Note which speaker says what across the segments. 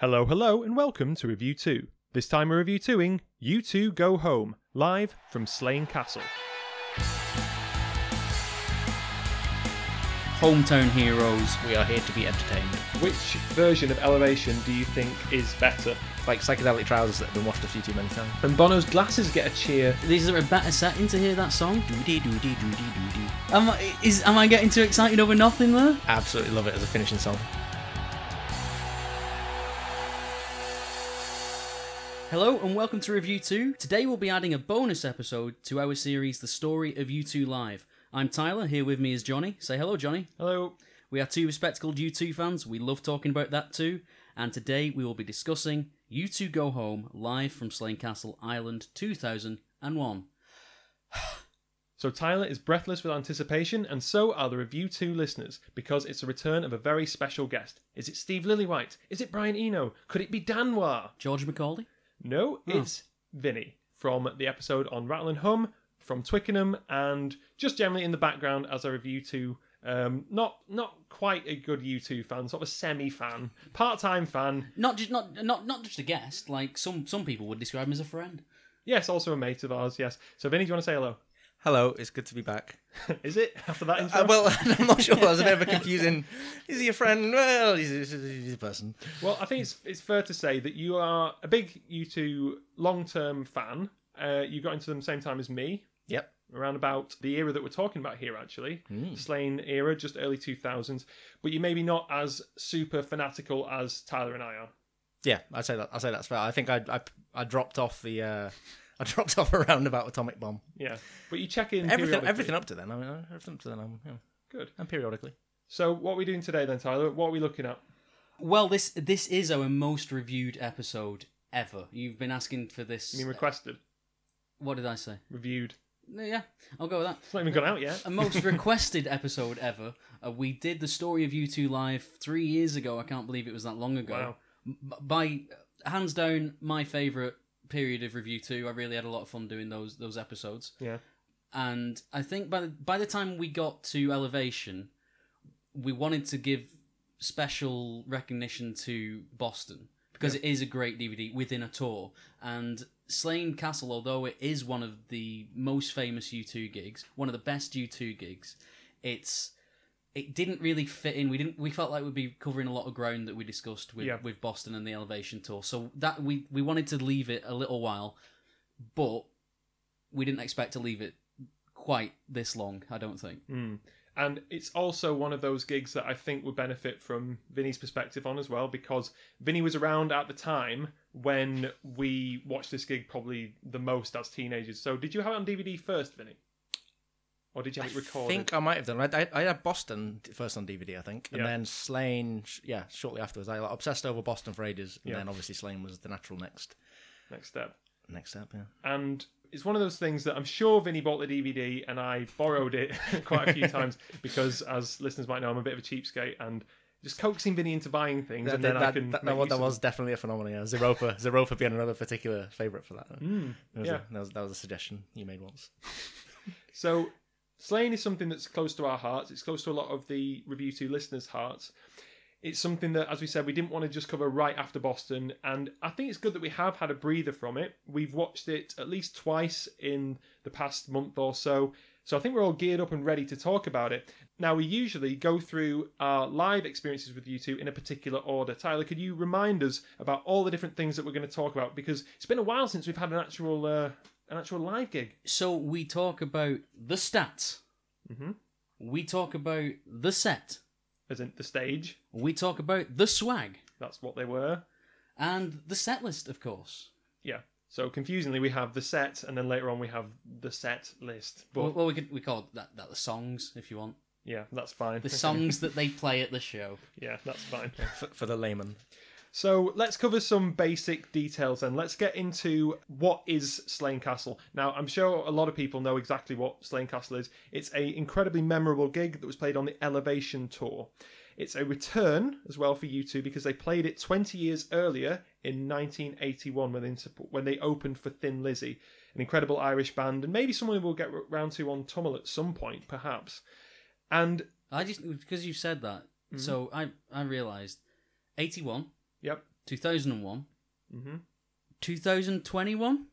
Speaker 1: Hello, hello, and welcome to Review 2. This time we're reviewing You Two Go Home, live from Slane Castle.
Speaker 2: hometown heroes. We are here to be entertained.
Speaker 1: Which version of Elevation do you think is better?
Speaker 3: like psychedelic trousers that have been washed a few too many times.
Speaker 1: And Bono's glasses get a cheer.
Speaker 2: Is there a better setting to hear that song? Doody doody doody doody. Am I, is, am I getting too excited over nothing there?
Speaker 3: Absolutely love it as a finishing song.
Speaker 2: Hello and welcome to Review 2. Today we'll be adding a bonus episode to our series, The Story of U2 Live. I'm Tyler, here with me is Johnny. Say hello, Johnny.
Speaker 1: Hello.
Speaker 2: We are two respectable U2 fans, we love talking about that too, and today we will be discussing U2 Go Home live from Slane Castle, Ireland 2001.
Speaker 1: So Tyler is breathless with anticipation, and so are the Review 2 listeners, because it's the return of a very special guest. Is it Steve Lillywhite? Is it Brian Eno? Could it be Dan Wah?
Speaker 2: George McCauley?
Speaker 1: No,
Speaker 3: Hmm.
Speaker 1: it's Vinny from the episode on Rattle and Hum from Twickenham, and just generally in the background as I review to um, not not quite a good U2 fan, sort of a semi fan, part time fan.
Speaker 2: Not just not not not just a guest. Like some some people would describe him as a friend.
Speaker 1: Yes, also a mate of ours. Yes. So Vinny, do you want to say hello?
Speaker 3: Hello, it's good to be back.
Speaker 1: Is it after that intro?
Speaker 3: Uh, well, I'm not sure. That was a bit of a confusing. Is he a friend? Well, he's, he's, he's a person.
Speaker 1: Well, I think it's it's fair to say that you are a big U2 long term fan. Uh, you got into them same time as me,
Speaker 3: Yep.
Speaker 1: around about the era that we're talking about here, actually.
Speaker 3: Hmm.
Speaker 1: Slain era, just early 2000s. But you maybe not as super fanatical as Tyler and I are.
Speaker 3: Yeah, I say that. I say that's fair. I think I I, I dropped off the. Uh, I dropped off around about atomic bomb.
Speaker 1: Yeah. But you check in.
Speaker 3: Everything,
Speaker 1: periodically.
Speaker 3: everything up to then. I mean, uh, everything up to then. I'm, yeah,
Speaker 1: Good.
Speaker 3: and periodically.
Speaker 1: So, what are we doing today then, Tyler? What are we looking at?
Speaker 2: Well, this this is our most reviewed episode ever. You've been asking for this.
Speaker 1: I mean, requested,
Speaker 2: What did I say?
Speaker 1: reviewed.
Speaker 2: Yeah, I'll go with that.
Speaker 1: It's not even gone out yet.
Speaker 2: A
Speaker 3: Um,
Speaker 2: most requested episode ever. Uh, we did the story of U2 live three years ago. I can't believe it was that long ago.
Speaker 1: Wow.
Speaker 2: M- By hands down, my favorite period of review two. I really had a lot of fun doing those those episodes.
Speaker 1: Yeah.
Speaker 2: and I think by the, by the time we got to Elevation, we wanted to give special recognition to Boston because it is a great DVD within a tour. And Slane Castle, although it is one of the most famous U2 gigs, one of the best U2 gigs, it's it didn't really fit in. We didn't. We felt like we'd be covering a lot of ground that we discussed with,
Speaker 1: Yeah.
Speaker 2: with Boston and the Elevation tour. So that we we wanted to leave it a little while, but we didn't expect to leave it quite this long. I don't think.
Speaker 1: Mm. And it's also one of those gigs that I think would benefit from Vinny's perspective on as well, because Vinny was around at the time when we watched this gig probably the most as teenagers. So, did you have it on DVD first, Vinny? Or did you have it
Speaker 3: I
Speaker 1: recorded?
Speaker 3: think I might have done. I, I, I had Boston first on DVD, I think, and
Speaker 1: Yeah.
Speaker 3: then Slain. sh- Yeah, shortly afterwards, I like, obsessed over Boston for ages, and
Speaker 1: Yeah.
Speaker 3: then obviously Slain was the natural next
Speaker 1: Next step.
Speaker 3: next step. Yeah.
Speaker 1: and it's one of those things that I'm sure Vinny bought the DVD and I borrowed it quite a few times because, as listeners might know, I'm a bit of a cheapskate and just coaxing Vinny into buying things
Speaker 3: That,
Speaker 1: and then
Speaker 3: that,
Speaker 1: I can.
Speaker 3: that,
Speaker 1: make
Speaker 3: that, was-
Speaker 1: use
Speaker 3: that
Speaker 1: of
Speaker 3: was definitely a phenomenon. Yeah. Zeropa, Zeropa being another particular favourite for that.
Speaker 1: them.
Speaker 3: That was,
Speaker 1: Hmm? yeah.
Speaker 3: a, that, was, that was a suggestion you made once.
Speaker 1: So, Slain is something that's close to our hearts. It's close to a lot of the Review 2 listeners' hearts. It's something that, as we said, we didn't want to just cover right after Boston. And I think it's good that we have had a breather from it. We've watched it at least twice in the past month or so. So I think we're all geared up and ready to talk about it. Now, we usually go through our live experiences with you two in a particular order. Tyler, could you remind us about all the different things that we're going to talk about? Because it's been a while since we've had an actual. Uh, an actual live gig.
Speaker 2: So we talk about the stats.
Speaker 1: Mhm.
Speaker 2: We talk about the set.
Speaker 1: as in the stage.
Speaker 2: We talk about the swag
Speaker 1: That's what they were.
Speaker 2: and the set list, of course.
Speaker 1: Yeah. So confusingly, we have the set, and then later on we have the set list. But
Speaker 2: Well, well we could we call it that, that the songs, if you want,
Speaker 1: yeah, that's fine.
Speaker 2: the songs that they play at the show.
Speaker 1: yeah, that's fine.
Speaker 3: For, for the layman.
Speaker 1: So let's cover some basic details then. Let's get into what is Slane Castle. Now, I'm sure a lot of people know exactly what Slane Castle is. It's a incredibly memorable gig that was played on the Elevation tour. It's a return as well for you two because they played it 20 years earlier in 1981 when they, when they opened for Thin Lizzy, an incredible Irish band, and maybe someone we'll get round to on Tummel at some point, perhaps. And Mm-hmm.
Speaker 2: I just because you said that, so I I realised eighty one.
Speaker 1: Yep.
Speaker 2: 2001,
Speaker 1: Mm-hmm.
Speaker 2: 2021,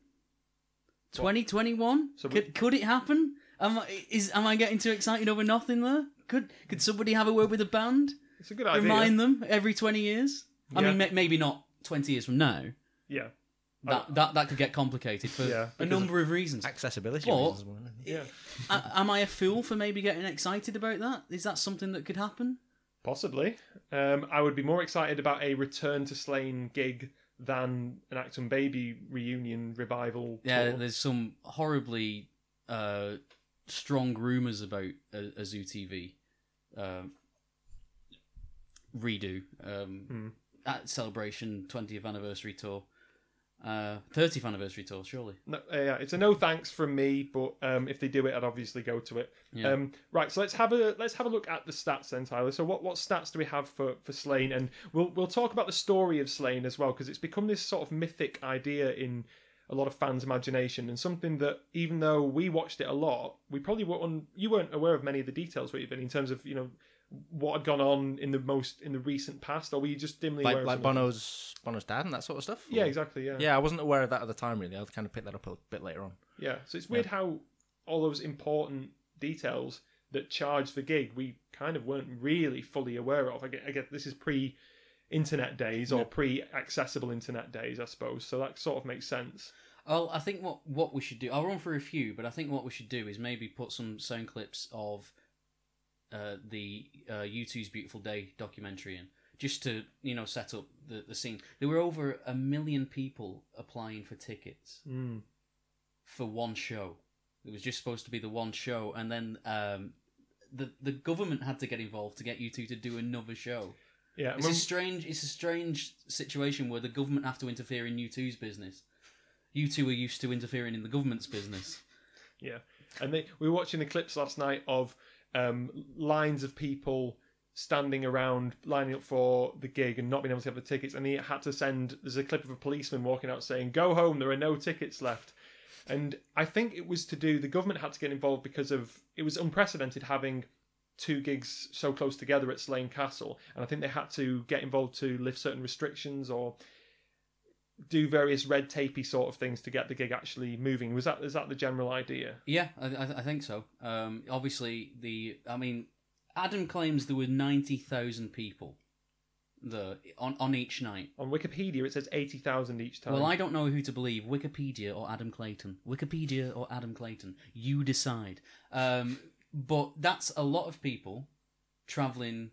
Speaker 2: 2021.
Speaker 1: So we-
Speaker 2: could, could it happen? Am I is am I getting too excited over nothing there? Could could somebody have a word with the band?
Speaker 1: It's a good idea.
Speaker 2: Remind them every 20 years. I
Speaker 1: Yeah.
Speaker 2: mean, ma- maybe not 20 years from now.
Speaker 1: yeah.
Speaker 2: That that, that could get complicated for
Speaker 1: Yeah,
Speaker 2: a
Speaker 1: because-
Speaker 2: number of reasons.
Speaker 3: Accessibility
Speaker 2: Well-
Speaker 3: reasons. wasn't it?
Speaker 1: Yeah.
Speaker 2: A- am I a fool for maybe getting excited about that? Is that something that could happen?
Speaker 1: Possibly. Um, I would be more excited about a return to Slain gig than an Acton Baby reunion revival.
Speaker 2: Yeah,
Speaker 1: tour.
Speaker 2: there's some horribly uh, strong rumours about uh, a, a Zoo TV um redo um,
Speaker 1: Hmm.
Speaker 2: at celebration 20th anniversary tour, uh, 30th anniversary tour, surely.
Speaker 1: No, uh, yeah, it's a no thanks from me, but um, if they do it, I'd obviously go to it.
Speaker 2: Yeah.
Speaker 1: Um, right, so let's have a let's have a look at the stats then, Tyler. So what, what stats do we have for, for Slain? And we'll we'll talk about the story of Slain as well because it's become this sort of mythic idea in a lot of fans' imagination and something that even though we watched it a lot, we probably were on. You weren't aware of many of the details, were you? Vin, in terms of you know what had gone on in the most in the recent past, or were you just dimly aware
Speaker 3: Like
Speaker 1: of
Speaker 3: like
Speaker 1: some-
Speaker 3: Bono's Bono's dad and that sort of stuff.
Speaker 1: Yeah,
Speaker 3: Or-
Speaker 1: exactly. Yeah,
Speaker 3: Yeah, I wasn't aware of that at the time. Really, I kind of picked that up a bit later on.
Speaker 1: Yeah. So it's weird how all those important details that charge the gig we kind of weren't really fully aware of. I get, I get this is pre internet days or pre accessible internet days, I suppose. So that sort of makes sense.
Speaker 2: Well, I think what what we should do. I'll run through a few, but I think what we should do is maybe put some sound clips of uh, the uh, U2's "Beautiful Day" documentary in, just to you know set up the the scene. There were over a million people applying for tickets
Speaker 1: Mm.
Speaker 2: for one show. It was just supposed to be the one show, and then um, the the government had to get involved to get U2 to do another show.
Speaker 1: Yeah. and
Speaker 2: It's
Speaker 1: when-
Speaker 2: a strange. It's a strange situation where the government have to interfere in U2's business. U2 are used to interfering in the government's business.
Speaker 1: Yeah, and they, we were watching the clips last night of um, lines of people standing around lining up for the gig and not being able to have the tickets, and he had to send. There's a clip of a policeman walking out saying, "Go home, there are no tickets left." And I think it was to do the government had to get involved because of it was unprecedented having two gigs so close together at Slane Castle, and I think they had to get involved to lift certain restrictions or do various red tapey sort of things to get the gig actually moving. Was that is that the general idea?
Speaker 2: Yeah, I, I, I think so. Um, obviously, the I mean, Adam claims there were ninety thousand people there on on each night.
Speaker 1: On Wikipedia, it says 80,000 each time.
Speaker 2: Well, I don't know who to believe, Wikipedia or Adam Clayton. Wikipedia or Adam Clayton. You decide. Um, but that's a lot of people traveling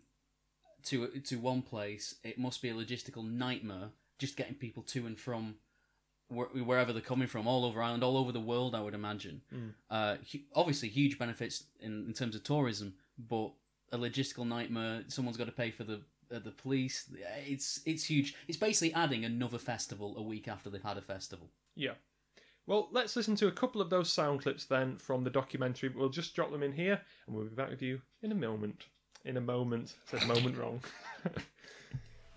Speaker 2: to to one place. It must be a logistical nightmare just getting people to and from where, wherever they're coming from, all over Ireland, all over the world. I would imagine.
Speaker 1: Hmm.
Speaker 2: Uh, hu- obviously, huge benefits in, in terms of tourism, but a logistical nightmare. Someone's got to pay for the uh, the police. It's it's huge. It's basically adding another festival a week after they've had a festival.
Speaker 1: Yeah. Well, let's listen to a couple of those sound clips then from the documentary. We'll just drop them in here and we'll be back with you in a moment. In a moment. I said moment wrong.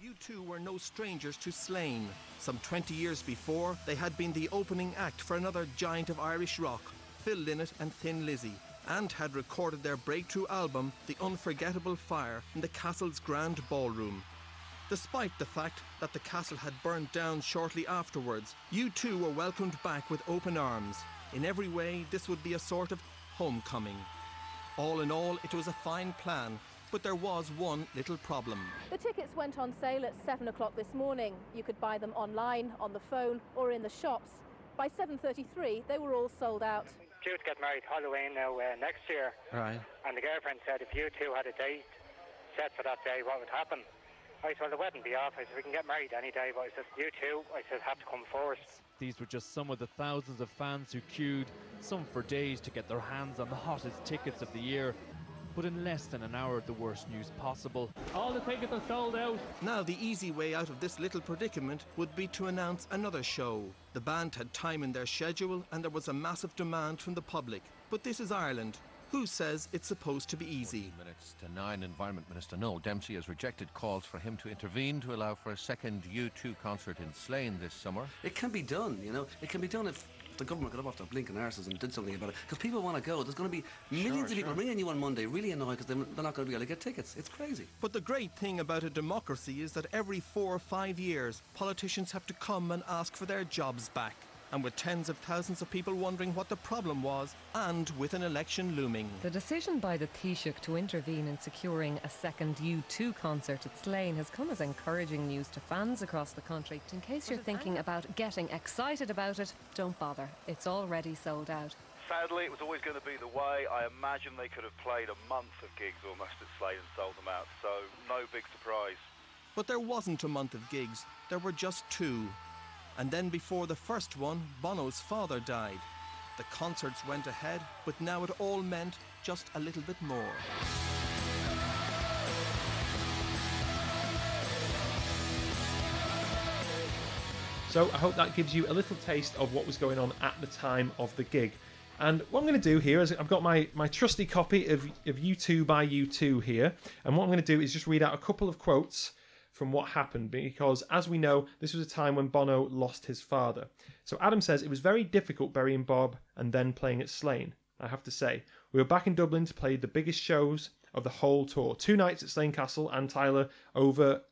Speaker 4: You two were no strangers to Slain. Some 20 years before, they had been the opening act for another giant of Irish rock, Phil Lynott and Thin Lizzy, and had recorded their breakthrough album, The Unforgettable Fire, in the castle's grand ballroom. Despite the fact that the castle had burned down shortly afterwards, you two were welcomed back with open arms. In every way, this would be a sort of homecoming. All in all, it was a fine plan, but there was one little problem.
Speaker 5: The tickets went on sale at 7 o'clock this morning. You could buy them online, on the phone or in the shops. By 7.33, they were all sold out.
Speaker 6: due to get married Halloween now uh, next year.
Speaker 4: Right.
Speaker 6: And the girlfriend said if you two had a date set for that day, what would happen? I said, well, the wedding be off. I said, we can get married any day. But I said, you two, I said, have to come first.
Speaker 7: These were just some of the thousands of fans who queued, some for days, to get their hands on the hottest tickets of the year. But in less than an hour, the worst news possible. All the tickets are sold out.
Speaker 4: Now, the easy way out of this little predicament would be to announce another show. The band had time in their schedule and there was a massive demand from the public. But this is Ireland. Who says it's supposed to be easy?
Speaker 8: Minutes to nine, Environment Minister Noel Dempsey has rejected calls for him to intervene to allow for a second U2 concert in Slane this summer.
Speaker 9: It can be done, you know. It can be done if the government got up off their blinking arses and did something about it. Because people want to go. There's going to be millions of people ringing you on Monday, really annoyed because they're not going to be able to get tickets. It's crazy.
Speaker 4: But the great thing about a democracy is that every four or five years, politicians have to come and ask for their jobs back. And with tens of thousands of people wondering what the problem was, and with an election looming.
Speaker 10: The decision by the Taoiseach to intervene in securing a second U2 concert at Slane has come as encouraging news to fans across the country. In case you're thinking about getting excited about it, don't bother. It's already sold out.
Speaker 11: Sadly, it was always going to be the way. I imagine they could have played a month of gigs almost at Slade and sold them out, so no big surprise.
Speaker 4: But there wasn't a month of gigs, there were just two. And then before the first one, Bono's father died. The concerts went ahead, but now it all meant just a little bit more.
Speaker 1: So I hope that gives you a little taste of what was going on at the time of the gig. And what I'm going to do here is I've got my, my trusty copy of, of U2 by U2 here. And what I'm going to do is just read out a couple of quotes from what happened because, as we know, this was a time when Bono lost his father. So Adam says it was very difficult burying Bob and then playing at Slane. I have to say, we were back in Dublin to play the biggest shows of the whole tour. Two nights at Slane Castle and Tyler over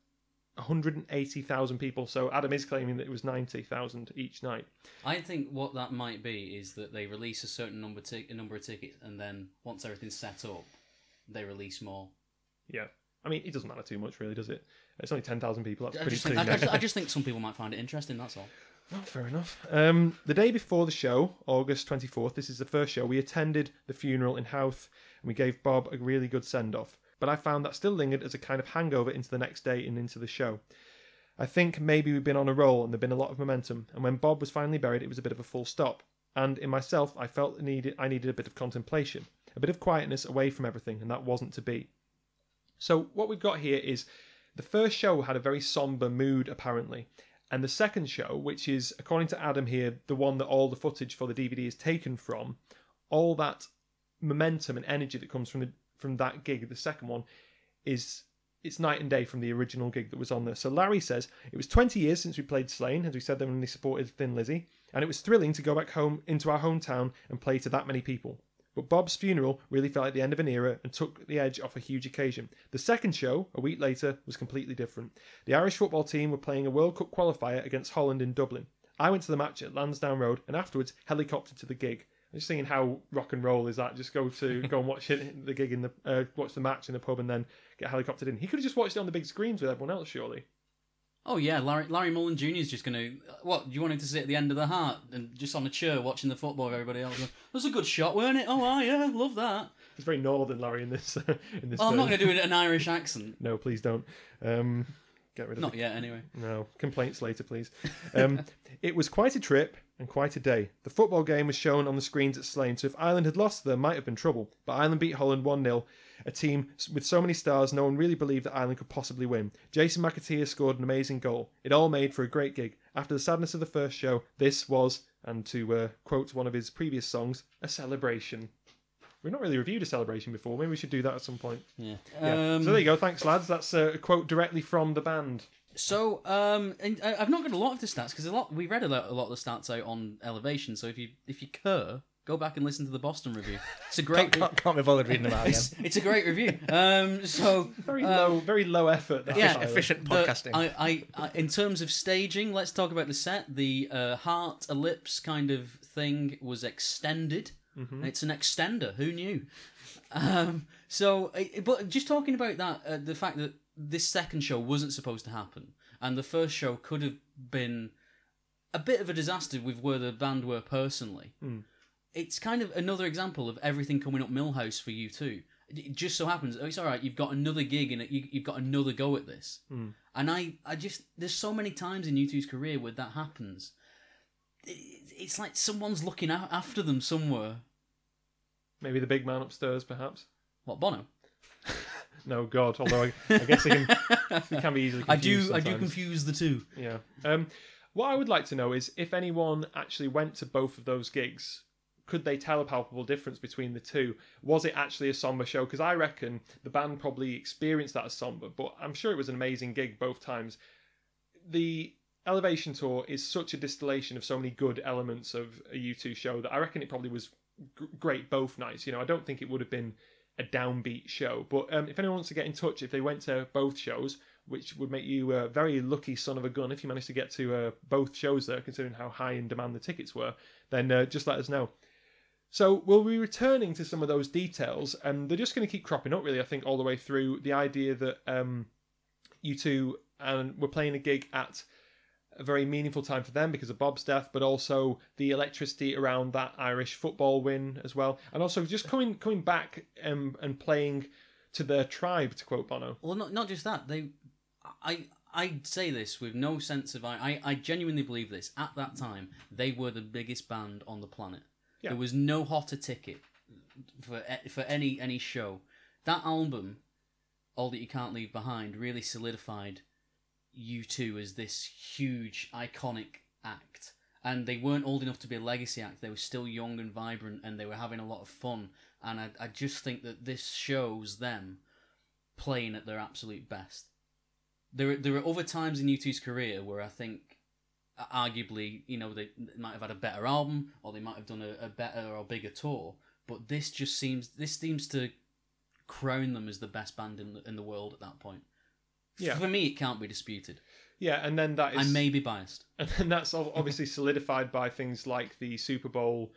Speaker 1: 180,000 people. So Adam is claiming that it was 90,000 each night.
Speaker 2: I think what that might be is that they release a certain number ti- a number of tickets, and then once everything's set up, they release more.
Speaker 1: Yeah. I mean, it doesn't matter too much, really, does it? It's only 10,000 people. That's
Speaker 2: I
Speaker 1: pretty
Speaker 2: just, think, I,
Speaker 1: soon.
Speaker 2: just, I just think some people might find it interesting. That's all.
Speaker 1: Oh, fair enough. Um, the day before the show, August 24th, this is the first show, we attended the funeral in Howth and we gave Bob a really good send off. But I found that still lingered as a kind of hangover into the next day and into the show. I think maybe we've been on a roll and there'd been a lot of momentum, and when Bob was finally buried, it was a bit of a full stop. And in myself, I felt needed, I needed a bit of contemplation, a bit of quietness away from everything, and that wasn't to be. So what we've got here is the first show had a very somber mood apparently, and the second show, which is according to Adam here, the one that all the footage for the DVD is taken from, all that momentum and energy that comes from the from that gig, the second one, is it's night and day from the original gig that was on there. So Larry says it was 20 years since we played Slain, as we said then when they supported Thin Lizzy, and it was thrilling to go back home into our hometown and play to that many people. But Bob's funeral really felt like the end of an era and took the edge off a huge occasion. The second show, a week later, was completely different. The Irish football team were playing a World Cup qualifier against Holland in Dublin. I went to the match at Lansdowne Road and afterwards helicoptered to the gig. I'm just thinking how rock and roll is that? Just go to go and watch it, the gig in the uh, watch the match in the pub and then get helicoptered in. He could have just watched it on the big screens with everyone else, surely.
Speaker 2: Oh yeah, Larry, Larry Mullen Jr. is just going to what? You want him to sit at the end of the heart and just on a chair watching the football with everybody else? That's a good shot, weren't it? Oh, ah, yeah, love that.
Speaker 1: It's very northern, Larry, in this in this.
Speaker 2: Oh, I'm
Speaker 1: version.
Speaker 2: not going to do it in an Irish accent.
Speaker 1: No, please don't. Um, get rid of
Speaker 2: Not
Speaker 1: the-
Speaker 2: yet, anyway.
Speaker 1: No, complaints later, please. Um, it was quite a trip and quite a day. The football game was shown on the screens at Slane, so if Ireland had lost, there might have been trouble. But Ireland beat Holland 1 0, a team s- with so many stars, no one really believed that Ireland could possibly win. Jason McAteer scored an amazing goal. It all made for a great gig. After the sadness of the first show, this was, and to uh, quote one of his previous songs, a celebration. We've not really reviewed a celebration before. Maybe we should do that at some point.
Speaker 2: Yeah.
Speaker 1: Yeah.
Speaker 2: Um,
Speaker 1: so there you go. Thanks, lads. That's uh, a quote directly from the band.
Speaker 2: So, um, and I- I've not got a lot of the stats because a lot we read a lot, a lot of the stats out on Elevation. So if you if you cur, go back and listen to the Boston review. It's a great.
Speaker 3: Can't, can't, can't be bothered reading them out again.
Speaker 2: it's, it's a great review. Um, so
Speaker 1: Very low, very low effort. That
Speaker 2: yeah.
Speaker 1: Tyler.
Speaker 3: Efficient
Speaker 2: the-
Speaker 3: podcasting.
Speaker 2: I, I, I, in terms of staging, let's talk about the set. The uh, heart ellipse kind of thing was extended. It's an extender. Who knew? Um, so, i- but just talking about that, uh, the fact that this second show wasn't supposed to happen, and the first show could have been a bit of a disaster with where the band were personally. It's kind of another example of everything coming up Millhouse for you too. It just so happens, oh, it's all right. You've got another gig and you, you've got another go at this.
Speaker 1: Hmm.
Speaker 2: And I, I just there's so many times in U2's career where that happens. It- It's like someone's looking out after them somewhere.
Speaker 1: Maybe the big man upstairs, perhaps.
Speaker 2: What Bono?
Speaker 1: No, God. Although I, I guess they can, they can be easily.
Speaker 2: I do,
Speaker 1: confused
Speaker 2: I do
Speaker 1: sometimes.
Speaker 2: confuse the two.
Speaker 1: Yeah. Um, what I would like to know is if anyone actually went to both of those gigs, could they tell a palpable difference between the two? Was it actually a somber show? Because I reckon the band probably experienced that as somber, but I'm sure it was an amazing gig both times. The Elevation Tour is such a distillation of so many good elements of a U2 show that I reckon it probably was g- great both nights. You know, I don't think it would have been a downbeat show. But um, if anyone wants to get in touch, if they went to both shows, which would make you a very lucky son of a gun if you managed to get to uh, both shows there, considering how high in demand the tickets were, then uh, just let us know. So we'll be returning to some of those details, and they're just going to keep cropping up, really. I think all the way through the idea that um, you two and were playing a gig at a very meaningful time for them because of Bob's death, but also the electricity around that Irish football win as well, and also just coming coming back um, and playing to their tribe, to quote Bono.
Speaker 2: Well, not not just that. They, I I say this with no sense of I, I I genuinely believe this. At that time, they were the biggest band on the planet.
Speaker 1: Yeah.
Speaker 2: There was no hotter ticket for eh, for any any show. That album, All That You Can't Leave Behind, really solidified you 2 as this huge iconic act. And they weren't old enough to be a legacy act. They were still young and vibrant, and they were having a lot of fun. And I, I just think that this shows them playing at their absolute best. There, are- there are other times in U2's career where I think, uh, arguably, you know, they might have had a better album or they might have done a, a better or bigger tour. But this just seems this seems to crown them as the best band in the, in the world at that point.
Speaker 1: Yeah.
Speaker 2: For me, it can't be disputed.
Speaker 1: Yeah, and then that is
Speaker 2: I may be biased.
Speaker 1: and then that's ob- obviously solidified by things like the Super Bowl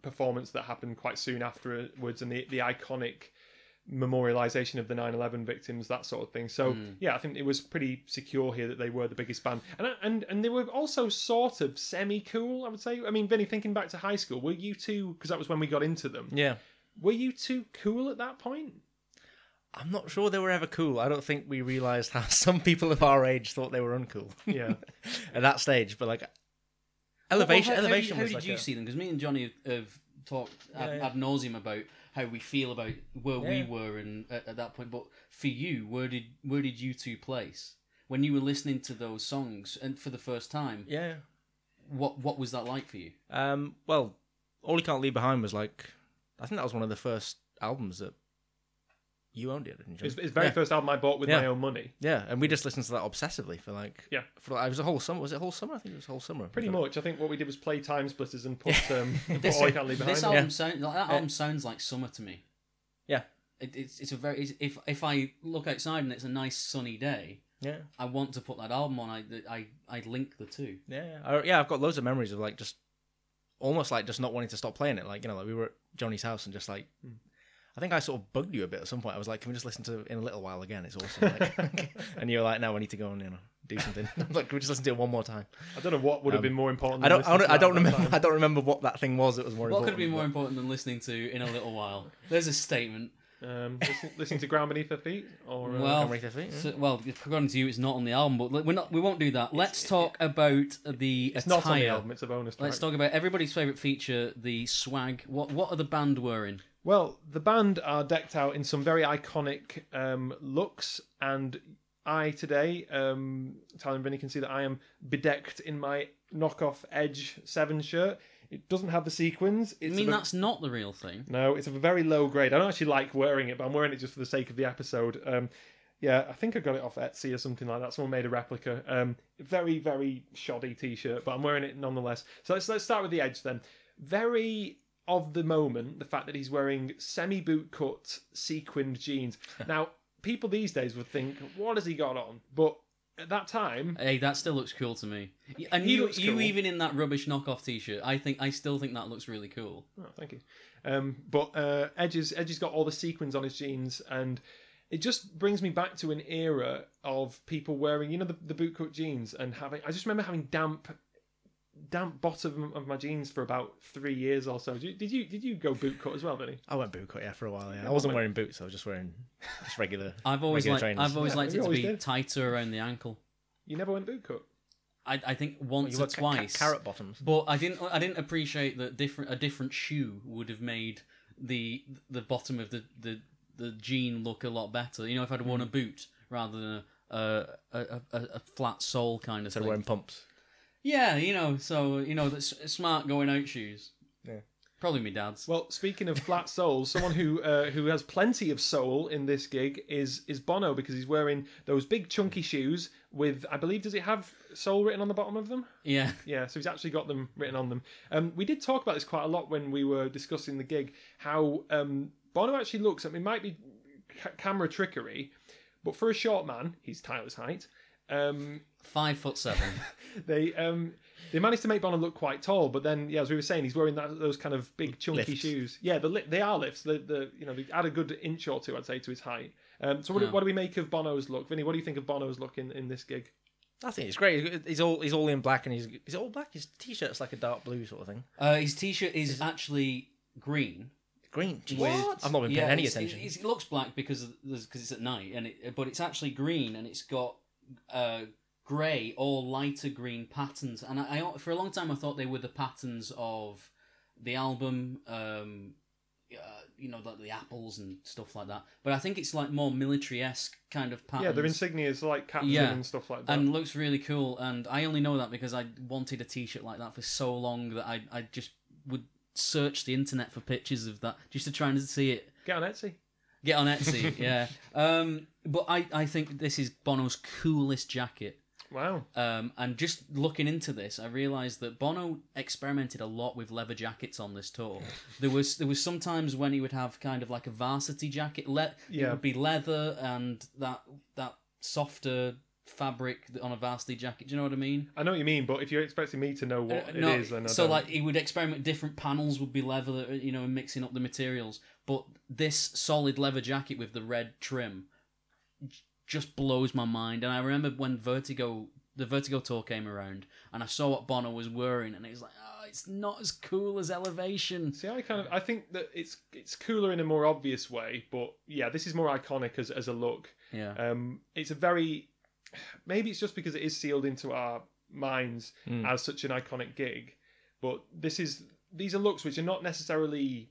Speaker 1: performance that happened quite soon afterwards, and the the iconic memorialization of the 9-11 victims that sort of thing so
Speaker 2: Mm.
Speaker 1: yeah i think it was pretty secure here that they were the biggest band and and and they were also sort of semi cool i would say i mean vinny thinking back to high school were you two because that was when we got into them
Speaker 3: Yeah.
Speaker 1: were you two cool at that point
Speaker 3: I'm not sure they were ever cool. I don't think we realized how some people of our age thought they were uncool.
Speaker 1: Yeah.
Speaker 3: At that stage, but like elevation,
Speaker 2: Well, well, how-
Speaker 3: elevation.
Speaker 2: How,
Speaker 3: was
Speaker 2: did- how
Speaker 3: like
Speaker 2: did you
Speaker 3: a-
Speaker 2: see them? Because me and Johnny have, have talked ad,
Speaker 3: Yeah, yeah.
Speaker 2: ad nauseum about how we feel about where we
Speaker 3: Yeah.
Speaker 2: were and at, at that point. But for you, where did where did you two place when you were listening to those songs and for the first time?
Speaker 3: Yeah.
Speaker 2: What what was that like for you?
Speaker 3: Um, well, all you can't leave behind was like, I think that was one of the first albums that you owned it. Didn't you?
Speaker 1: It's- it's the very first album I bought with my own money.
Speaker 3: Yeah, and we just listened to that obsessively for like,
Speaker 1: Yeah.
Speaker 3: for like, it was a whole summer. Was it a whole summer? I think it was a whole summer.
Speaker 1: pretty much i think what we did was play time splitters and put um and put
Speaker 2: This,
Speaker 1: all you can't leave behind
Speaker 2: this
Speaker 1: on.
Speaker 2: album sound, like, that
Speaker 1: Yeah.
Speaker 2: album sounds like summer to me.
Speaker 3: Yeah.
Speaker 2: It, it's it's a very it's, if if I look outside and it's a nice sunny day.
Speaker 3: Yeah.
Speaker 2: I want to put that album on. I I I link the two.
Speaker 3: Yeah, yeah. I, yeah, I've got loads of memories of like just almost like just not wanting to stop playing it. Like you know, like we were at Johnny's house and just like.
Speaker 1: Hmm.
Speaker 3: I think I sort of bugged you a bit at some point. I was like, "Can we just listen to it in a little while again? It's awesome." Like, and you were like, "No, I need to go and you know do something." I'm like, "Can we just listen to it one more time?"
Speaker 1: I don't know what would have been more important
Speaker 3: Um, I
Speaker 1: than
Speaker 3: don't. I
Speaker 1: listening
Speaker 3: don't,
Speaker 1: to
Speaker 3: I
Speaker 1: that
Speaker 3: don't
Speaker 1: at that
Speaker 3: remember.
Speaker 1: time.
Speaker 3: I don't remember what that thing was that was more
Speaker 2: What could
Speaker 3: important.
Speaker 2: be more important than listening to in a little while? There's a statement.
Speaker 1: Um, listen, listen to Ground Beneath Her Feet, or uh,
Speaker 2: Well, so- well, according to you, it's not on the album, but we're not. We won't do that. Let's talk about the
Speaker 1: It's
Speaker 2: attire.
Speaker 1: not on the album, it's a bonus track.
Speaker 2: Let's talk about everybody's favorite feature, the swag. What What are the band wearing?
Speaker 1: Well, the band are decked out in some very iconic um, looks, and I today, um, Tyler and Vinny can see that I am bedecked in my knockoff Edge 7 shirt. It doesn't have the sequins.
Speaker 2: I
Speaker 1: It's
Speaker 2: mean,
Speaker 1: of a-
Speaker 2: that's not the real thing.
Speaker 1: No, it's of a very low grade. I don't actually like wearing it, but I'm wearing it just for the sake of the episode. Um, yeah, I think I got it off Etsy or something like that. Someone made a replica. Um, very, very shoddy T-shirt, but I'm wearing it nonetheless. So let's let's start with the edge then. Very of the moment, the fact that he's wearing semi boot cut sequined jeans. now, people these days would think, what has he got on? But at that time,
Speaker 2: Hey, that still looks cool to me. And
Speaker 1: He
Speaker 2: you,
Speaker 1: looks
Speaker 2: you
Speaker 1: cool.
Speaker 2: even in that rubbish knockoff T-shirt, I think I still think that looks really cool.
Speaker 1: Oh, thank you. Um, but uh, Edge's Edge's got all the sequins on his jeans, and it just brings me back to an era of people wearing, you know, the, the bootcut jeans and having. I just remember having damp, damp bottom of my jeans for about three years or so. Did you did you, did you go bootcut as well, Vinny?
Speaker 3: I went bootcut yeah for a while. Yeah,
Speaker 1: Yeah,
Speaker 3: I wasn't
Speaker 1: but-
Speaker 3: wearing boots. I was just wearing just regular.
Speaker 2: I've always
Speaker 3: regular
Speaker 2: liked.
Speaker 3: trainers.
Speaker 2: I've always
Speaker 1: Yeah,
Speaker 2: liked
Speaker 1: you
Speaker 2: it to
Speaker 1: always
Speaker 2: be
Speaker 1: did.
Speaker 2: tighter around the ankle.
Speaker 1: You never went bootcut.
Speaker 2: I, I think once
Speaker 3: were
Speaker 2: or
Speaker 3: ca- ca-
Speaker 2: twice.
Speaker 3: carrot bottoms.
Speaker 2: But I didn't I didn't appreciate that different a different shoe would have made the the bottom of the the, the jean look a lot better. You know, if I'd worn a
Speaker 3: Hmm.
Speaker 2: boot rather than a a, a, a, a flat sole kind of
Speaker 3: Instead of
Speaker 2: thing.
Speaker 3: wearing pumps.
Speaker 2: Yeah, you know, so you know that's smart going out shoes.
Speaker 3: Yeah.
Speaker 2: Probably me dad's.
Speaker 1: Well, speaking of flat soles, someone who uh, who has plenty of soul in this gig is is Bono because he's wearing those big chunky shoes with I believe does it have soul written on the bottom of them?
Speaker 2: Yeah.
Speaker 1: Yeah, so he's actually got them written on them. Um, we did talk about this quite a lot when we were discussing the gig. How um, Bono actually looks. I mean, it might be ca- camera trickery, but for a short man, he's Tyler's height. Um,
Speaker 2: Five foot seven.
Speaker 1: they um, they managed to make Bono look quite tall, but then yeah, as we were saying, he's wearing that, those kind of big chunky
Speaker 2: Lifts.
Speaker 1: shoes. Yeah, the li- they are lifts. The, the you know they add a good inch or two, I'd say, to his height. Um, so what, do,
Speaker 3: Yeah.
Speaker 1: what do we make of Bono's look, Vinny? What do you think of Bono's look in, in this gig?
Speaker 3: I think it's great. He's all he's all in black and he's is it all black. His t-shirt's like a dark blue sort of thing.
Speaker 2: Uh, his t-shirt is, actually green.
Speaker 3: Green. Jesus. I've not been paying any
Speaker 2: it's-
Speaker 3: attention.
Speaker 2: It, it's- it looks black because of- there's- 'cause it's at night, and it, but it's actually green, and it's got uh, grey or lighter green patterns. And I, I, for a long time, I thought they were the patterns of the album. Um, uh, you know, like the apples and stuff like that. But I think it's like more military esque kind of patterns.
Speaker 1: Yeah, their insignias like captain and stuff like that.
Speaker 2: Uh, And looks really cool. And I only know that because I wanted a T-shirt like that for so long that I I just would search the internet for pictures of that just to try and see it.
Speaker 1: Get on Etsy.
Speaker 2: Get on Etsy, yeah. Um, but I, I think this is Bono's coolest jacket.
Speaker 1: Wow.
Speaker 2: Um, and just looking into this, I realised that Bono experimented a lot with leather jackets on this tour. there was there was sometimes when he would have kind of like a varsity jacket. Le- It
Speaker 1: Yeah.
Speaker 2: would be leather and that that softer fabric on a varsity jacket. Do you know what I mean?
Speaker 1: I know what you mean, but if you're expecting me to know what
Speaker 2: Uh,
Speaker 1: it is,
Speaker 2: no,
Speaker 1: then I
Speaker 2: so
Speaker 1: don't.
Speaker 2: like he would experiment. Different panels would be leather, uh, you know, and mixing up the materials. But this solid leather jacket with the red trim j- just blows my mind. And I remember when Vertigo, the Vertigo tour came around, and I saw what Bono was wearing, and it was like, oh, it's not as cool as Elevation.
Speaker 1: See, I kind of I think that it's it's cooler in a more obvious way, but yeah, this is more iconic as as a look.
Speaker 2: Yeah.
Speaker 1: Um, it's a very maybe it's just because it is sealed into our minds
Speaker 3: Mm.
Speaker 1: as such an iconic gig, but this is these are looks which are not necessarily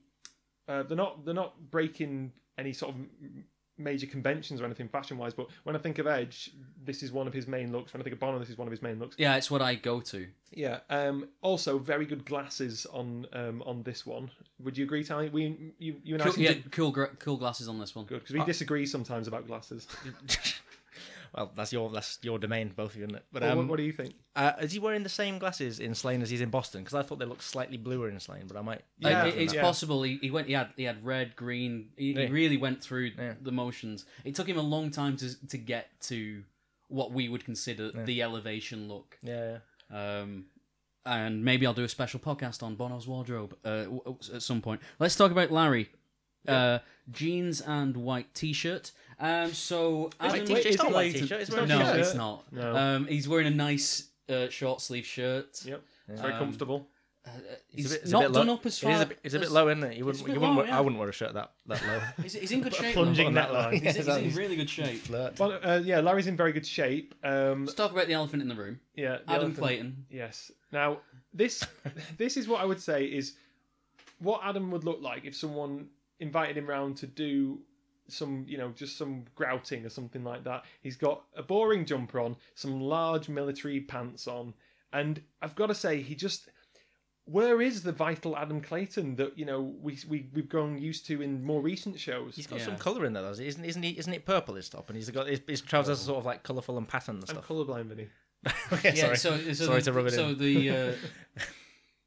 Speaker 1: uh, they're not they're not breaking any sort of m- major conventions or anything fashion wise. But when I think of Edge, this is one of his main looks. When I think of Bono, this is one of his main looks.
Speaker 2: Yeah, it's what I go to.
Speaker 1: Yeah. Um, also, very good glasses on um, on this one. Would you agree, Tally? We you you and I
Speaker 2: Cool,
Speaker 1: seem
Speaker 2: yeah, Uh,
Speaker 1: to,
Speaker 2: cool, gra- cool glasses on this one.
Speaker 1: good because we disagree sometimes about glasses.
Speaker 3: well, that's your that's your domain, both of you, isn't it?
Speaker 1: Well, what- what do you think?
Speaker 3: Uh, is he wearing the same glasses in Slane as he's in Boston? Because I thought they looked slightly bluer in Slane, but I might.
Speaker 2: Like, it- it's possible he, he went. He had he had red, green. He, he
Speaker 3: Yeah.
Speaker 2: really went through the motions. It took him a long time to to get to what we would consider
Speaker 3: Yeah.
Speaker 2: the elevation look.
Speaker 3: Yeah.
Speaker 2: Um, and maybe I'll do a special podcast on Bono's wardrobe uh, w- w- at some point. Let's talk about Larry. Uh, jeans and white t-shirt. Um, so
Speaker 3: It's
Speaker 2: Adam
Speaker 3: a t-shirt, it's not a white
Speaker 2: Clayton-
Speaker 3: t-shirt, it's wearing a
Speaker 2: no,
Speaker 3: shirt.
Speaker 2: it's not.
Speaker 3: No.
Speaker 2: Um, he's wearing a nice uh, short sleeve shirt.
Speaker 1: Yep, it's
Speaker 3: um,
Speaker 1: very comfortable.
Speaker 2: uh,
Speaker 3: It's a
Speaker 2: he's
Speaker 3: bit- it's a
Speaker 2: not
Speaker 3: bit low-
Speaker 2: done up as far.
Speaker 3: It is a bit, it's a bit
Speaker 2: as-
Speaker 3: low, isn't it? You
Speaker 2: It's a
Speaker 3: wouldn't,
Speaker 2: bit
Speaker 3: you wouldn't
Speaker 2: low,
Speaker 3: wear-
Speaker 2: yeah.
Speaker 3: I wouldn't wear a shirt that that low.
Speaker 2: He's, he's in good shape.
Speaker 3: Plunging
Speaker 2: though.
Speaker 3: that line.
Speaker 2: He's, he's in
Speaker 3: Exactly.
Speaker 2: really good shape.
Speaker 3: Flirt.
Speaker 1: Well, uh, yeah, Larry's in very good shape. Um, Let's
Speaker 2: talk about the elephant in the room.
Speaker 1: Yeah, the
Speaker 2: Adam
Speaker 1: elephant-
Speaker 2: Clayton.
Speaker 1: Yes. Now this this is what I would say is what Adam would look like if someone invited him round to do some, you know, just some grouting or something like that. He's got a boring jumper on, some large military pants on, and I've got to say he just where is the vital Adam Clayton that you know we, we we've grown used to in more recent shows?
Speaker 3: He's got some colour in there, though. Isn't isn't he? Isn't it purple? His top, and he's got his, his trousers are sort of like colourful and patterned and
Speaker 1: I'm
Speaker 3: stuff.
Speaker 1: colourblind, Vinny.
Speaker 3: okay,
Speaker 2: yeah,
Speaker 3: sorry.
Speaker 2: so, so
Speaker 3: sorry
Speaker 2: the,
Speaker 3: to rub it
Speaker 2: so
Speaker 3: in.
Speaker 2: the uh,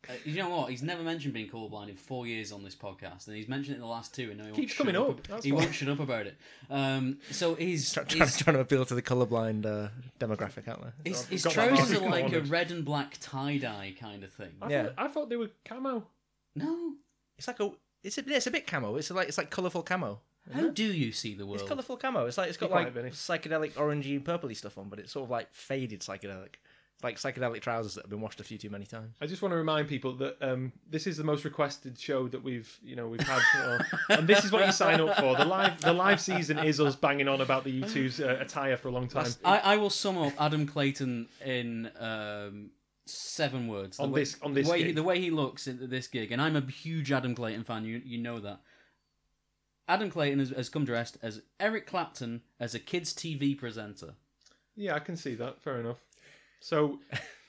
Speaker 2: uh, you know what? He's never mentioned being colorblind in four years on this podcast, and he's mentioned it in the last two, and now he
Speaker 1: Keeps
Speaker 2: won't shut
Speaker 1: coming up, that's
Speaker 2: he
Speaker 1: why.
Speaker 2: won't shut up about it. Um, so he's
Speaker 3: trying, trying to appeal to the colourblind uh, demographic out there.
Speaker 2: his, his trousers are like a red and black tie dye kind of thing.
Speaker 3: I Yeah. thought-
Speaker 1: I thought they were camo.
Speaker 2: No,
Speaker 3: it's like a it's a, it's a bit camo. It's like it's like colourful camo.
Speaker 2: How do you see the world?
Speaker 3: It's colourful camo. It's like it's got
Speaker 2: Be quiet,
Speaker 3: like psychedelic orangey and purpley stuff on, but it's sort of like faded psychedelic, like psychedelic trousers that have been washed a few too many times.
Speaker 1: I just want to remind people that um, this is the most requested show that we've you know we've had, uh, and this is what you sign up for. The live the live season is us banging on about the U2's uh, attire for a long time.
Speaker 2: I, I will sum up Adam Clayton in um, seven words.
Speaker 1: On this- on this
Speaker 2: the way
Speaker 1: gig.
Speaker 2: He, the way he looks at this gig, and I'm a huge Adam Clayton fan. You you know that. Adam Clayton has, has come dressed as Eric Clapton as a kids' TV presenter.
Speaker 1: Yeah, I can see that. Fair enough. So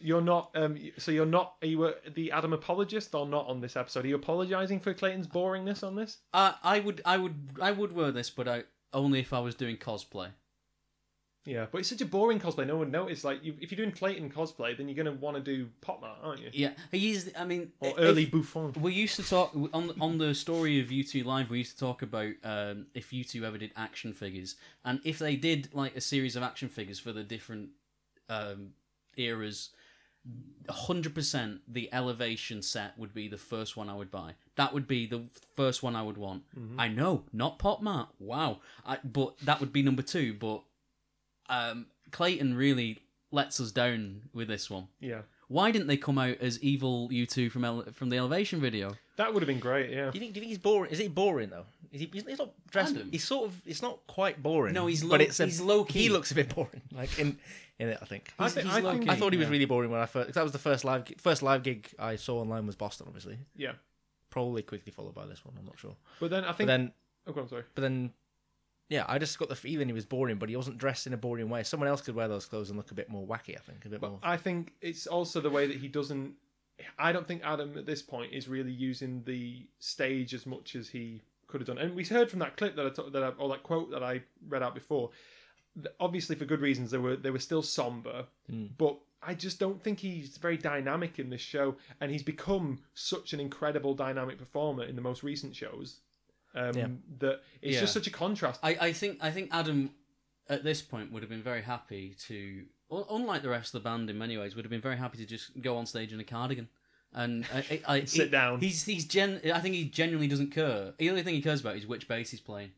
Speaker 1: You're not. Um, so you're not. Are you a, the Adam apologist or not on this episode? Are you apologising for Clayton's boringness on this?
Speaker 2: I I would I would I would wear this, but I only if I was doing cosplay.
Speaker 1: Yeah, but it's such a boring cosplay. No one noticed. Like, you, if you're doing Clayton cosplay, then you're going to want to do Potmart, aren't you?
Speaker 2: Yeah, he is. I mean,
Speaker 1: Or
Speaker 2: if-
Speaker 1: early Buffon.
Speaker 2: We used to talk on on the story of U two live. We used to talk about um, if U two ever did action figures, and if they did like a series of action figures for the different um, eras. Hundred percent, the elevation set would be the first one I would buy. That would be the first one I would want.
Speaker 12: Mhm.
Speaker 2: I know, not Potmart. Wow, I, but that would be number two. But um, Clayton really lets us down with this one.
Speaker 1: Yeah.
Speaker 2: Why didn't they come out as evil U two from ele- from the elevation video?
Speaker 1: That would have been great. Yeah.
Speaker 3: Do you think? Do you think he's boring? Is he boring though? Is he? He's not dressed.
Speaker 2: Adam.
Speaker 3: He's sort of. It's not quite boring.
Speaker 2: No, he's low-
Speaker 3: But it's a,
Speaker 2: he's low-key.
Speaker 3: He looks a bit boring. Like in in it, I think.
Speaker 1: I He's- think- he's
Speaker 3: I,
Speaker 1: low-key,
Speaker 3: thought he was
Speaker 1: yeah.
Speaker 3: really boring when I first. 'cause that was the first live gi- first live gig I saw online was Boston, obviously.
Speaker 1: Yeah.
Speaker 3: Probably quickly followed by this one. I'm not sure.
Speaker 1: But then I think-
Speaker 3: then.
Speaker 1: Oh, go on, sorry.
Speaker 3: But then. Yeah, I just got the feeling he was boring, but he wasn't dressed in a boring way. Someone else could wear those clothes and look a bit more wacky. I think a bit more.
Speaker 1: I think it's also the way that he doesn't. I don't think Adam at this point is really using the stage as much as he could have done. And we heard from that clip that I talked that I, or that quote that I read out before. that Obviously, for good reasons, they were they were still somber,
Speaker 3: Mm.
Speaker 1: but I just don't think he's very dynamic in this show. And he's become such an incredible dynamic performer in the most recent shows um,
Speaker 2: Yeah.
Speaker 1: that it's just
Speaker 2: Yeah.
Speaker 1: such a contrast.
Speaker 2: I, I think I think Adam at this point would have been very happy to, un- unlike the rest of the band in many ways, would have been very happy to just go on stage in a cardigan and I, I, I,
Speaker 1: Sit
Speaker 2: he-
Speaker 1: down.
Speaker 2: He's he's gen. I think he genuinely doesn't care. The only thing he cares about is which bass he's playing.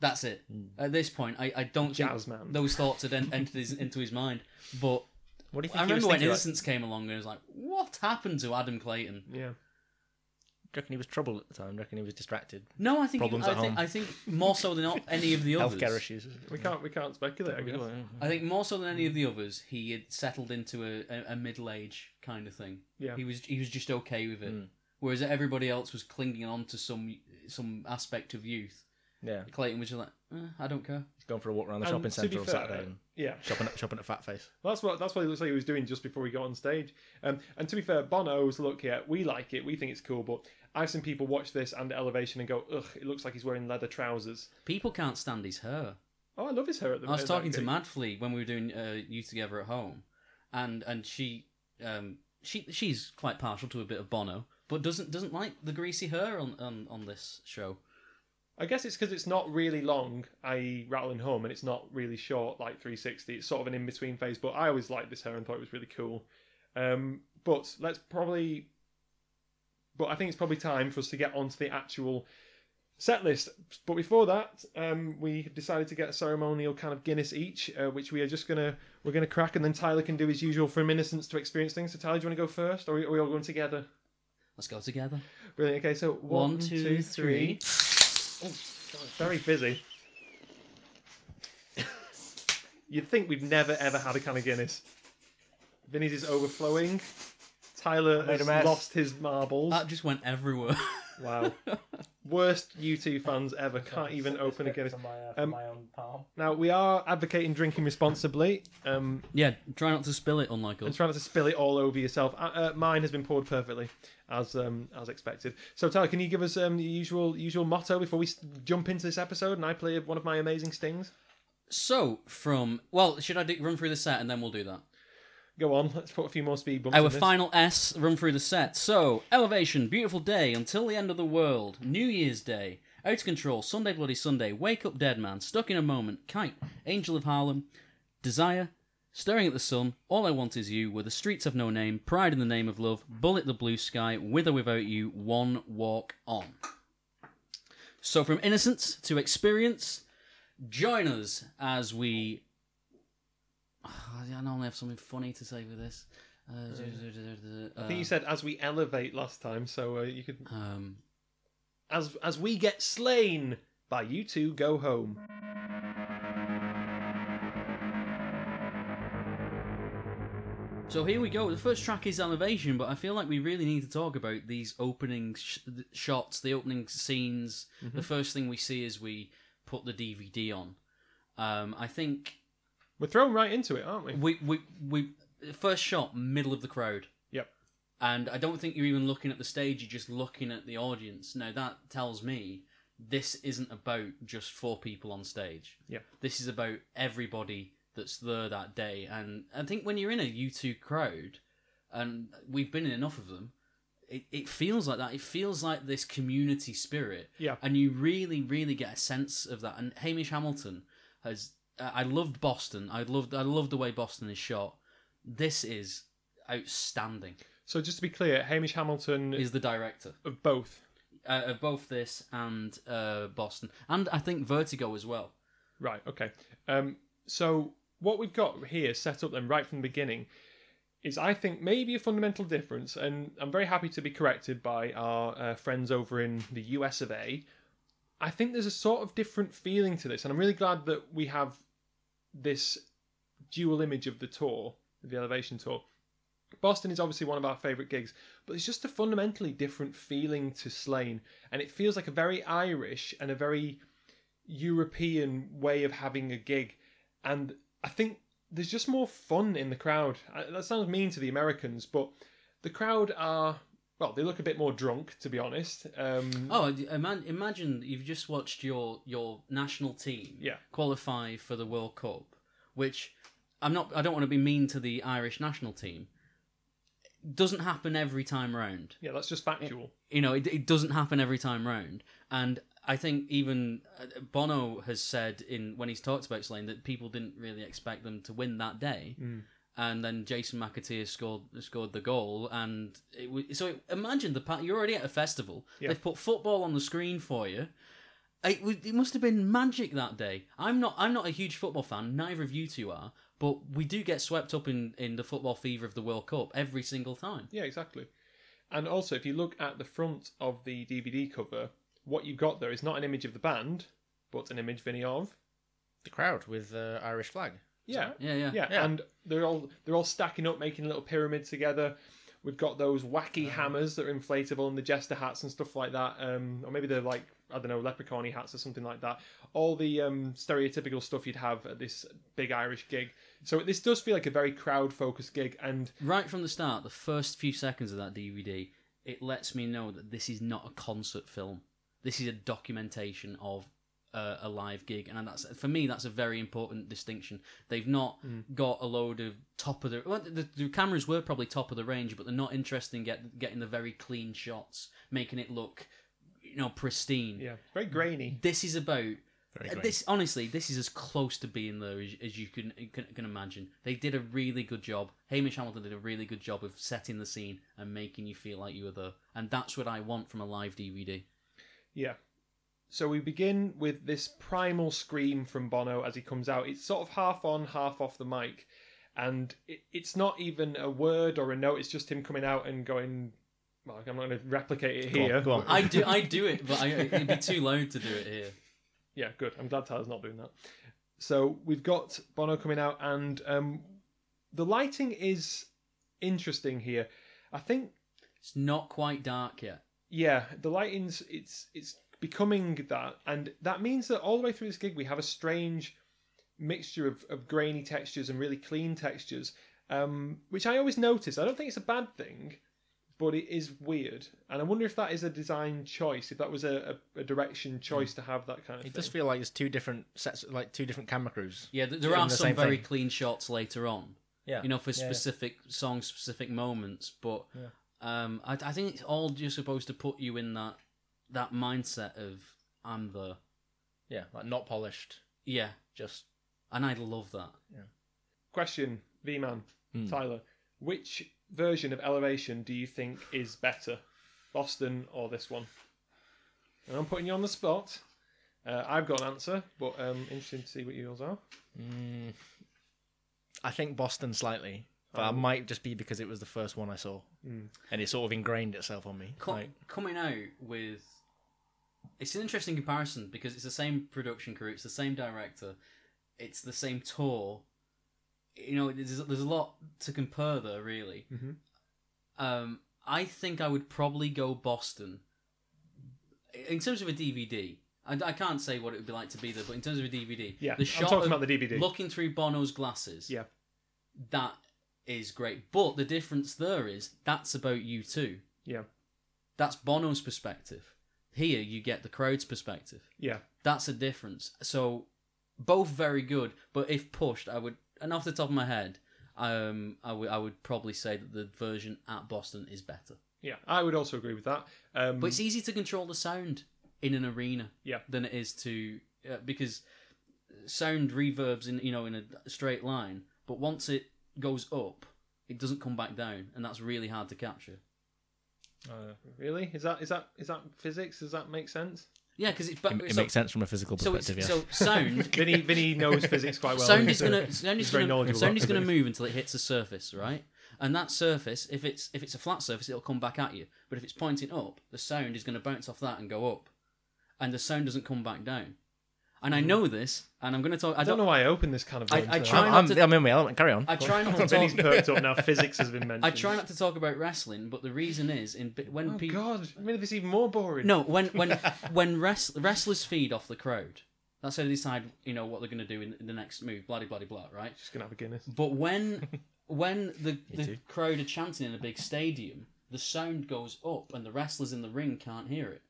Speaker 2: That's it.
Speaker 3: Hmm.
Speaker 2: At this point, I, I don't
Speaker 1: Jazz
Speaker 2: think
Speaker 1: man.
Speaker 2: those thoughts had en- entered his, into his mind. But
Speaker 3: what do you think
Speaker 2: I
Speaker 3: he was
Speaker 2: remember when
Speaker 3: thinking about?
Speaker 2: Innocence came along and it was like, what happened to Adam Clayton?
Speaker 1: Yeah.
Speaker 3: Do you reckon he was troubled at the time? Do you reckon he was distracted?
Speaker 2: No, I think
Speaker 3: problems
Speaker 2: I
Speaker 3: at
Speaker 2: think,
Speaker 3: home.
Speaker 2: I think more so than any of the others.
Speaker 3: Healthcare issues.
Speaker 1: We can't we can't speculate. I guess.
Speaker 2: I think more so than any
Speaker 1: Mm.
Speaker 2: of the others, he had settled into a, a, a middle age kind of thing.
Speaker 1: Yeah.
Speaker 2: he was he was just okay with it,
Speaker 3: Mm.
Speaker 2: whereas everybody else was clinging on to some some aspect of youth.
Speaker 3: Yeah.
Speaker 2: Clayton was just like, eh, I don't care.
Speaker 3: He's going for a walk around the
Speaker 1: And
Speaker 3: shopping
Speaker 1: Um, to be
Speaker 3: centre on
Speaker 1: fair,
Speaker 3: Saturday. And
Speaker 1: yeah.
Speaker 3: Shopping at, shopping at Fat Face.
Speaker 1: Well, That's what that's what it looks like he was doing just before we got on stage. Um, and to be fair, Bono's look here, we like it, we think it's cool, but I've seen people watch this and Elevation and go, ugh, it looks like he's wearing leather trousers.
Speaker 2: People can't stand his hair.
Speaker 1: Oh, I love his hair at the
Speaker 2: I was
Speaker 1: at
Speaker 2: talking
Speaker 1: that
Speaker 2: to
Speaker 1: gig.
Speaker 2: Madflea when we were doing uh, you together at home, and and she um she she's quite partial to a bit of Bono, but doesn't doesn't like the greasy hair on on, on this show.
Speaker 1: I guess it's because it's not really long, i.e., rattling home, and it's not really short, like 360. It's sort of an in between phase, but I always liked this hair and thought it was really cool. Um, but let's probably. But I think it's probably time for us to get onto the actual set list. But before that, um, we have decided to get a ceremonial kind of Guinness each, uh, which we are just gonna we're gonna crack, and then Tyler can do his usual from innocence to experience things. So Tyler, do you want to go first, or are we all going together?
Speaker 2: Let's go together.
Speaker 1: Brilliant. Okay, so
Speaker 2: One,
Speaker 1: one,
Speaker 2: two,
Speaker 1: two,
Speaker 2: three.
Speaker 1: three. Very busy. You'd think we've never ever had a can of Guinness. Vinny's is overflowing. Tyler
Speaker 3: made a
Speaker 1: has
Speaker 3: mess. Uh,
Speaker 1: lost his marbles.
Speaker 2: That just went everywhere.
Speaker 1: Wow. Worst U2 fans ever. Can't even open a Guinness.
Speaker 3: uh,
Speaker 1: Um, Now, we are advocating drinking responsibly. Um,
Speaker 2: yeah, try not to spill it, unlike us.
Speaker 1: and try not to spill it all over yourself. Uh, uh, mine has been poured perfectly, as um, as expected. So Tyler, can you give us um, the usual usual motto before we s- jump into this episode? And I play one of my amazing stings.
Speaker 2: So from well, should I do, run through the set and then we'll do that?
Speaker 1: Go on, let's put a few more speed bumps.
Speaker 2: Our
Speaker 1: in this.
Speaker 2: final S run through the set. So elevation, beautiful day until the end of the world. New Year's Day, out of control. Sunday bloody Sunday. Wake up, dead man. Stuck in a moment. Kite, angel of Harlem. Desire, staring at the sun. All I want is you. Where the streets have no name. Pride in the name of love. Bullet the blue sky. With or without you. One walk on. So from innocence to experience. Join us as we I normally have something funny to say with this. Uh,
Speaker 1: Uh, I think you said as we elevate last time, so uh, you could
Speaker 2: um,
Speaker 1: as as we get slain by you two, go home.
Speaker 2: So here we go. The first track is Elevation, but I feel like we really need to talk about these opening sh- th- shots, the opening scenes.
Speaker 1: Mhm.
Speaker 2: The first thing we see as we put the DVD on. Um, I think
Speaker 1: We're thrown right into it, aren't we?
Speaker 2: we we we first shot, middle of the crowd.
Speaker 1: Yep.
Speaker 2: And I don't think you're even looking at the stage, you're just looking at the audience. Now, that tells me this isn't about just four people on stage.
Speaker 1: Yeah.
Speaker 2: This is about everybody that's there that day. And I think when you're in a U2 crowd, and we've been in enough of them, it, it feels like that. It feels like this community spirit.
Speaker 1: Yeah.
Speaker 2: And you really, really get a sense of that. And Hamish Hamilton has. Uh, I loved Boston. I loved. I loved the way Boston is shot. This is outstanding.
Speaker 1: So just to be clear, Hamish Hamilton
Speaker 2: Is the director
Speaker 1: of both.
Speaker 2: uh, of both this and uh, Boston, and I think Vertigo as well.
Speaker 1: Right. Okay. Um, so what we've got here set up then right from the beginning is, I think, maybe a fundamental difference, and I'm very happy to be corrected by our uh, friends over in the US of A. I think there's a sort of different feeling to this, and I'm really glad that we have this dual image of the tour, the Elevation Tour. Boston is obviously one of our favourite gigs, but it's just a fundamentally different feeling to Slane, and it feels like a very Irish and a very European way of having a gig, and I think there's just more fun in the crowd. I- That sounds mean to the Americans, but the crowd are well, they look a bit more drunk, to be honest. Um,
Speaker 2: Oh, d- ima- imagine you've just watched your your national team
Speaker 1: Yeah.
Speaker 2: qualify for the World Cup, which I'm not. I don't want to be mean to the Irish national team. Doesn't happen every time round.
Speaker 1: yeah, that's just factual.
Speaker 2: You know, it, it doesn't happen every time round, and I think even uh, Bono has said in when he's talked about Slane that people didn't really expect them to win that day.
Speaker 1: Mm.
Speaker 2: and then Jason McAteer scored scored the goal, and it was, so imagine the pa- you're already at a festival.
Speaker 1: Yeah.
Speaker 2: They've put football on the screen for you. It, was, it must have been magic that day. I'm not I'm not a huge football fan. Neither of you two are, but we do get swept up in in the football fever of the World Cup every single time.
Speaker 1: Yeah, exactly. And also, if you look at the front of the DVD cover, what you've got there is not an image of the band, but an image Vinny of.
Speaker 3: The crowd with the Irish flag.
Speaker 1: Yeah,
Speaker 2: Yeah, yeah.
Speaker 1: yeah,
Speaker 3: Yeah.
Speaker 1: and they're all they're all stacking up, making a little pyramid together. We've got those wacky hammers that are inflatable and the jester hats and stuff like that, um, or maybe they're like I don't know leprechaun hats or something like that. All the um, stereotypical stuff you'd have at this big Irish gig. So this does feel like a very crowd focused gig, and
Speaker 2: Right from the start, the first few seconds of that DVD, it lets me know that this is not a concert film. This is a documentation of uh, a live gig, and that's for me that's a very important distinction. They've not got a load of top of the, well, the the cameras were probably top of the range, but they're not interested in get, getting the very clean shots, making it look you know pristine.
Speaker 1: yeah, very grainy.
Speaker 2: This is about
Speaker 3: Very
Speaker 2: uh,
Speaker 3: great.
Speaker 2: this honestly, this is as close to being there as, as you can, can can imagine. They did a really good job. Hamish Hamilton did a really good job of setting the scene and making you feel like you were there, and that's what I want from a live DVD.
Speaker 1: Yeah. So we begin with this primal scream from Bono as he comes out. It's sort of half on, half off the mic, and it, it's not even a word or a note. It's just him coming out and going. Well, I'm not going to replicate it
Speaker 3: Go on,
Speaker 1: here.
Speaker 3: go on.
Speaker 2: I do I do it, but I, it'd be too loud to do it here.
Speaker 1: Yeah, good. I'm glad Tyler's not doing that. So we've got Bono coming out, and um, the lighting is interesting here. I think
Speaker 2: It's not quite dark yet.
Speaker 1: yeah the lighting's it's it's becoming that and that means that all the way through this gig we have a strange mixture of, of grainy textures and really clean textures um, which i always notice i don't think it's a bad thing but it is weird and i wonder if that is a design choice if that was a, a, a direction choice to have that kind of
Speaker 3: Hmm. It
Speaker 1: thing
Speaker 3: does feel like it's two different sets, like two different camera crews.
Speaker 2: Yeah, th- there
Speaker 3: Doing
Speaker 2: are
Speaker 3: the
Speaker 2: some
Speaker 3: same
Speaker 2: very
Speaker 3: thing.
Speaker 2: clean shots later on.
Speaker 3: Yeah.
Speaker 2: you know, for
Speaker 3: Yeah, yeah.
Speaker 2: specific song, specific moments. But um, I, I think it's all just supposed to put you in that that mindset of I'm the
Speaker 3: Yeah, like not polished,
Speaker 2: yeah,
Speaker 3: just
Speaker 2: and I love that.
Speaker 1: question v-man
Speaker 2: Hmm.
Speaker 1: tyler which version of elevation do you think is better boston or this one and i'm putting you on the spot uh, i've got an answer but um interesting to see what yours are
Speaker 3: I think Boston slightly, but
Speaker 2: Oh.
Speaker 3: I might just be because it was the first one I saw,
Speaker 1: Hmm.
Speaker 3: and it sort of ingrained itself on me.
Speaker 2: Co-
Speaker 3: Like,
Speaker 2: coming out with it's an interesting comparison because it's the same production crew, it's the same director, it's the same tour. You know, there's, there's a lot to compare there, really.
Speaker 1: Mhm.
Speaker 2: Um, I think I would probably go Boston in terms of a DVD. I, I can't say what it would be like to be there, but in terms of a DVD,
Speaker 1: Yeah,
Speaker 2: the
Speaker 1: I'm
Speaker 2: shot
Speaker 1: talking
Speaker 2: of
Speaker 1: about the DVD.
Speaker 2: looking through Bono's glasses,
Speaker 1: yeah
Speaker 2: that is great. But the difference there is that's about you too.
Speaker 1: Yeah.
Speaker 2: That's Bono's perspective. Here you get the crowd's perspective.
Speaker 1: Yeah.
Speaker 2: That's a difference. So both very good, but if pushed, I would and off the top of my head, um I would I would probably say that the version at Boston is better.
Speaker 1: Yeah, I would also agree with that. Um,
Speaker 2: But it's easy to control the sound in an arena
Speaker 1: Yeah.
Speaker 2: than it is to uh, because sound reverbs in you know in a straight line, but once it goes up, it doesn't come back down, and that's really hard to capture.
Speaker 1: uh, really? Is that is that is that physics? Does that make sense?
Speaker 2: Yeah, because it's
Speaker 3: It, it makes sense from a physical
Speaker 2: so it's-
Speaker 3: perspective. yeah.
Speaker 2: so sound-
Speaker 1: Vinny Vinny knows physics quite well.
Speaker 2: Sound
Speaker 1: He's,
Speaker 2: is gonna
Speaker 1: uh,
Speaker 2: sound
Speaker 1: he's
Speaker 2: is
Speaker 1: very
Speaker 2: gonna
Speaker 1: knowledgeable
Speaker 2: sound
Speaker 1: about
Speaker 2: is gonna
Speaker 1: physics.
Speaker 2: move until it hits a surface, right? And that surface, if it's if it's a flat surface, it'll come back at you. But if it's pointing up, the sound is gonna bounce off that and go up, and the sound doesn't come back down. And I know this, and I'm gonna talk. I
Speaker 1: I don't
Speaker 2: don't.
Speaker 1: know why I opened this kind of.
Speaker 2: I-
Speaker 1: thing,
Speaker 2: I
Speaker 1: so-
Speaker 2: try not
Speaker 3: I'm,
Speaker 2: to-
Speaker 3: I'm in my element. Carry on.
Speaker 2: I try not to
Speaker 1: Vinny's
Speaker 2: talk.
Speaker 1: perked up now. Physics has been mentioned.
Speaker 2: I try not to talk about wrestling, but the reason is in bi- when
Speaker 1: Oh
Speaker 2: people
Speaker 1: God, made this even more boring.
Speaker 2: no when when when wrest, wrestlers feed off the crowd. That's how they decide you know what they're gonna do in, in the next move. Blah de blah de blah. Right.
Speaker 1: just gonna have a Guinness.
Speaker 2: But when when the, the crowd are chanting in a big stadium, the sound goes up and the wrestlers in the ring can't hear it.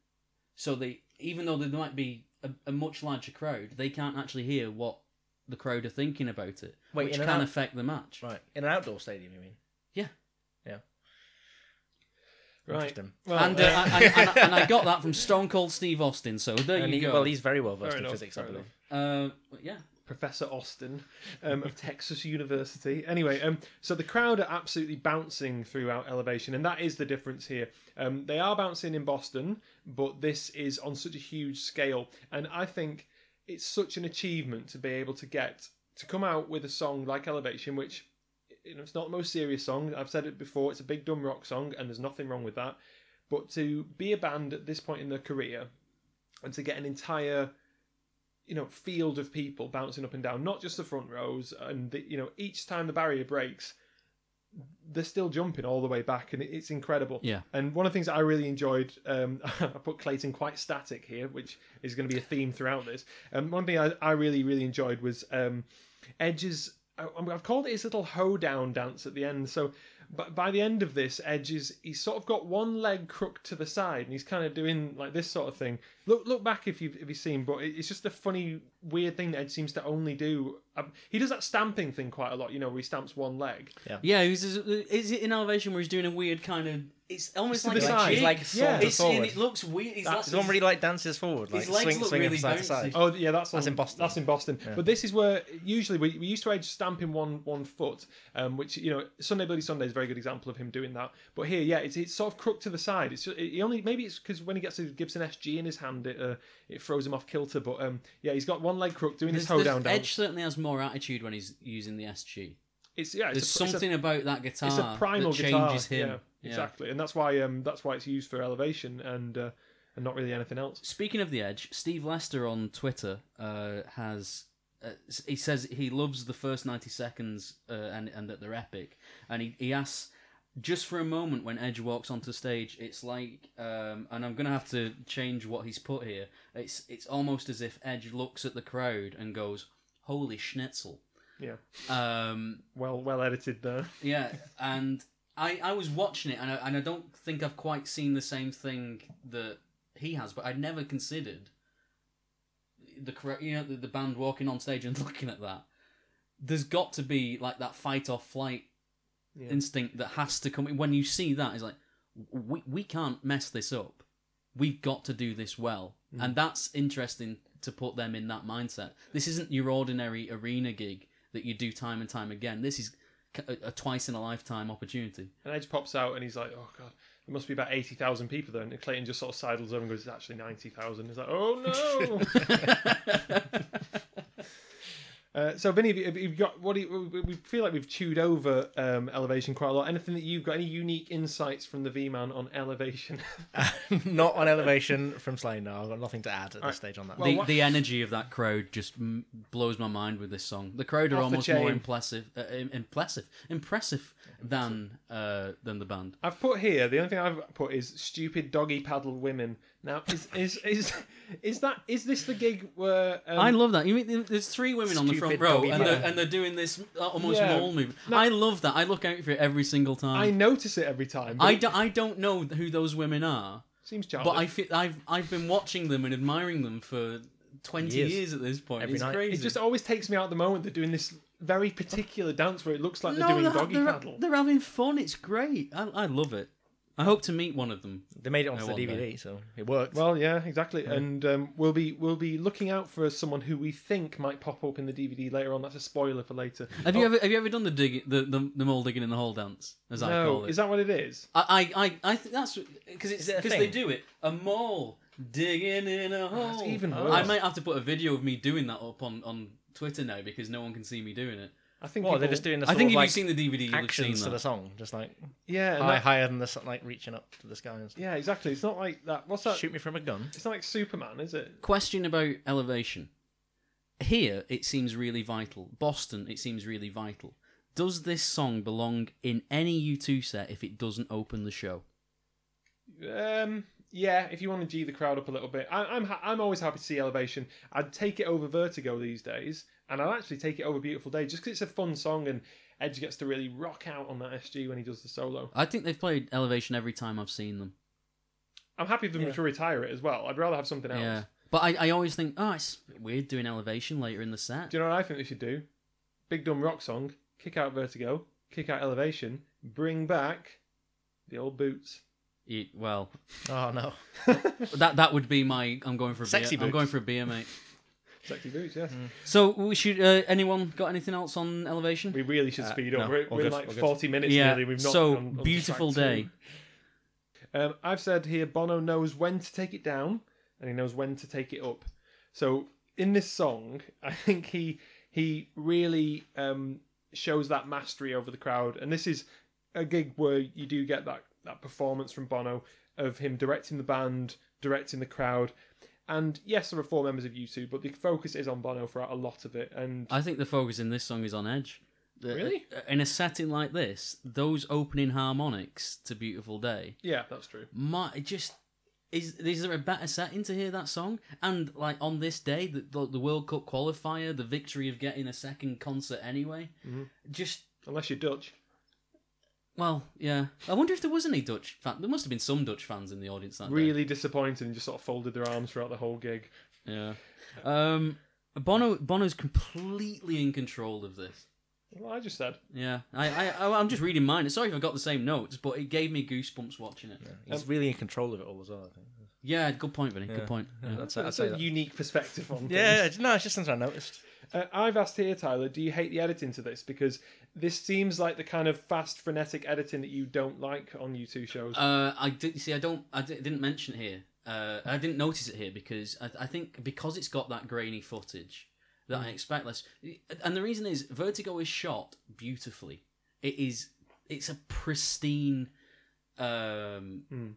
Speaker 2: So they even though there might be a, a much larger crowd, they can't actually hear what the crowd are thinking about it,
Speaker 3: Wait,
Speaker 2: which
Speaker 3: in and
Speaker 2: can
Speaker 3: out?
Speaker 2: affect the match.
Speaker 3: Right. In an outdoor stadium, you mean?
Speaker 2: Yeah.
Speaker 3: Yeah.
Speaker 1: Right.
Speaker 3: Interesting.
Speaker 1: Well,
Speaker 2: and, uh,
Speaker 1: uh,
Speaker 2: and, and, and, I got that from Stone Cold Steve Austin, so there
Speaker 3: And
Speaker 2: you
Speaker 3: he-
Speaker 2: go.
Speaker 3: well, he's very well versed
Speaker 1: fair
Speaker 3: in
Speaker 1: enough,
Speaker 3: physics, I
Speaker 1: fair
Speaker 3: believe.
Speaker 1: enough.
Speaker 2: Uh, yeah.
Speaker 1: Professor Austin um, of Texas University. Anyway, um, so the crowd are absolutely bouncing throughout elevation, and that is the difference here. Um, they are bouncing in Boston, but this is on such a huge scale, and I think it's such an achievement to be able to get to come out with a song like Elevation, which you know, it's not the most serious song. I've said it before; it's a big dumb rock song, and there's nothing wrong with that. But to be a band at this point in their career, and to get an entire you know field of people bouncing up and down, not just the front rows, and the, you know each time the barrier breaks, they're still jumping all the way back, and it- it's incredible.
Speaker 2: Yeah.
Speaker 1: And one of the things that I really enjoyed, um, I put Clayton quite static here, which is going to be a theme throughout this. Um, one thing I, I really really enjoyed was um, Edge's. I- I've called it his little hoedown dance at the end. So, but by the end of this, Edge is he's sort of got one leg crooked to the side, and he's kind of doing like this sort of thing. Look, look back if you've if you've seen, but it- it's just a funny, weird thing that Edge seems to only do. Um, He does that stamping thing quite a lot, you know, where he stamps one leg.
Speaker 2: Yeah, he's, is it in elevation where he's doing a weird kind of? It's almost
Speaker 1: to
Speaker 2: like
Speaker 1: the
Speaker 2: a
Speaker 1: side.
Speaker 2: jig.
Speaker 1: He's like
Speaker 2: yeah.
Speaker 1: saunter
Speaker 2: it's, and
Speaker 3: forward.
Speaker 2: it looks weird. He's
Speaker 3: That's
Speaker 2: that's
Speaker 3: the one where he like dances forward, like
Speaker 2: His legs
Speaker 3: swing,
Speaker 2: look
Speaker 3: swinging
Speaker 2: really
Speaker 3: from side to side.
Speaker 2: bouncy.
Speaker 1: Oh yeah, that's
Speaker 3: That's
Speaker 1: on-
Speaker 3: in Boston.
Speaker 1: That's in Boston. But this is where usually we, we used to edge stamping one one foot, um, which you know Sunday Bloody Sunday is a very good example of him doing that. But here, yeah, it's, it's sort of crooked to the side. It's just, he only maybe it's because when he gets a Gibson SG in his hand, it uh, it throws him off kilter. But um, yeah, he's got one leg crooked doing his
Speaker 2: There's-
Speaker 1: toe
Speaker 2: there's-
Speaker 1: down
Speaker 2: Edge certainly has more attitude when he's using the SG.
Speaker 1: It's yeah, it's
Speaker 2: There's
Speaker 1: a- it's a-
Speaker 2: something about that guitar
Speaker 1: it's a primal
Speaker 2: that
Speaker 1: guitar.
Speaker 2: changes him.
Speaker 1: Yeah,
Speaker 2: Yeah.
Speaker 1: exactly, and that's why um that's why it's used for elevation and uh, and not really anything else.
Speaker 2: Speaking of the Edge, Steve Lester on Twitter uh, has uh, s- he says he loves the first ninety seconds uh, and and that they're epic, and he, he asks. Just for a moment, when Edge walks onto stage, it's like, um, and I'm gonna have to change what he's put here. It's it's almost as if Edge looks at the crowd and goes, "Holy schnitzel!"
Speaker 1: Yeah,
Speaker 2: Um,
Speaker 1: well well edited there.
Speaker 2: yeah, and I I was watching it, and I, and I don't think I've quite seen the same thing that he has, but I'd never considered the correct, you know, the, the band walking on stage and looking at that. There's got to be like that fight or flight
Speaker 1: Yeah.
Speaker 2: instinct that has to come. When you see that, it's like we we can't mess this up. We've got to do this well,
Speaker 1: Mm-hmm.
Speaker 2: and that's interesting to put them in that mindset. This isn't your ordinary arena gig that you do time and time again. This is c- a, a twice in a lifetime opportunity.
Speaker 1: And Edge pops out and he's like, "Oh God, there must be about eighty thousand people there." And Clayton just sort of sidles over and goes, "It's actually ninety thousand. He's like, "Oh no!" uh, so, Vinny, have you, have you got what? Do you, we- we feel like we've chewed over um, elevation quite a lot. Anything that you've got? Any unique insights from the V Man on elevation?
Speaker 3: Not on elevation from Slane. No, I've got nothing to add at this
Speaker 1: Alright.
Speaker 3: stage on that.
Speaker 1: Well,
Speaker 2: the,
Speaker 1: what-
Speaker 2: the energy of that crowd just m- blows my mind with this song. The crowd are
Speaker 1: Off the
Speaker 2: almost more
Speaker 1: chain.
Speaker 2: impressive, uh, im- impressive, impressive than uh, than the band.
Speaker 1: I've put here the only thing I've put is stupid doggy paddle women. Now, is is is is that is this the gig where um,
Speaker 2: I love that. You mean there's three women on the front
Speaker 3: stupid
Speaker 2: row,
Speaker 3: doggy
Speaker 2: and they're,
Speaker 3: pattern.
Speaker 2: and they're doing this uh, almost
Speaker 1: Yeah.
Speaker 2: mole movement. I love that. I look out for it every single
Speaker 1: I
Speaker 2: time.
Speaker 1: notice it every time. but
Speaker 2: I,
Speaker 1: it
Speaker 2: do, I don't know who those women are.
Speaker 1: Seems
Speaker 2: But
Speaker 1: childish.
Speaker 2: I feel, I've I've been watching them and admiring them for twenty years,
Speaker 1: Years.
Speaker 2: at this point.
Speaker 1: Every
Speaker 2: it's
Speaker 1: night.
Speaker 2: crazy.
Speaker 1: It just always takes me out of the moment. They're doing this very particular dance where it looks like they're doing doggy
Speaker 2: they're,
Speaker 1: paddle.
Speaker 2: They're having fun. It's great. I, I love it. I hope to meet one of them.
Speaker 3: They made it
Speaker 2: uh,
Speaker 3: onto the
Speaker 2: one day.
Speaker 3: DVD, so it worked.
Speaker 1: Well, yeah, exactly.
Speaker 3: Yeah.
Speaker 1: And um, we'll be we'll be looking out for someone who we think might pop up in the DVD later on. That's a spoiler for later.
Speaker 2: Have
Speaker 1: Oh,
Speaker 2: you ever have you ever done the dig the the, the mole digging in the hole dance as I
Speaker 1: No.
Speaker 2: call it?
Speaker 1: Is that what it is?
Speaker 2: I I I, I think that's because it's
Speaker 1: Is it a
Speaker 2: because they
Speaker 1: thing? Oh,
Speaker 2: do it a mole digging in a hole.
Speaker 1: that's even
Speaker 2: I
Speaker 1: worse.
Speaker 2: might have to put a video of me doing that up on on Twitter now because no one can see me doing it.
Speaker 1: I think
Speaker 3: Well, they're just doing the
Speaker 2: I
Speaker 3: sort
Speaker 2: think
Speaker 3: of,
Speaker 2: if
Speaker 3: like,
Speaker 2: you've seen the DVD, you'll have seen
Speaker 3: actions
Speaker 2: that.
Speaker 3: to the song, just like
Speaker 1: Yeah, and
Speaker 3: high,
Speaker 1: that-
Speaker 3: higher than the sun, like reaching up to the sky. And stuff.
Speaker 1: Yeah, exactly. It's not like that. What's that?
Speaker 3: Shoot me from a gun.
Speaker 1: It's not like Superman, is it?
Speaker 2: Question about elevation. Here, it seems really vital. Boston, it seems really vital. Does this song belong in any U2 set if it doesn't open the show?
Speaker 1: Um, yeah, if you want to g the crowd up a little bit, I, I'm ha- I'm always happy to see Elevation. I'd take it over Vertigo these days, and I'd actually take it over Beautiful Day just because it's a fun song and Edge gets to really rock out on that SG when he does the solo.
Speaker 2: I think they've played Elevation every time I've seen them.
Speaker 1: I'm happy for them to retire it as well. I'd rather have something else.
Speaker 2: Yeah. But I, I always think, oh, it's weird doing Elevation later in the set.
Speaker 1: Do you know what I think they should do? Big dumb rock song, kick out Vertigo, kick out Elevation, bring back the old boots.
Speaker 2: You- well,
Speaker 3: Oh no,
Speaker 2: that that would be my. I'm going for a
Speaker 3: Sexy
Speaker 2: beer. I'm
Speaker 3: boots.
Speaker 2: going for a beer, mate.
Speaker 1: Sexy boots, yes.
Speaker 3: Mm.
Speaker 2: So we should. Uh, anyone got anything else on Elevation?
Speaker 1: We really should
Speaker 3: Uh,
Speaker 1: speed
Speaker 3: no,
Speaker 1: up. we're
Speaker 3: all
Speaker 1: we're
Speaker 3: good,
Speaker 1: like
Speaker 3: all good.
Speaker 1: 40 minutes
Speaker 2: Yeah,
Speaker 1: nearly. We've not
Speaker 2: so
Speaker 1: gone on
Speaker 2: Beautiful
Speaker 1: track
Speaker 2: Day.
Speaker 1: two. Um, I've said here Bono knows when to take it down and he knows when to take it up. So in this song, I think he he really um, shows that mastery over the crowd. And this is a gig where you do get that, that performance from Bono of him directing the band, directing the crowd. And yes, there are four members of U2, but the focus is on Bono throughout a lot of it. And
Speaker 2: I think the focus in this song is on Edge. The- uh,
Speaker 1: Really?
Speaker 2: In a setting like this, those opening harmonics to "Beautiful Day,"
Speaker 1: yeah, that's true.
Speaker 2: my it just is. Is there a better setting to hear that song? And like on this day, the the, the World Cup qualifier, the victory of getting a second concert anyway.
Speaker 1: Mm-hmm.
Speaker 2: Just
Speaker 1: Unless you're Dutch.
Speaker 2: well, yeah. I wonder if there was any Dutch fan. There must have been some Dutch fans in the audience that day.
Speaker 1: really disappointed and just sort of folded their arms throughout the whole gig.
Speaker 2: Yeah. Um, Bono Bono's completely in control of this.
Speaker 1: Well, I just said
Speaker 2: Yeah, I, I, I I'm just reading mine. Sorry if I got the same notes, but it gave me goosebumps watching it.
Speaker 3: he's really in control of it all as well. I think.
Speaker 2: Yeah, good point, Vinny. Good point. Yeah.
Speaker 3: That's,
Speaker 1: that's a unique perspective on things.
Speaker 3: Yeah, no, it's just something I noticed.
Speaker 1: Uh, I've asked here, Tyler, do you hate the editing to this? Because this seems like the kind of fast, frenetic editing that you don't like on YouTube shows.
Speaker 2: Uh, I did see. I don't. I di- didn't mention it here. Uh, I didn't notice it here because I, I think because it's got that grainy footage that I expect less. And the reason is Vertigo is shot beautifully. It is. It's a pristine um,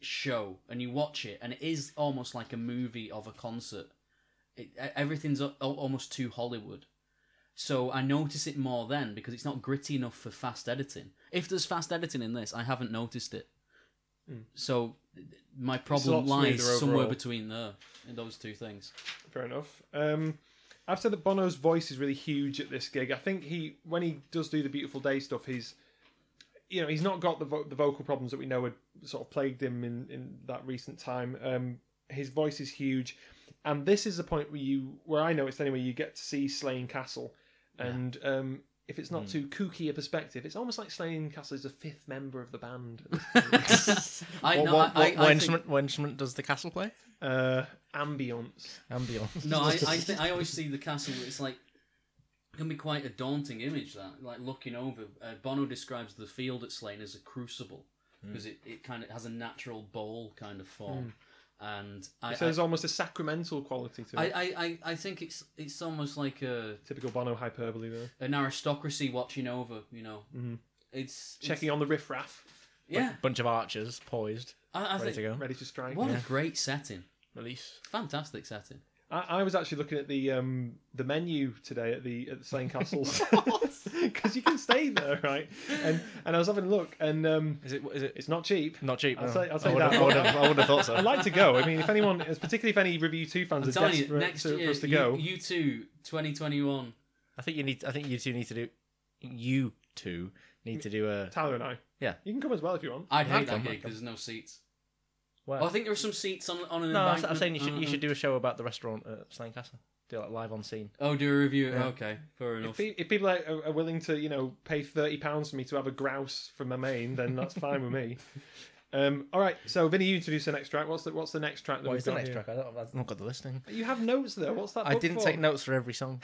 Speaker 2: show, and you watch it, and it is almost like a movie of a concert. It, e- everything's al- al- almost too Hollywood. So I notice it more then because it's not gritty enough for fast editing. If there's fast editing in this, I haven't noticed it. So th- my problem
Speaker 1: Hmm. lot smoother
Speaker 2: lies somewhere
Speaker 1: overall.
Speaker 2: between there in those two things.
Speaker 1: Fair enough. Um, I've said that Bono's voice is really huge at this gig. I think he, when he does do the Beautiful Day stuff, he's, you know, he's not got the vo- the vocal problems that we know had sort of plagued him in in that recent time. Um, his voice is huge, and this is the point where you, where I noticed anyway, you get to see Slane Castle, and um, if it's
Speaker 2: Hmm.
Speaker 1: not too kooky a perspective, it's almost like Slane Castle is the fifth member of the band.
Speaker 2: I
Speaker 3: what
Speaker 2: no,
Speaker 3: what,
Speaker 2: I, I,
Speaker 3: what, what
Speaker 2: I think,
Speaker 3: instrument, what instrument does the castle play?
Speaker 1: uh, ambience.
Speaker 3: Ambience.
Speaker 2: no, I, I, think, I always see the castle. It's like it can be quite a daunting image that, like looking over. Uh, Bono describes the field at Slane as a crucible
Speaker 3: Hmm.
Speaker 2: because it, it kind of has a natural bowl kind of form,
Speaker 1: Hmm.
Speaker 2: and I,
Speaker 1: So
Speaker 2: I-
Speaker 1: there's almost a sacramental quality to
Speaker 2: I,
Speaker 1: it.
Speaker 2: I, I, I think it's it's almost like a
Speaker 1: Typical Bono hyperbole there.
Speaker 2: an aristocracy watching over. You know, mm it's
Speaker 1: Hmm. Checking on the riffraff,
Speaker 2: It's, yeah,
Speaker 3: Bunch of archers poised,
Speaker 2: I, I
Speaker 3: ready
Speaker 2: think.
Speaker 3: to go.
Speaker 1: ready to strike.
Speaker 2: What a great setting!
Speaker 3: Release.
Speaker 2: Fantastic setting.
Speaker 1: I, I was actually looking at the um, the menu today at the at the Slane Castles because you can stay there, right? And and I was having a look, and um,
Speaker 3: Is it? Is it?
Speaker 1: it's not cheap.
Speaker 3: Not cheap.
Speaker 1: I'll
Speaker 3: no.
Speaker 1: say- I'll
Speaker 3: Oh. I
Speaker 1: say
Speaker 3: would've-
Speaker 1: that.
Speaker 3: I would have. I would have thought so.
Speaker 1: I'd like to go. I mean, if anyone, particularly if any Review Two fans
Speaker 2: I'm
Speaker 1: are
Speaker 2: telling
Speaker 1: desperate
Speaker 2: you, next
Speaker 1: to-
Speaker 2: year
Speaker 1: for us to
Speaker 2: you,
Speaker 1: go,
Speaker 2: you two, 2021,
Speaker 3: I think you need. I think you two need to do. You two need to do a
Speaker 1: Tyler and I.
Speaker 3: Yeah,
Speaker 1: you can come as well if you want.
Speaker 2: I'd hate that gig. There's no seats.
Speaker 3: Well,
Speaker 2: Oh, I think there are some seats on on an
Speaker 3: no, I was- I'm
Speaker 2: embankment.
Speaker 3: saying you should you
Speaker 2: Uh,
Speaker 3: should do a show about the restaurant at Slane Castle. Do like live on scene.
Speaker 2: Oh, do a review.
Speaker 3: Yeah.
Speaker 2: Okay, fair
Speaker 1: If,
Speaker 2: enough.
Speaker 1: pe- if people are, are willing to, you know, pay thirty pounds for me to have a grouse from my main, then that's fine with me. Um, all right, so Vinny, you introduce the next track. What's the What's the next track? That
Speaker 3: What
Speaker 1: we've
Speaker 3: is the
Speaker 1: got
Speaker 3: next
Speaker 1: here?
Speaker 3: track? I don't, I've not got the listing.
Speaker 1: You have notes though. What's that?
Speaker 3: I
Speaker 1: book
Speaker 3: didn't
Speaker 1: for?
Speaker 3: take notes for every song.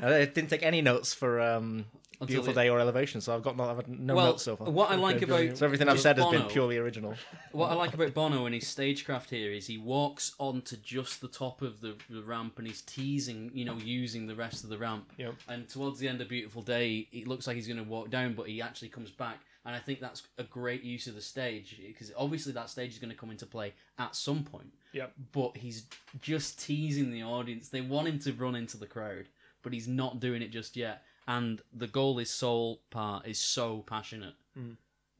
Speaker 3: I didn't take any notes for um,
Speaker 2: Until
Speaker 3: Beautiful
Speaker 2: the-
Speaker 3: Day or Elevation, so I've got not, I've had no
Speaker 2: Well,
Speaker 3: notes so far.
Speaker 2: what I like
Speaker 3: Okay,
Speaker 2: about
Speaker 3: brilliant. so everything I've said has been
Speaker 2: Bono-
Speaker 3: purely original.
Speaker 2: What I like about Bono and his stagecraft here is he walks onto just the top of the, the ramp and he's teasing, you know, using the rest of the ramp.
Speaker 1: Yep.
Speaker 2: And towards the end of Beautiful Day, it looks like he's going to walk down, but he actually comes back. And I think that's a great use of the stage because obviously that stage is going to come into play at some point.
Speaker 1: Yep.
Speaker 2: But he's just teasing the audience. They want him to run into the crowd, but he's not doing it just yet. And the goal is soul part is so passionate.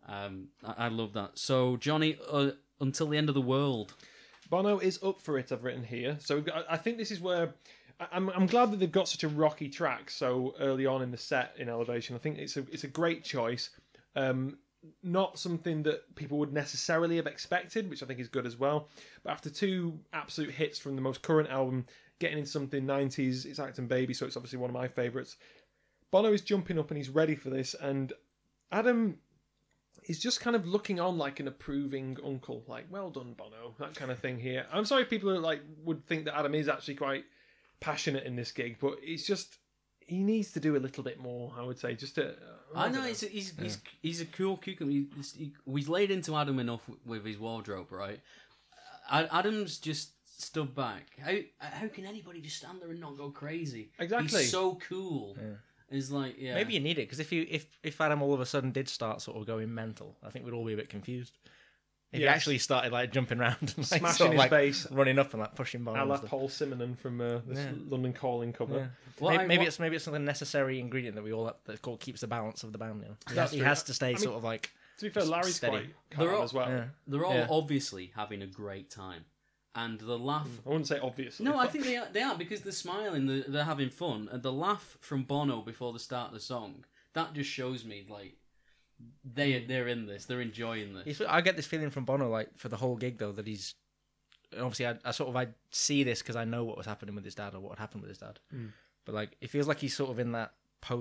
Speaker 2: Um, I, I love that. So Johnny, uh, until the end of the world.
Speaker 1: Bono is up for it. I've written here, so we've got, I think this is where I- I'm. I'm glad that they've got such a rocky track so early on in the set in Elevation. I think it's a it's a great choice. Um, not something that people would necessarily have expected, which I think is good as well. But after two absolute hits from the most current album, getting into something '90s, it's Acting Baby, so it's obviously one of my favourites. Bono is jumping up and he's ready for this, and Adam is just kind of looking on like an approving uncle, like "Well done, Bono," that kind of thing. Here, I'm sorry, people are like would think that Adam is actually quite passionate in this gig, but it's just he needs to do a little bit more. I would say, just to uh,
Speaker 2: I know he's he's, he's, he's a cool cucumber. He's, he, he's laid into Adam enough with, with his wardrobe, right? Uh, Adam's just stood back. How how can anybody just stand there and not go crazy?
Speaker 1: Exactly.
Speaker 2: He's so cool.
Speaker 3: Yeah.
Speaker 2: He's like yeah.
Speaker 3: Maybe you need it because if you if if Adam all of a sudden did start sort of going mental, I think we'd all be a bit confused.
Speaker 1: Yes.
Speaker 3: If he actually started like jumping around and like,
Speaker 1: Smashing
Speaker 3: sort of,
Speaker 1: his
Speaker 3: like,
Speaker 1: bass.
Speaker 3: running up and like pushing
Speaker 1: a
Speaker 3: bones.
Speaker 1: la Paul Simonon from uh, this
Speaker 3: Yeah.
Speaker 1: London Calling cover.
Speaker 3: Yeah.
Speaker 2: Well,
Speaker 3: maybe
Speaker 2: I-
Speaker 3: maybe
Speaker 2: what-
Speaker 3: it's maybe it's something necessary ingredient that we all have, that called keeps the balance of the band. You know? he,
Speaker 1: That's
Speaker 3: has, he
Speaker 1: true.
Speaker 3: has to stay
Speaker 1: I mean, oh,
Speaker 3: sort of like
Speaker 1: To be fair,
Speaker 3: just
Speaker 1: Larry's
Speaker 3: steady.
Speaker 1: quite calm
Speaker 2: all-
Speaker 1: as well.
Speaker 3: Yeah.
Speaker 2: They're all
Speaker 3: Yeah.
Speaker 2: obviously having a great time, and the laugh.
Speaker 1: I wouldn't say obviously.
Speaker 2: No, I
Speaker 1: but-
Speaker 2: think they are, they are because they're smiling, they're, they're having fun, and the laugh from Bono before the start of the song that just shows me like they
Speaker 1: Mm.
Speaker 2: they're in this, they're enjoying this.
Speaker 3: He's- I get this feeling from Bono, like for the whole gig though, that he's and obviously I, I sort of I see this because I know what was happening with his dad or what happened with his dad.
Speaker 1: Mm.
Speaker 3: But like it feels like he's sort of in that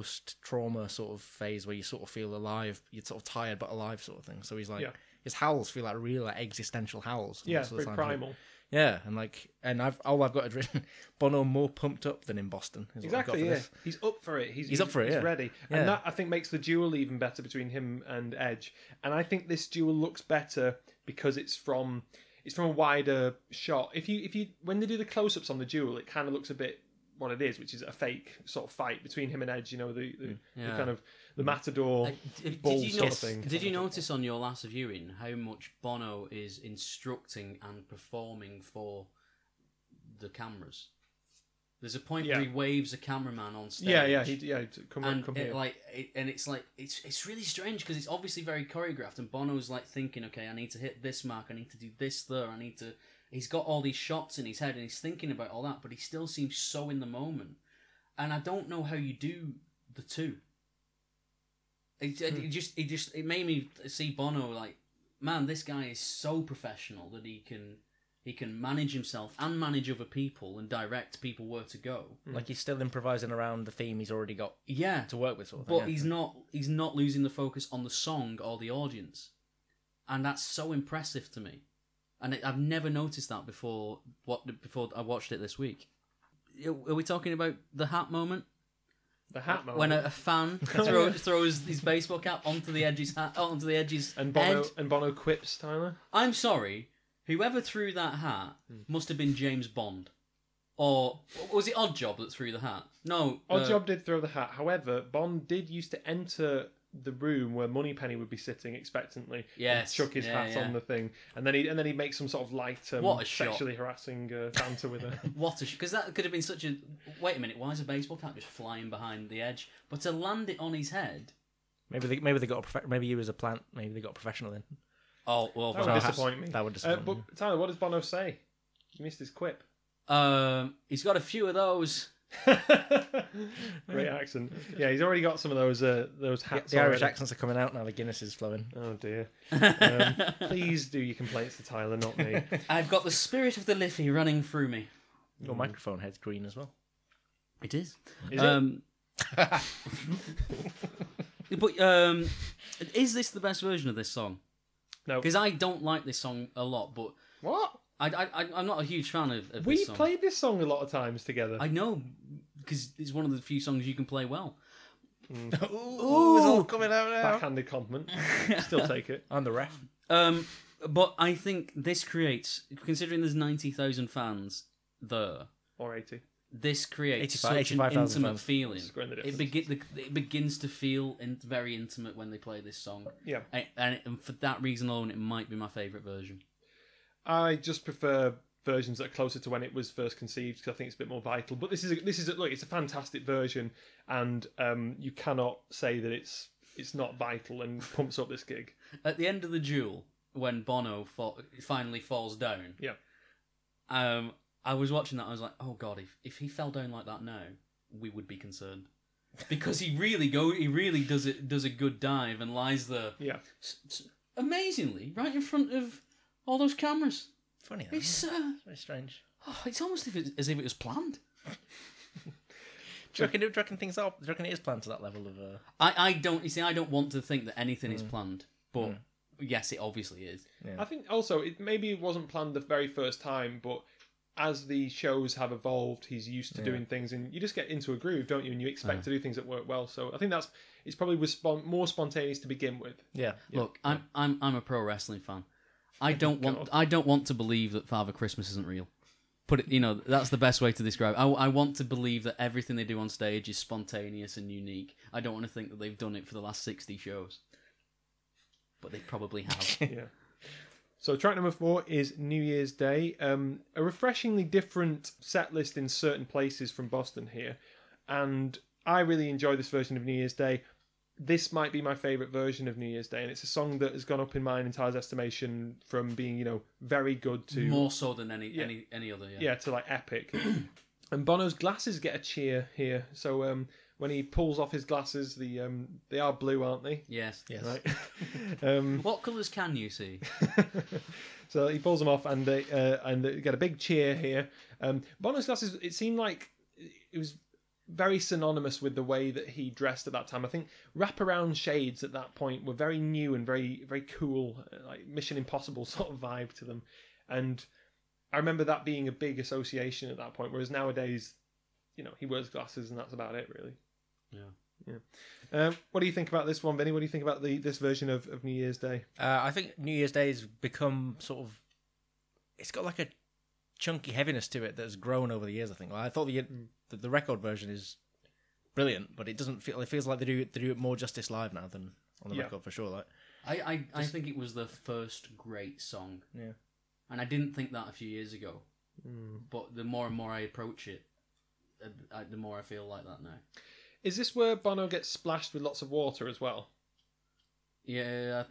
Speaker 3: post-trauma sort of phase where you sort of feel alive, you're sort of tired but alive sort of thing. So he's like
Speaker 1: Yeah.
Speaker 3: his howls feel like real like existential howls.
Speaker 1: Yeah,
Speaker 3: most of the
Speaker 1: very
Speaker 3: time.
Speaker 1: primal.
Speaker 3: Yeah, and like and I've all I've got is written Bono more pumped up than in Boston. Is
Speaker 1: Exactly.
Speaker 3: What I've got for
Speaker 1: Yeah.
Speaker 3: this.
Speaker 1: He's up for it. He's,
Speaker 3: He's up for it,
Speaker 1: He's
Speaker 3: yeah.
Speaker 1: ready,
Speaker 3: Yeah.
Speaker 1: and that I think makes the duel even better between him and Edge. And I think this duel looks better because it's from it's from a wider shot. If you if you when they do the close ups on the duel, it kind of looks a bit what it is, which is a fake sort of fight between him and Edge. You know, the the, the
Speaker 3: Mm.
Speaker 2: Yeah.
Speaker 1: kind of the matador
Speaker 2: Uh, did,
Speaker 1: bull
Speaker 2: did you
Speaker 1: sort
Speaker 2: notice,
Speaker 1: of thing.
Speaker 2: did you notice on your last viewing how much Bono is instructing and performing for the cameras? There's a point where
Speaker 1: Yeah.
Speaker 2: he waves a cameraman on stage.
Speaker 1: Yeah, yeah, he, yeah. he'd Come on,
Speaker 2: and
Speaker 1: come
Speaker 2: it,
Speaker 1: here.
Speaker 2: like it, and it's like it's it's really strange because it's obviously very choreographed and Bono's like thinking okay I need to hit this mark I need to do this there I need to he's got all these shots in his head and he's thinking about all that but he still seems so in the moment and I don't know how you do the two it,
Speaker 1: Hmm.
Speaker 2: it, it just it just it made me see Bono like man this guy is so professional that he can he can manage himself and manage other people and direct people where to go
Speaker 1: Hmm.
Speaker 3: Like he's still improvising around the theme he's already got
Speaker 2: yeah
Speaker 3: to work with sort of thing.
Speaker 2: but
Speaker 3: yeah.
Speaker 2: he's not he's not losing the focus on the song or the audience and that's so impressive to me and I- i've never noticed that before what before i watched it this week are we talking about the hat moment
Speaker 1: the hat moment.
Speaker 2: when a, a fan throw, throws his baseball cap onto the edge's hat onto the edge's
Speaker 1: and Bono
Speaker 2: head?
Speaker 1: and Bono quips Tyler.
Speaker 2: i'm sorry whoever threw that hat must have been james bond or was it odd job that threw the hat no uh,
Speaker 1: Oddjob did throw the hat. However, Bond did used to enter the room where Moneypenny would be sitting expectantly.
Speaker 2: Yes,
Speaker 1: and chuck his
Speaker 2: yeah,
Speaker 1: hat
Speaker 2: yeah.
Speaker 1: on the thing, and then he and then he makes some sort of light, um,
Speaker 2: What a shot.
Speaker 1: sexually harassing uh, banter with her.
Speaker 2: What a because that could have been such a wait a minute. Why is a baseball cap just flying behind the edge? But to land it on his head.
Speaker 3: Maybe they maybe they got a prof- maybe you as a plant. Maybe they got a professional in.
Speaker 2: Oh well.
Speaker 1: That would
Speaker 3: perhaps.
Speaker 1: disappoint me.
Speaker 3: That would
Speaker 1: Uh,
Speaker 3: disappoint
Speaker 1: but Tyler, what does Bono say? You missed his quip.
Speaker 2: Um, he's got a few of those.
Speaker 1: Great accent. Yeah, he's already got some of those uh, those hats.
Speaker 3: the Irish
Speaker 1: already.
Speaker 3: accents are coming out now. The Guinness is flowing.
Speaker 1: Oh dear. Um, please do your complaints to Tyler, not me.
Speaker 2: I've got the spirit of the Liffey running through me.
Speaker 3: Your microphone head's green as well.
Speaker 2: It is.
Speaker 3: Is it?
Speaker 2: um, but um, is this the best version of this song?
Speaker 1: No,
Speaker 2: because I don't like this song a lot. But
Speaker 1: what?
Speaker 2: I, I I- I'm not a huge fan of, of
Speaker 1: We've
Speaker 2: this song.
Speaker 1: played this song a lot of times together.
Speaker 2: I know because it's one of the few songs you can play well.
Speaker 3: Ooh, it's all coming out now.
Speaker 1: Backhanded compliment. Still take it.
Speaker 3: I'm the ref.
Speaker 2: Um, but I think this creates, considering there's ninety thousand fans there,
Speaker 1: Or 80.
Speaker 2: this creates
Speaker 3: 85
Speaker 2: such an
Speaker 3: 85,000
Speaker 2: intimate
Speaker 3: fans.
Speaker 2: feeling.
Speaker 1: Squaring the
Speaker 2: It, begin, the, it begins to feel in, very intimate when they play this song.
Speaker 1: Yeah.
Speaker 2: and, and, it- and for that reason alone, it might be my favourite version.
Speaker 1: I just prefer versions that are closer to when it was first conceived because I think it's a bit more vital. But this is a, this is a, look, it's a fantastic version, and um, you cannot say that it's it's not vital and pumps up this gig.
Speaker 2: At the end of the duel, when Bono fa- finally falls down,
Speaker 1: Yeah.
Speaker 2: um, I was watching that. I was like, oh god, if if he fell down like that now, we would be concerned. Because he really go, he really does it, does a good dive and lies there.
Speaker 1: Yeah,
Speaker 2: s- s- amazingly right in front of all those cameras.
Speaker 3: Funny. that,
Speaker 2: It's
Speaker 3: isn't it?
Speaker 2: uh,
Speaker 3: It's very strange.
Speaker 2: oh, it's almost if it, as if it was planned.
Speaker 3: Do you reckon, do you reckon things are? Do you reckon it is planned to that level of? Uh,
Speaker 2: I, I don't you see I don't want to think that anything is planned, but yes, it obviously is.
Speaker 1: I think also it maybe it wasn't planned the very first time, but as the shows have evolved, he's used to doing things, and you just get into a groove, don't you? And you expect to do things that work well. So I think that's it's probably was spon- more spontaneous to begin with.
Speaker 3: yeah.
Speaker 2: Look, I'm I'm I'm a pro wrestling fan. I don't want I don't want to believe that Father Christmas isn't real. Put it, you know, that's the best way to describe. It. I, I want to believe that everything they do on stage is spontaneous and unique. I don't want to think that they've done it for the last sixty shows, but they probably have.
Speaker 1: yeah. So track number four is New Year's Day. Um, a refreshingly different set list in certain places from Boston here, and I really enjoy this version of New Year's Day. This might be my favourite version of New Year's Day, and it's a song that has gone up in mine and Tyler's estimation from being, you know, very good to
Speaker 2: More so than any any any other.
Speaker 1: yeah to like epic. and Bono's glasses get a cheer here. So um, when he pulls off his glasses, the um, they are blue, aren't they?
Speaker 2: Yes.
Speaker 3: Yes.
Speaker 1: Right. um,
Speaker 2: What colours can you see?
Speaker 1: So he pulls them off, and they uh, and they get a big cheer here. Um, Bono's glasses. It seemed like it was very synonymous with the way that he dressed at that time. I think wraparound shades at that point were very new and very very cool, uh, like Mission Impossible sort of vibe to them. And I remember that being a big association at that point. Whereas nowadays, you know, he wears glasses and that's about it, really.
Speaker 2: Yeah.
Speaker 1: Yeah. Um, what do you think about this one, Vinny? What do you think about the this version of, of New Year's Day?
Speaker 3: Uh, I think New Year's Day has become sort of. It's got like a chunky heaviness to it that has grown over the years. I think. Like, I thought the, the the record version is brilliant, but it doesn't feel. It feels like they do it. They do it more justice live now than on the
Speaker 1: Yeah.
Speaker 3: record for sure. Like
Speaker 2: I I, I think it was the first great song,
Speaker 3: yeah,
Speaker 2: and I didn't think that a few years ago. But the more and more I approach it, uh, I, the more I feel like that now.
Speaker 1: Is this where Bono gets splashed with lots of water as well?
Speaker 2: Yeah.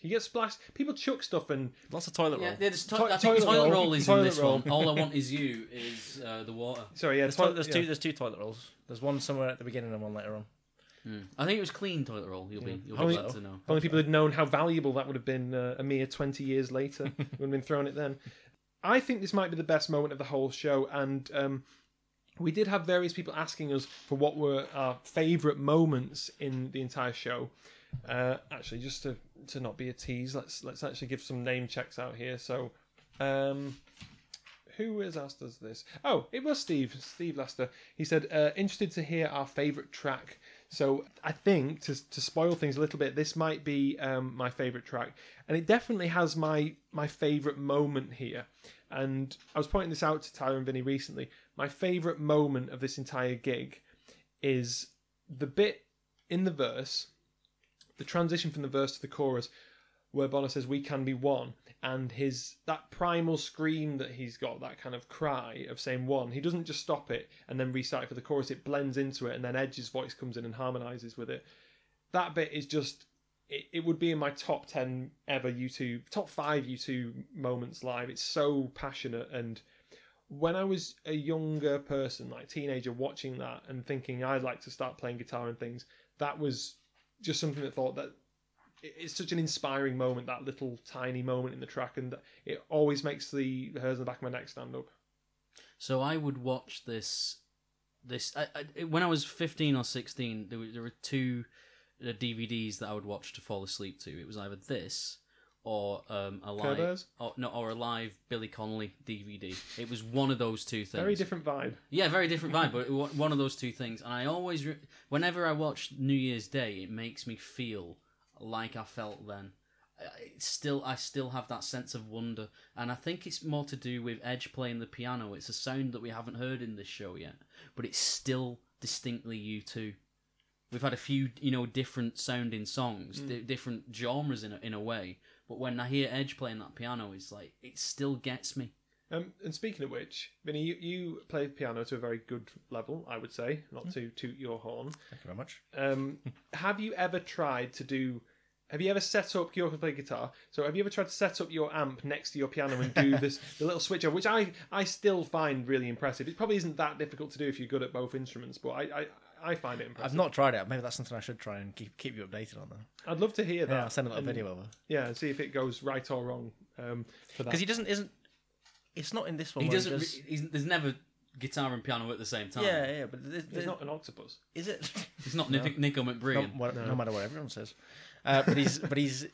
Speaker 1: He gets splashed. People chuck stuff and
Speaker 3: lots of toilet
Speaker 2: Yeah,
Speaker 3: roll.
Speaker 2: there's to-
Speaker 1: Toi-
Speaker 2: I think
Speaker 1: toilet
Speaker 2: toilet, roll,
Speaker 1: roll,
Speaker 2: is
Speaker 1: toilet
Speaker 2: in this
Speaker 1: roll.
Speaker 2: one. All I want is you is uh, the water.
Speaker 1: sorry, yeah,
Speaker 3: There's,
Speaker 1: toi-
Speaker 3: to- there's
Speaker 1: yeah.
Speaker 3: two. There's two toilet rolls. There's one somewhere at the beginning and one later on.
Speaker 2: I think it was clean toilet roll. You'll be you'll
Speaker 1: How
Speaker 2: be
Speaker 1: many-
Speaker 2: glad to know.
Speaker 1: If only people had known how valuable that would have been uh, a mere 20 years later. would have been thrown it then. I think this might be the best moment of the whole show, and um, we did have various people asking us for what were our favourite moments in the entire show. Uh, actually, just to, to not be a tease, let's let's actually give some name checks out here. So, um, who has asked us this? Oh, it was Steve, Steve Lester. He said, uh, interested to hear our favourite track. So I think to to spoil things a little bit, this might be um, my favourite track, and it definitely has my my favourite moment here. And I was pointing this out to Tyler and Vinny recently. My favourite moment of this entire gig is the bit in the verse, the transition from the verse to the chorus, where Bono says we can be one and his that primal scream that he's got that kind of cry of saying one he doesn't just stop it and then restart it for the chorus it blends into it and then Edge's voice comes in and harmonizes with it that bit is just it, it would be in my top 10 ever U2 top 5 U2 moments live it's so passionate and when I was a younger person, like teenager, watching that and thinking I'd like to start playing guitar and things, that was just something that thought that it- it's such an inspiring moment. That little tiny moment in the track, and it always makes the the hairs on the back of my neck stand up.
Speaker 2: So I would watch this. This I, I, it- when I was fifteen or sixteen, there were, there were two uh, DVDs that I would watch to fall asleep to. It was either this or um, a
Speaker 1: Care
Speaker 2: live,
Speaker 1: Bears?
Speaker 2: or, no, or a live Billy Connolly DVD. It was one of those two things.
Speaker 1: Very different vibe.
Speaker 2: Yeah, very different vibe, but wa- one of those two things. And I always, re- whenever I watch New Year's Day, it makes me feel like I felt then. I- it's Still, I still have that sense of wonder, and I think it's more to do with Edge playing the piano. It's a sound that we haven't heard in this show yet, but it's still distinctly you two. We've had a few, you know, different sounding songs,
Speaker 1: Mm.
Speaker 2: di- different genres in a, in a way. But when I hear Edge playing that piano, it's like it still gets me.
Speaker 1: Um, and speaking of which, Vinny, you, you play piano to a very good level, I would say, not to
Speaker 3: Mm.
Speaker 1: toot your horn.
Speaker 3: Thank you very much.
Speaker 1: Um, have you ever tried to do? Have you ever set up? You can play guitar, so have you ever tried to set up your amp next to your piano and do this the little switch over, which I I still find really impressive. It probably isn't that difficult to do if you're good at both instruments, but I I, I find it impressive.
Speaker 3: I've not tried it. Maybe that's something I should try and keep keep you updated on though.
Speaker 1: I'd love to hear that.
Speaker 3: Yeah, Um, I'll send a little
Speaker 1: and-
Speaker 3: video over.
Speaker 1: Yeah, and see if it goes right or wrong um, for that.
Speaker 3: Because he doesn't isn't. It's not in this one.
Speaker 2: He
Speaker 3: where
Speaker 2: doesn't.
Speaker 3: does-
Speaker 2: re- he's, there's never guitar and piano at the same time.
Speaker 3: Yeah, yeah, but there's,
Speaker 1: He's not an octopus.
Speaker 3: Is it?
Speaker 2: He's not Nic- Nico McBrien.
Speaker 3: No, what-
Speaker 2: No.
Speaker 3: no matter what everyone says, uh, but he's but he's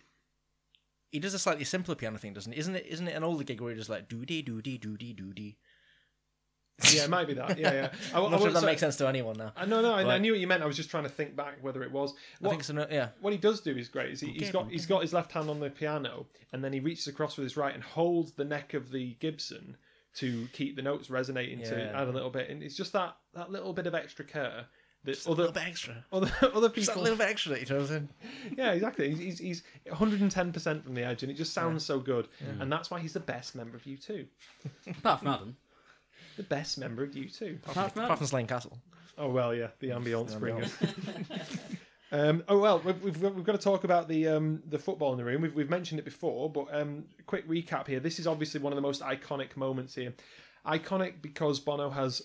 Speaker 3: he does a slightly simpler piano thing, doesn't he? Isn't it? Isn't it an older gig where he does like doo dee doo dee doo dee doo dee?
Speaker 1: Yeah, it might be that. Yeah, yeah.
Speaker 3: I, am not sure if
Speaker 1: won't
Speaker 3: that
Speaker 1: say-
Speaker 3: makes sense to anyone now.
Speaker 1: I no, no, I, I
Speaker 3: But-
Speaker 1: knew what you meant. I was just trying to think back whether it was. What,
Speaker 3: think so, no- yeah.
Speaker 1: What he does do is great. Is he, he's got he's got his left hand on the piano, and then he reaches across with his right and holds the neck of the Gibson to keep the notes resonating to
Speaker 3: Yeah.
Speaker 1: add a little bit. And it's just that that little bit of extra care that
Speaker 3: Just a
Speaker 1: other
Speaker 3: little bit extra.
Speaker 1: other other people
Speaker 3: Just that little bit extra that he throws in.
Speaker 1: yeah, exactly. He's, he's, he's 110% from the edge, and it just sounds so good.
Speaker 3: Yeah.
Speaker 1: And that's why he's the best member of U2.
Speaker 2: Apart from Adam.
Speaker 1: The best member of U2.
Speaker 3: Apart from, apart from Slane Castle.
Speaker 1: Oh well, yeah, the ambience
Speaker 3: The
Speaker 1: bringers. um, oh well, we've, we've we've got to talk about the um, the football in the room. We've we've mentioned it before, but um, quick recap here. This is obviously one of the most iconic moments here. Iconic because Bono has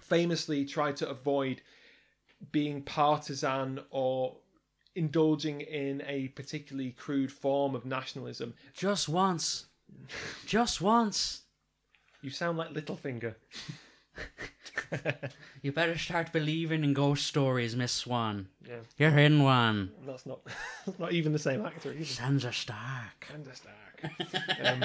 Speaker 1: famously tried to avoid being partisan or indulging in a particularly crude form of nationalism.
Speaker 2: Just once. Just once.
Speaker 1: You sound like Littlefinger.
Speaker 2: You better start believing in ghost stories, Miss Swan.
Speaker 1: Yeah.
Speaker 2: You're in one.
Speaker 1: And that's not that's not even the same actor. Either.
Speaker 2: Sansa Stark.
Speaker 1: Sansa Stark. um,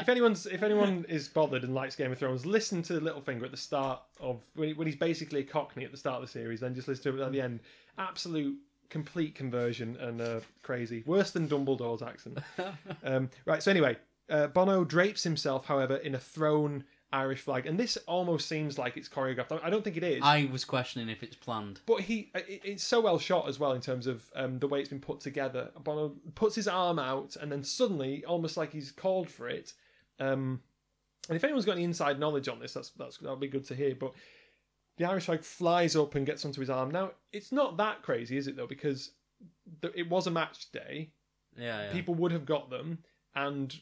Speaker 1: if anyone's if anyone is bothered and likes Game of Thrones, listen to Littlefinger at the start of when, he- when he's basically a Cockney at the start of the series. Then just listen to it at the end. Absolute complete conversion and uh, crazy, worse than Dumbledore's accent. Um, right. So anyway, uh, Bono drapes himself, however, in a thrown Irish flag, and this almost seems like it's choreographed. I- I don't think it is.
Speaker 2: I was questioning if it's planned.
Speaker 1: But he, uh, it- it's so well shot as well in terms of um, the way it's been put together. Bono puts his arm out, and then suddenly, almost like he's called for it. Um, and if anyone's got any inside knowledge on this, that's that's that'll be good to hear. But the Irish flag flies up and gets onto his arm. Now it's not that crazy, is it though? Because th- it was a match day.
Speaker 2: Yeah, yeah.
Speaker 1: People would have got them, and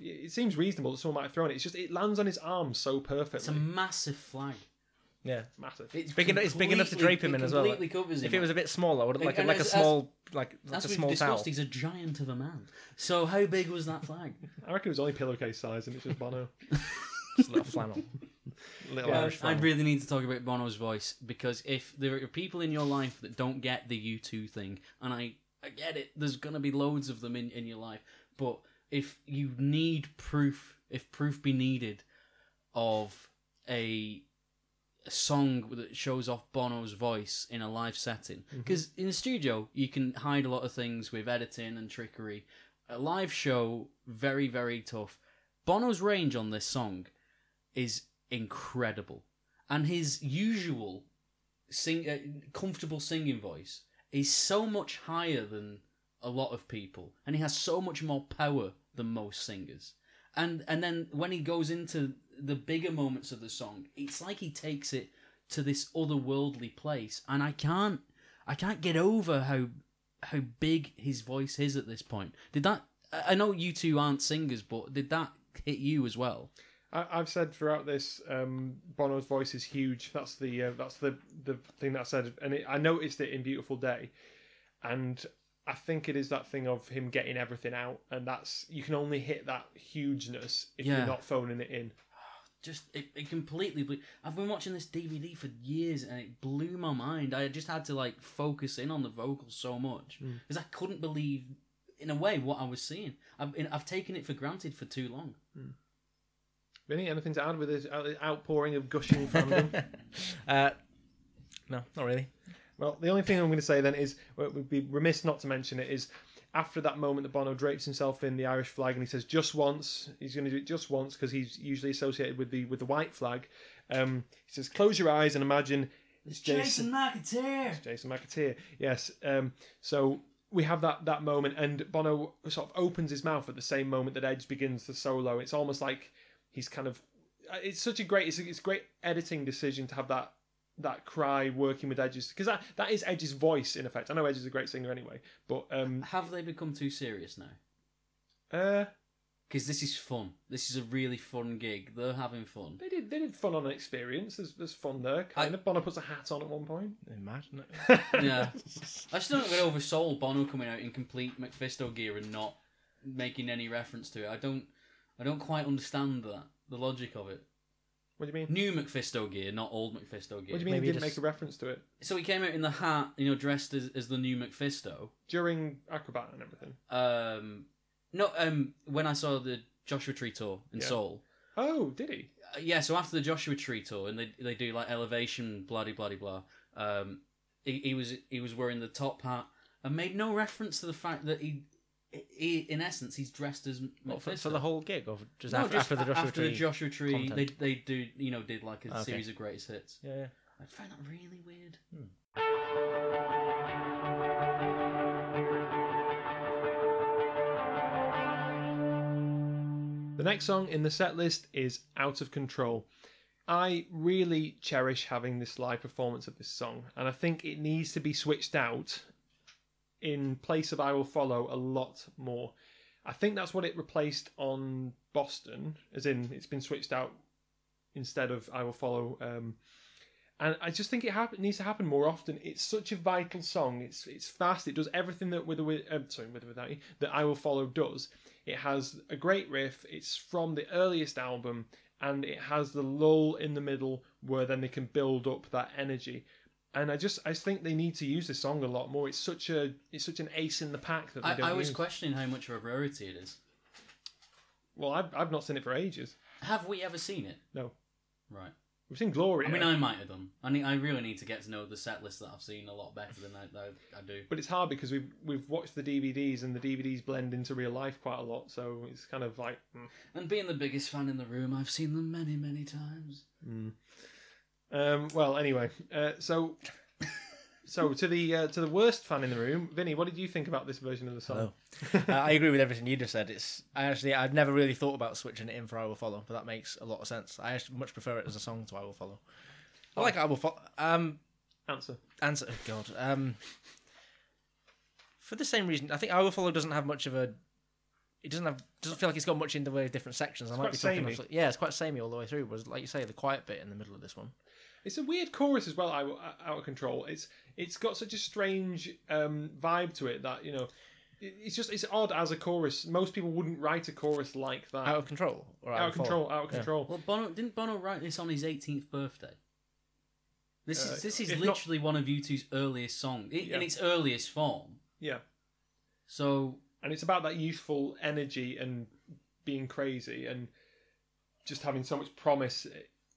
Speaker 1: it seems reasonable that someone might have thrown it. It's just it lands on his arm so perfectly.
Speaker 2: It's a massive flag.
Speaker 3: Yeah.
Speaker 1: massive.
Speaker 2: It's
Speaker 3: Big enough, it's big enough to drape him
Speaker 2: completely-
Speaker 3: in
Speaker 2: it
Speaker 3: as well.
Speaker 2: completely
Speaker 3: like.
Speaker 2: covers
Speaker 3: if
Speaker 2: him
Speaker 3: it was a
Speaker 2: up.
Speaker 3: bit smaller, would it like,
Speaker 2: and
Speaker 3: like a
Speaker 2: as-
Speaker 3: small like, like
Speaker 2: As
Speaker 3: a
Speaker 2: we've
Speaker 3: small
Speaker 2: discussed,
Speaker 3: towel?
Speaker 2: he's a giant of a man. So how big was that flag?
Speaker 1: I reckon it was only pillowcase size, and it's just Bono.
Speaker 3: Just a little flannel. little
Speaker 2: Yeah,
Speaker 3: Irish
Speaker 2: I
Speaker 3: flannel.
Speaker 2: really need to talk about Bono's voice because if there are people in your life that don't get the U2 thing, and I, I get it, there's going to be loads of them in, in your life, but if you need proof, if proof be needed of a, a song that shows off Bono's voice in a live setting, because in the studio, you can hide a lot of things with editing and trickery. A live show, very, very tough. Bono's range on this song is incredible, and his usual sing uh, comfortable singing voice is so much higher than a lot of people, and he has so much more power than most singers. And and then when he goes into the bigger moments of the song, it's like he takes it to this otherworldly place, and I can't I can't get over how how big his voice is at this point. Did that? I I know you two aren't singers, but did that hit you as well?
Speaker 1: I, I've said throughout this, um, Bono's voice is huge. That's the uh, that's the the thing that I said, and it, I noticed it in Beautiful Day, and I think it is that thing of him getting everything out, and that's you can only hit that hugeness if
Speaker 2: Yeah.
Speaker 1: you're not phoning it in.
Speaker 2: just it, it completely blew. I've been watching this DVD for years and it blew my mind. I just had to like focus in on the vocals so much
Speaker 1: Mm.
Speaker 2: because I couldn't believe, in a way, what I was seeing. I've I've taken it for granted for too long.
Speaker 1: Vinny, anything to add with this uh, outpouring of gushing fandom?
Speaker 3: uh, no, not really.
Speaker 1: Well, the only thing I'm going to say then is well, it would be remiss not to mention it is after that moment that Bono drapes himself in the Irish flag and he says just once he's going to do it just once because he's usually associated with the with the white flag. Um, he says close your eyes and imagine it's Jason
Speaker 2: McIntyre.
Speaker 1: it's Jason McAteer. Yes. Um, so we have that that moment, and Bono sort of opens his mouth at the same moment that Edge begins the solo. It's almost like he's kind of. uh, It's such a great. It's a, it's a great editing decision to have that that cry working with Edge's because that that is Edge's voice in effect. I know Edge is a great singer anyway, but um,
Speaker 2: Have they become too serious now?
Speaker 1: uh,
Speaker 2: Because this is fun. This is a really fun gig. They're having fun.
Speaker 1: they did they did fun on an experience. There's there's fun there. Kind of. Bono puts a hat on at one point.
Speaker 3: Imagine it.
Speaker 2: Yeah, I still don't get over Soul Bono coming out in complete McFisto gear and not making any reference to it. I don't, I don't quite understand that the logic of it.
Speaker 1: What do you mean?
Speaker 2: New McFisto gear, not old McFisto gear.
Speaker 1: What do you mean? He didn't make a reference to it
Speaker 2: So he came out in the hat, you know, dressed as, as the new McFisto.
Speaker 1: during Acrobat and everything.
Speaker 2: Um, no, um, when I saw the Joshua Tree tour in
Speaker 1: Yeah.
Speaker 2: Seoul.
Speaker 1: Oh, did he?
Speaker 2: Uh, yeah, so after the Joshua Tree tour, and they they do like elevation, blah de blah de blah. Um, he, he was he was wearing the top hat and made no reference to the fact that he, he in essence, he's dressed as
Speaker 3: What, for,
Speaker 2: Mephisto.
Speaker 3: for the whole gig, or just,
Speaker 2: No,
Speaker 3: after, after the
Speaker 2: a-
Speaker 3: Joshua
Speaker 2: after
Speaker 3: Tree?
Speaker 2: the Joshua Tree,
Speaker 3: content?
Speaker 2: they they do you know did like a
Speaker 3: Okay.
Speaker 2: series of greatest hits.
Speaker 3: Yeah, yeah.
Speaker 2: I find that really weird.
Speaker 1: The next song in the set list is Out of Control. I really cherish having this live performance of this song, and I think it needs to be switched out in place of I Will Follow a lot more. I think that's what it replaced on Boston, as in it's been switched out instead of I Will Follow. Um, and I just think it hap- needs to happen more often. It's such a vital song. It's it's fast. It does everything that with, with um, sorry with without you that I Will Follow does. It has a great riff. It's from the earliest album, and it has the lull in the middle where then they can build up that energy. And I just I just think they need to use this song a lot more. It's such a it's such an ace in the pack that they
Speaker 2: I,
Speaker 1: don't
Speaker 2: I was
Speaker 1: use.
Speaker 2: questioning how much of a rarity it is.
Speaker 1: well, I've I've not seen it for ages.
Speaker 2: Have we ever seen it?
Speaker 1: No,
Speaker 2: Right.
Speaker 1: we've seen Gloria.
Speaker 2: I mean, I might have done. I need, I really need to get to know the set list that I've seen a lot better than I, that I do.
Speaker 1: But it's hard because we've we've watched the DVDs and the DVDs blend into real life quite a lot, so it's kind of like mm.
Speaker 2: And being the biggest fan in the room, I've seen them many, many times.
Speaker 1: Um, well, anyway, uh, so so to the uh, to the worst fan in the room, Vinny, what did you think about this version of the song?
Speaker 3: Hello. uh, I agree with everything you just said. It's I actually I've never really thought about switching it in for I Will Follow, but that makes a lot of sense. I actually much prefer it as a song to I Will Follow. I like I Will Follow. Um,
Speaker 1: Answer.
Speaker 3: answer. Oh God. Um, for the same reason, I think I Will Follow doesn't have much of a. It doesn't have doesn't feel like it's got much in the way of different sections. I
Speaker 1: It's
Speaker 3: might
Speaker 1: quite
Speaker 3: be talking
Speaker 1: samey.
Speaker 3: absolutely- yeah, it's quite samey all the way through. Whereas, like you say, the quiet bit in the middle of this one.
Speaker 1: It's a weird chorus as well. I, out of control. It's it's got such a strange um, vibe to it that you know. it- It's just it's odd as a chorus. Most people wouldn't write a chorus like that.
Speaker 3: Out of control. Or
Speaker 1: Out of
Speaker 3: Will Follow.
Speaker 1: control, out of
Speaker 3: Yeah.
Speaker 1: control.
Speaker 2: Well, Bono didn't Bono write this on his 18th birthday. This
Speaker 1: Uh,
Speaker 2: is this is
Speaker 1: if not-
Speaker 2: literally one of U2's earliest songs i-
Speaker 1: Yeah.
Speaker 2: in its earliest form.
Speaker 1: Yeah,
Speaker 2: So
Speaker 1: and it's about that youthful energy and being crazy and just having so much promise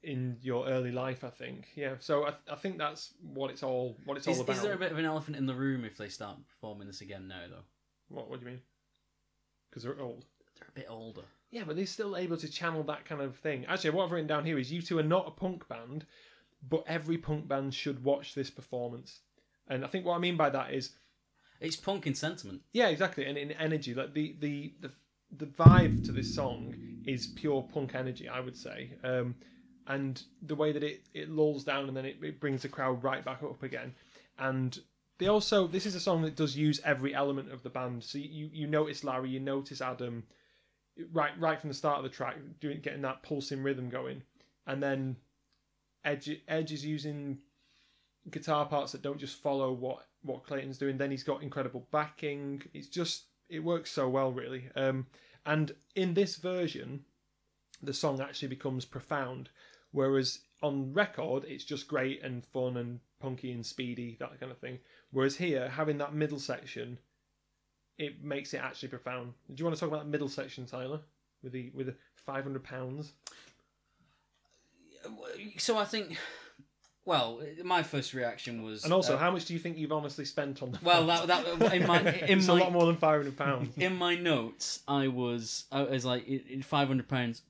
Speaker 1: in your early life. I think. Yeah. So I, I think that's what it's all what it's
Speaker 2: is,
Speaker 1: all about.
Speaker 2: is there a bit of an elephant in the room if they start performing this again now? Though
Speaker 1: What What do you mean? Because they're old.
Speaker 2: they're a bit older.
Speaker 1: Yeah, but they're still able to channel that kind of thing. Actually, what I've written down here is you two are not a punk band, but every punk band should watch this performance. And I think what I mean by that is,
Speaker 2: It's punk in sentiment.
Speaker 1: yeah, exactly, and in energy, like the the the, the vibe to this song is pure punk energy, I would say. Um, and the way that it it lulls down and then it, it brings the crowd right back up again. And they also this is a song that does use every element of the band. So you you notice Larry, you notice Adam, right right from the start of the track, doing getting that pulsing rhythm going, and then Edge Edge is using guitar parts that don't just follow what what Clayton's doing. Then he's got incredible backing. It's just it works so well, really. Um, and in this version, the song actually becomes profound, whereas on record it's just great and fun and punky and speedy that kind of thing. Whereas here, having that middle section, it makes it actually profound. Do you want to talk about that middle section, Tyler, with the with the five hundred pounds?
Speaker 2: So I think, well, my first reaction was,
Speaker 1: And also,
Speaker 2: uh,
Speaker 1: how much do you think you've honestly spent on the?
Speaker 2: Well, that, that in my in
Speaker 1: it's
Speaker 2: my,
Speaker 1: a lot more than five hundred pounds.
Speaker 2: In my notes, I was I was like five hundred pounds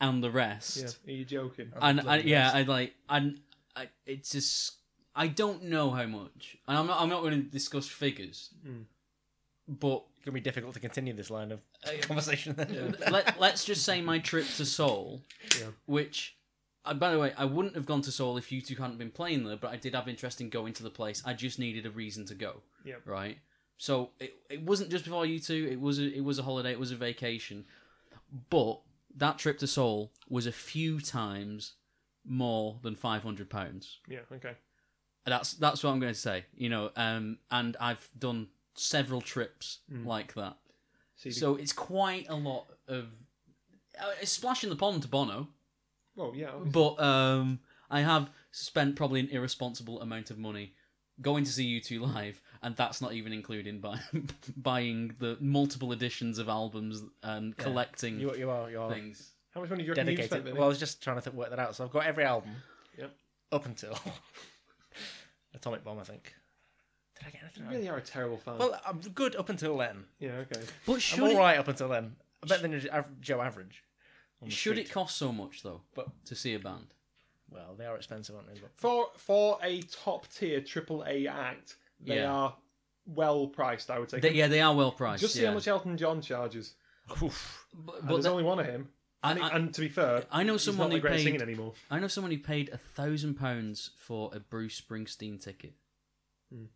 Speaker 2: and the rest.
Speaker 1: Yeah, are you joking?
Speaker 2: And I,
Speaker 1: Bloody
Speaker 2: yeah,
Speaker 1: rest.
Speaker 2: I like and I, it's just I don't know how much, and I'm not I'm not going to discuss figures,
Speaker 1: Hmm.
Speaker 3: Mm.
Speaker 2: but
Speaker 3: it's gonna be difficult to continue this line of
Speaker 2: Uh,
Speaker 3: conversation.
Speaker 2: Let, let's just say my trip to Seoul,
Speaker 1: Yeah.
Speaker 2: which, uh, by the way, I wouldn't have gone to Seoul if you two hadn't been playing there, but I did have interest in going to the place. I just needed a reason to go.
Speaker 1: Yep.
Speaker 2: Right. So it, it wasn't just before you two. It was a, it was a holiday. It was a vacation, but that trip to Seoul was a few times more than five hundred pounds.
Speaker 1: Yeah. Okay.
Speaker 2: That's that's what I'm going to say. You know, um, and I've done several trips
Speaker 1: Mm.
Speaker 2: like that.
Speaker 1: So you-
Speaker 2: So it's quite a lot of uh, it's splash in the pond to Bono,
Speaker 1: Well, yeah. obviously.
Speaker 2: but um, I have spent probably an irresponsible amount of money going to see you two live, and that's not even including buy- buying the multiple editions of albums and collecting.
Speaker 3: You, you are you are
Speaker 2: things.
Speaker 1: How much money do you reckon you've
Speaker 3: dedicated.
Speaker 1: spent, Vinny?
Speaker 3: well, I was just trying to th- work that out. So I've got every album
Speaker 1: Yep.
Speaker 3: up until Atomic Bomb, I think. Did I get anything?
Speaker 1: You
Speaker 3: wrong?
Speaker 1: really are a terrible fan.
Speaker 3: Well, I'm good up until then.
Speaker 1: yeah. Okay.
Speaker 2: But
Speaker 3: I'm
Speaker 2: should
Speaker 3: all
Speaker 2: it,
Speaker 3: right up until then. I bet than Joe Average. on the
Speaker 2: should it
Speaker 3: street.
Speaker 2: cost so much though?
Speaker 3: But-
Speaker 2: to see a band,
Speaker 3: Well, they are expensive, aren't they? But
Speaker 1: For for a top tier triple A act, they
Speaker 2: Yeah.
Speaker 1: are well priced. I would say.
Speaker 2: They- yeah, they are well priced.
Speaker 1: Just see
Speaker 2: yeah.
Speaker 1: how much Elton John charges.
Speaker 2: But,
Speaker 1: And
Speaker 2: but
Speaker 1: there's
Speaker 2: the-
Speaker 1: only one of him.
Speaker 2: I-
Speaker 1: And, he-
Speaker 2: I-
Speaker 1: and to be fair,
Speaker 2: I know
Speaker 1: he's
Speaker 2: someone
Speaker 1: not a
Speaker 2: who
Speaker 1: great
Speaker 2: paid- Mm.
Speaker 1: singing anymore.
Speaker 2: I know someone who paid a thousand pounds for a Bruce Springsteen ticket.
Speaker 1: Hmm.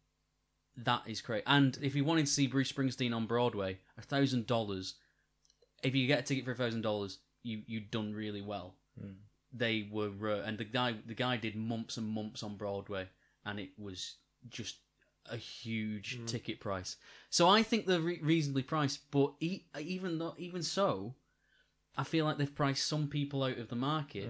Speaker 2: That is great. And if you wanted to see Bruce Springsteen on Broadway, a thousand dollars. If you get a ticket for a thousand dollars, you you done really well. They were uh, and the guy the guy did months and months on Broadway, and it was just a huge ticket price. So I think they're re- reasonably priced, but e- even though even so, I feel like they've priced some people out of the market,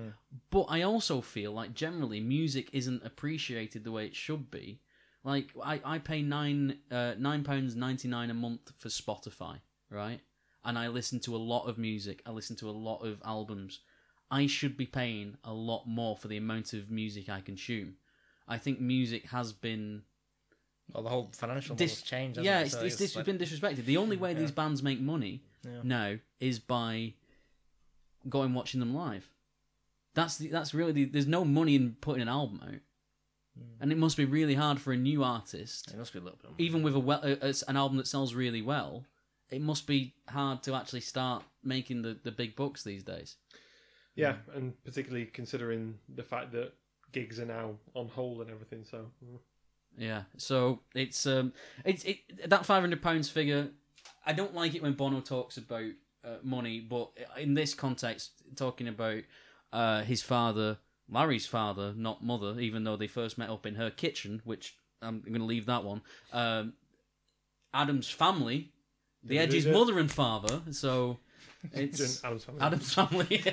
Speaker 2: but I also feel like generally music isn't appreciated the way it should be. Like I, I pay nine uh, nine pounds ninety nine a month for Spotify, right? And I listen to a lot of music. I listen to a lot of albums. I should be paying a lot more for the amount of music I consume. I think music has been
Speaker 3: well, the whole financial
Speaker 2: dis-
Speaker 3: model's changed. hasn't
Speaker 2: Yeah,
Speaker 3: it?
Speaker 2: it's,
Speaker 3: So
Speaker 2: it's, dis-
Speaker 3: like-
Speaker 2: been disrespected. The only way
Speaker 3: Yeah.
Speaker 2: these bands make money
Speaker 3: Yeah.
Speaker 2: now is by going watching them live. That's the, that's really the, there's no money in putting an album out,
Speaker 3: Hmm.
Speaker 2: and it must be really hard for a new artist,
Speaker 3: It must be a little bit.
Speaker 2: even with a well a, a- an album that sells really well. It must be hard to actually start making the, the big bucks these days.
Speaker 1: Yeah, and particularly considering the fact that gigs are now on hold and everything. So mm.
Speaker 2: Yeah, so it's um, it's it that five hundred pounds figure. I don't like it when Bono talks about uh, money, but in this context, talking about uh, his father, Larry's father, not mother, even though they first met up in her kitchen, which I'm going to leave that one. Um, Adam's family, the Edge's mother and father, so it's
Speaker 1: Adam's family.
Speaker 2: Adam's family.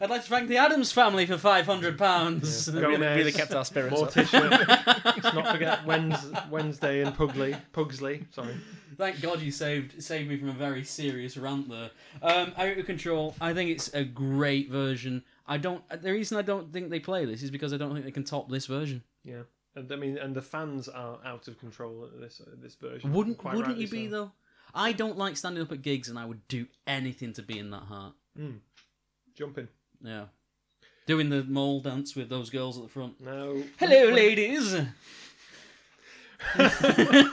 Speaker 2: I'd like to thank the Adams family for five hundred pounds.
Speaker 1: Gomez,
Speaker 3: really kept our spirits up.
Speaker 1: Morticia. Let's not forget Wednes- Wednesday and Pugsley. Pugsley, sorry.
Speaker 2: Thank God you saved saved me from a very serious rant there. Um, out of control. I think it's a great version. I don't. The reason I don't think they play this is because I don't think they can top this version.
Speaker 1: Yeah, and I mean, and the fans are out of control at this at this version.
Speaker 2: Wouldn't
Speaker 1: Quite
Speaker 2: Wouldn't
Speaker 1: rightly
Speaker 2: you be
Speaker 1: so.
Speaker 2: though? I don't like standing up at gigs, and I would do anything to be in that heart.
Speaker 1: jumping?
Speaker 2: Yeah, doing the mole dance with those girls at the front.
Speaker 1: No.
Speaker 2: Hello, ladies.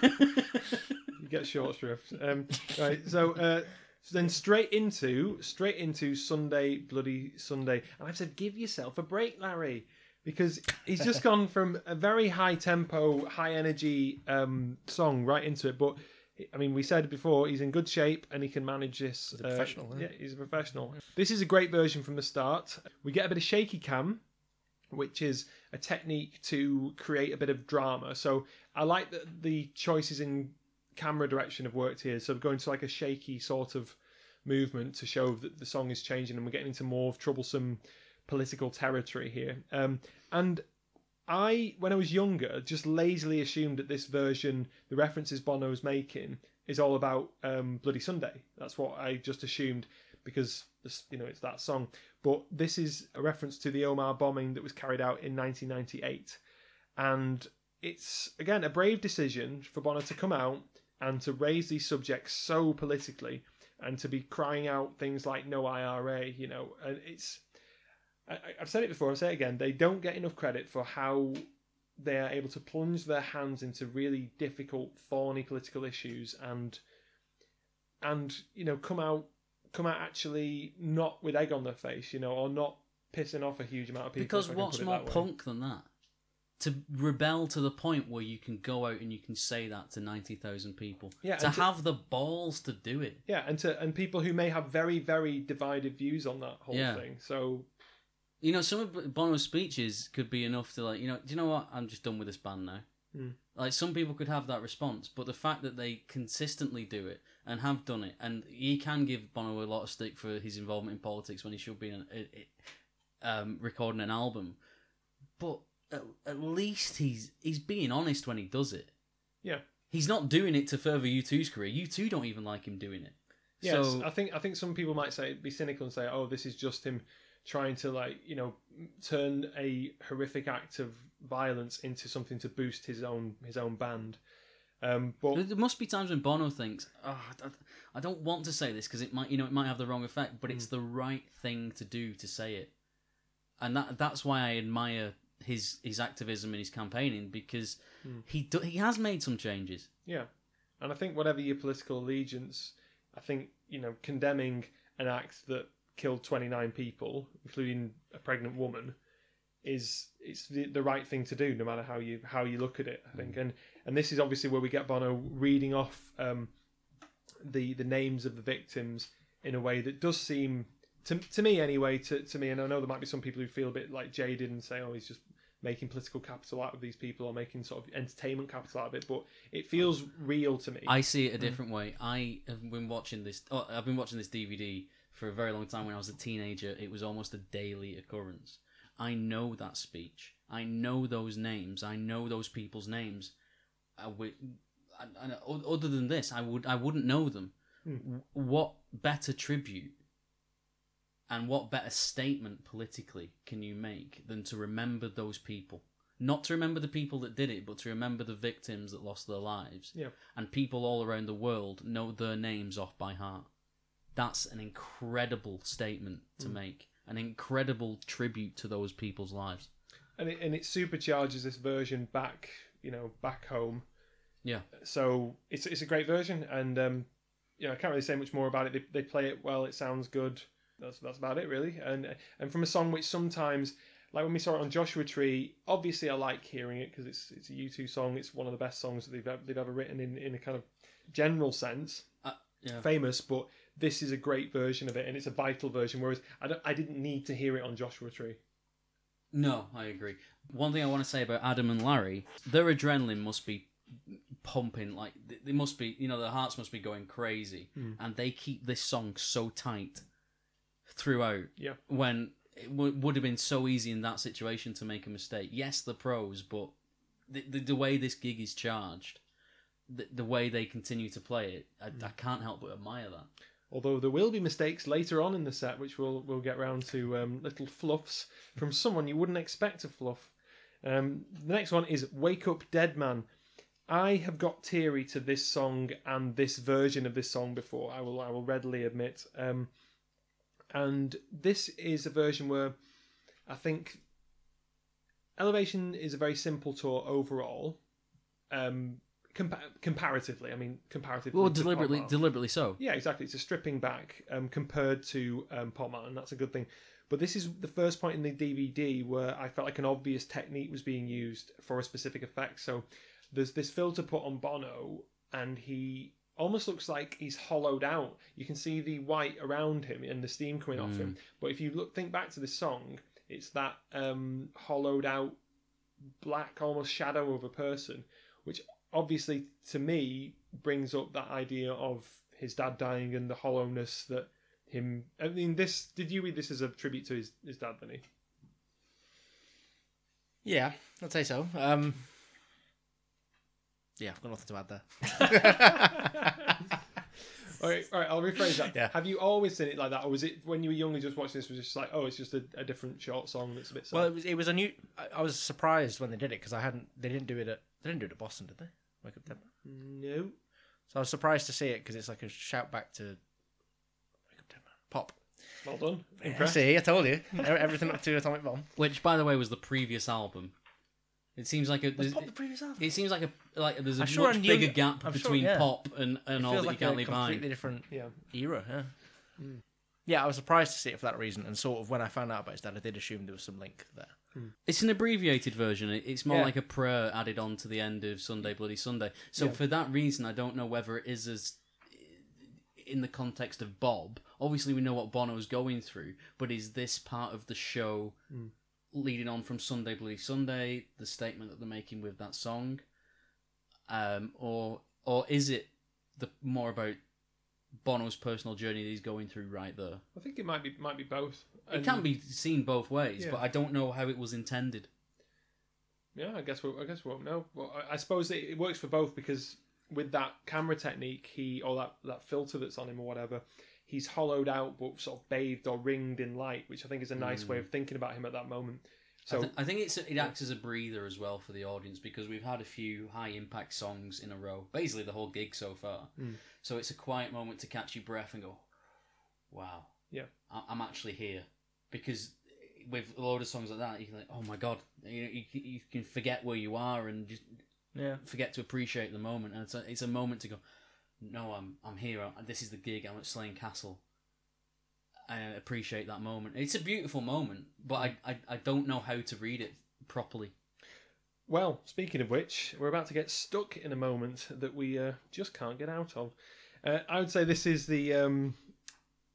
Speaker 1: You get short shrift. Um, right, so uh, then straight into straight into Sunday bloody Sunday, and I've said give yourself a break, Larry, because he's just gone from a very high tempo, high energy um, song right into it, but. I mean, we said before he's in good shape and he can manage this. He's
Speaker 3: a professional, yeah.
Speaker 1: yeah, he's a professional. This is a great version from the start. We get a bit of shaky cam, which is a technique to create a bit of drama. So I like that the choices in camera direction have worked here. So going to like a shaky sort of movement to show that the song is changing and we're getting into more troublesome political territory here. Um, and I, when I was younger, just lazily assumed that this version, the references Bono's making, is all about um, Bloody Sunday. That's what I just assumed because this- you know it's that song. But this is a reference to the Omar bombing that was carried out in 1998, and it's again a brave decision for Bono to come out and to raise these subjects so politically and to be crying out things like "No IRA," you know, and it's I, I- I've said it before, I'll say it again. They don't get enough credit for how they are able to plunge their hands into really difficult, thorny political issues and and you know come out come out actually not with egg on their face, you know, or not pissing off a huge amount of people.
Speaker 2: Because
Speaker 1: if I can
Speaker 2: what's
Speaker 1: put it
Speaker 2: more
Speaker 1: that way.
Speaker 2: punk than that? To rebel to the point where you can go out and you can say that to 90,000 people.
Speaker 1: Yeah,
Speaker 2: to
Speaker 1: and to-
Speaker 2: have the balls to do it.
Speaker 1: Yeah, and to and people who may have very very divided views on that whole
Speaker 2: Yeah.
Speaker 1: thing. So
Speaker 2: You know, some of Bono's speeches could be enough to, like, you know, do you know what? I'm just done with this band now.
Speaker 1: Mm.
Speaker 2: Like, some people could have that response, but the fact that they consistently do it and have done it, and you can give Bono a lot of stick for his involvement in politics when he should be in, um, recording an album, but at, at least he's he's being honest when he does it.
Speaker 1: yeah.
Speaker 2: He's not doing it to further U2's career. U2 don't even like him doing it.
Speaker 1: Yes,
Speaker 2: so,
Speaker 1: I think I think some people might say be cynical and say, "Oh, this is just him trying to like you know turn a horrific act of violence into something to boost his own his own band." Um, but
Speaker 2: There must be times when Bono thinks, oh, I don't- I don't want to say this because it might, you know, it might have the wrong effect, but it's the right thing to do to say it, and that that's why I admire his his activism and his campaigning because he do, he has made some changes.
Speaker 1: yeah, and I think whatever your political allegiance, I think you know condemning an act that killed twenty nine people, including a pregnant woman, is it's the, the right thing to do no matter how you how you look at it i think and and this is obviously where we get bono reading off um the the names of the victims in a way that does seem to, to me anyway to, to me and i know there might be some people who feel a bit like jaded and say oh he's just making political capital out of these people or making sort of entertainment capital out of it but it feels real to me
Speaker 2: I see it a different way. I have been watching this. Oh, I've been watching this DVD for a very long time. When I was a teenager, it was almost a daily occurrence. I know that speech. I know those names. I know those people's names. I would, and- and o- other than this, I would I wouldn't know them. W- What better tribute and what better statement politically can you make than to remember those people? Not to remember the people that did it, but to remember the victims that lost their lives.
Speaker 1: Yeah.
Speaker 2: And people all around the world know their names off by heart. That's an incredible statement to make, an incredible tribute to those people's lives.
Speaker 1: and it, and it supercharges this version back you know back home
Speaker 2: Yeah.
Speaker 1: so it's it's a great version, and um, yeah, I can't really say much more about it. They, they play it well. It sounds good. That's that's about it really. And and from a song which sometimes, like when we saw it on Joshua Tree, obviously I like hearing it because it's it's a U two song. It's one of the best songs that they've ever, they've ever written in in a kind of general sense
Speaker 2: Uh, yeah.
Speaker 1: famous, but this is a great version of it, and it's a vital version. Whereas I, don't, I didn't need to hear it on Joshua Tree.
Speaker 2: No, I agree. One thing I want to say about Adam and Larry, their adrenaline must be pumping. Like th- they must be, you know, their hearts must be going crazy,
Speaker 1: Hmm.
Speaker 2: and they keep this song so tight throughout.
Speaker 1: Yeah.
Speaker 2: When it w- would have been so easy in that situation to make a mistake. Yes, the pros, but the the, the way this gig is charged, the, the way they continue to play it, I,
Speaker 1: Hmm.
Speaker 2: I can't help but admire that.
Speaker 1: Although there will be mistakes later on in the set, which we'll we'll get round to um, little fluffs from someone you wouldn't expect to fluff. Um, the next one is "Wake Up, Dead Man." I have got teary to this song and this version of this song before. I will I will readily admit. Um, and this is a version where I think Elevation is a very simple tour overall. Um, compa- comparatively, I mean comparatively.
Speaker 2: Well,
Speaker 1: to
Speaker 2: deliberately,
Speaker 1: Pop Mart.
Speaker 2: deliberately so.
Speaker 1: Yeah, exactly. It's a stripping back um, compared to um, Potman, and that's a good thing. But this is the first point in the DVD where I felt like an obvious technique was being used for a specific effect. So there's this filter put on Bono, and he almost looks like he's hollowed out. You can see the white around him and the steam coming off
Speaker 2: Mm.
Speaker 1: him. But if you look think back to this song, it's that um, hollowed out black almost shadow of a person, which obviously to me brings up that idea of his dad dying and the hollowness that him. I mean, this did you read this as a tribute to his, his dad, Benny?
Speaker 3: Yeah, I'd say so. Um, yeah, I've got nothing to add there.
Speaker 1: All right, all right. I'll rephrase that. Have you always seen it like that, or was it when you were younger just watching this? Was just like, oh, it's just a, a different short song that's a bit. Sad?
Speaker 3: well, it was it was a new. I, I was surprised when they did it because I hadn't. They didn't do it at. They didn't do it at Boston, did they? Wake up Denver.
Speaker 1: No.
Speaker 3: So I was surprised to see it because it's like a shout back to Wake Up Denver pop.
Speaker 1: Well done.
Speaker 3: Yeah,
Speaker 2: Impressed.
Speaker 3: see, I told you E- everything up to Atomic Bomb.
Speaker 2: Which, by the way, was the previous album. It seems like a.
Speaker 3: Was
Speaker 2: there's-
Speaker 3: pop the previous album?
Speaker 2: It seems like a like there's a
Speaker 3: I'm sure
Speaker 2: much
Speaker 3: I knew-
Speaker 2: bigger gap
Speaker 3: I'm sure,
Speaker 2: between
Speaker 3: yeah.
Speaker 2: pop and,
Speaker 3: It
Speaker 2: and all
Speaker 3: feels
Speaker 2: that
Speaker 3: like
Speaker 2: you
Speaker 3: a
Speaker 2: can't leave behind.
Speaker 3: completely different
Speaker 1: Yeah.
Speaker 3: era. Yeah.
Speaker 1: Mm.
Speaker 3: Yeah, I was surprised to see it for that reason, and sort of when I found out about his dad, I did assume there was some link there.
Speaker 2: It's an abbreviated version. It- It's more
Speaker 3: Yeah.
Speaker 2: like a prayer added on to the end of Sunday Bloody Sunday. So
Speaker 3: Yeah.
Speaker 2: for that reason, I don't know whether it is as in the context of Bob. Obviously, we know what Bono's going through, but is this part of the show
Speaker 1: Mm.
Speaker 2: leading on from Sunday Bloody Sunday, the statement that they're making with that song, um, or or is it the more about Bono's personal journey that he's going through right there?
Speaker 1: I think it might be might be both.
Speaker 2: It
Speaker 1: And-
Speaker 2: can be seen both ways,
Speaker 1: Yeah.
Speaker 2: but I don't know how it was intended.
Speaker 1: Yeah, I guess we I guess we won't know. Well, I, I suppose it, it works for both because with that camera technique, he or that that filter that's on him or whatever, he's hollowed out but sort of bathed or ringed in light, which I think is a nice
Speaker 2: Mm.
Speaker 1: way of thinking about him at that moment.
Speaker 2: So
Speaker 1: So
Speaker 2: I, th- I think it's it acts as a breather as well for the audience because we've had a few high impact songs in a row, basically the whole gig so far.
Speaker 1: Mm.
Speaker 2: So it's a quiet moment to catch your breath and go, "Wow,
Speaker 1: Yeah.
Speaker 2: I- I'm actually here." Because with a load of songs like that, you're like, "Oh my god," you know, you, c- you can forget where you are and just
Speaker 3: Yeah.
Speaker 2: forget to appreciate the moment. And it's a, it's a moment to go, "No, I'm I'm here. I- This is the gig. I'm at Slane Castle." and appreciate that moment. It's a beautiful moment, but I, I, I don't know how to read it properly.
Speaker 1: Well, speaking of which, we're about to get stuck in a moment that we uh, just can't get out of. Uh, I would say this is the um,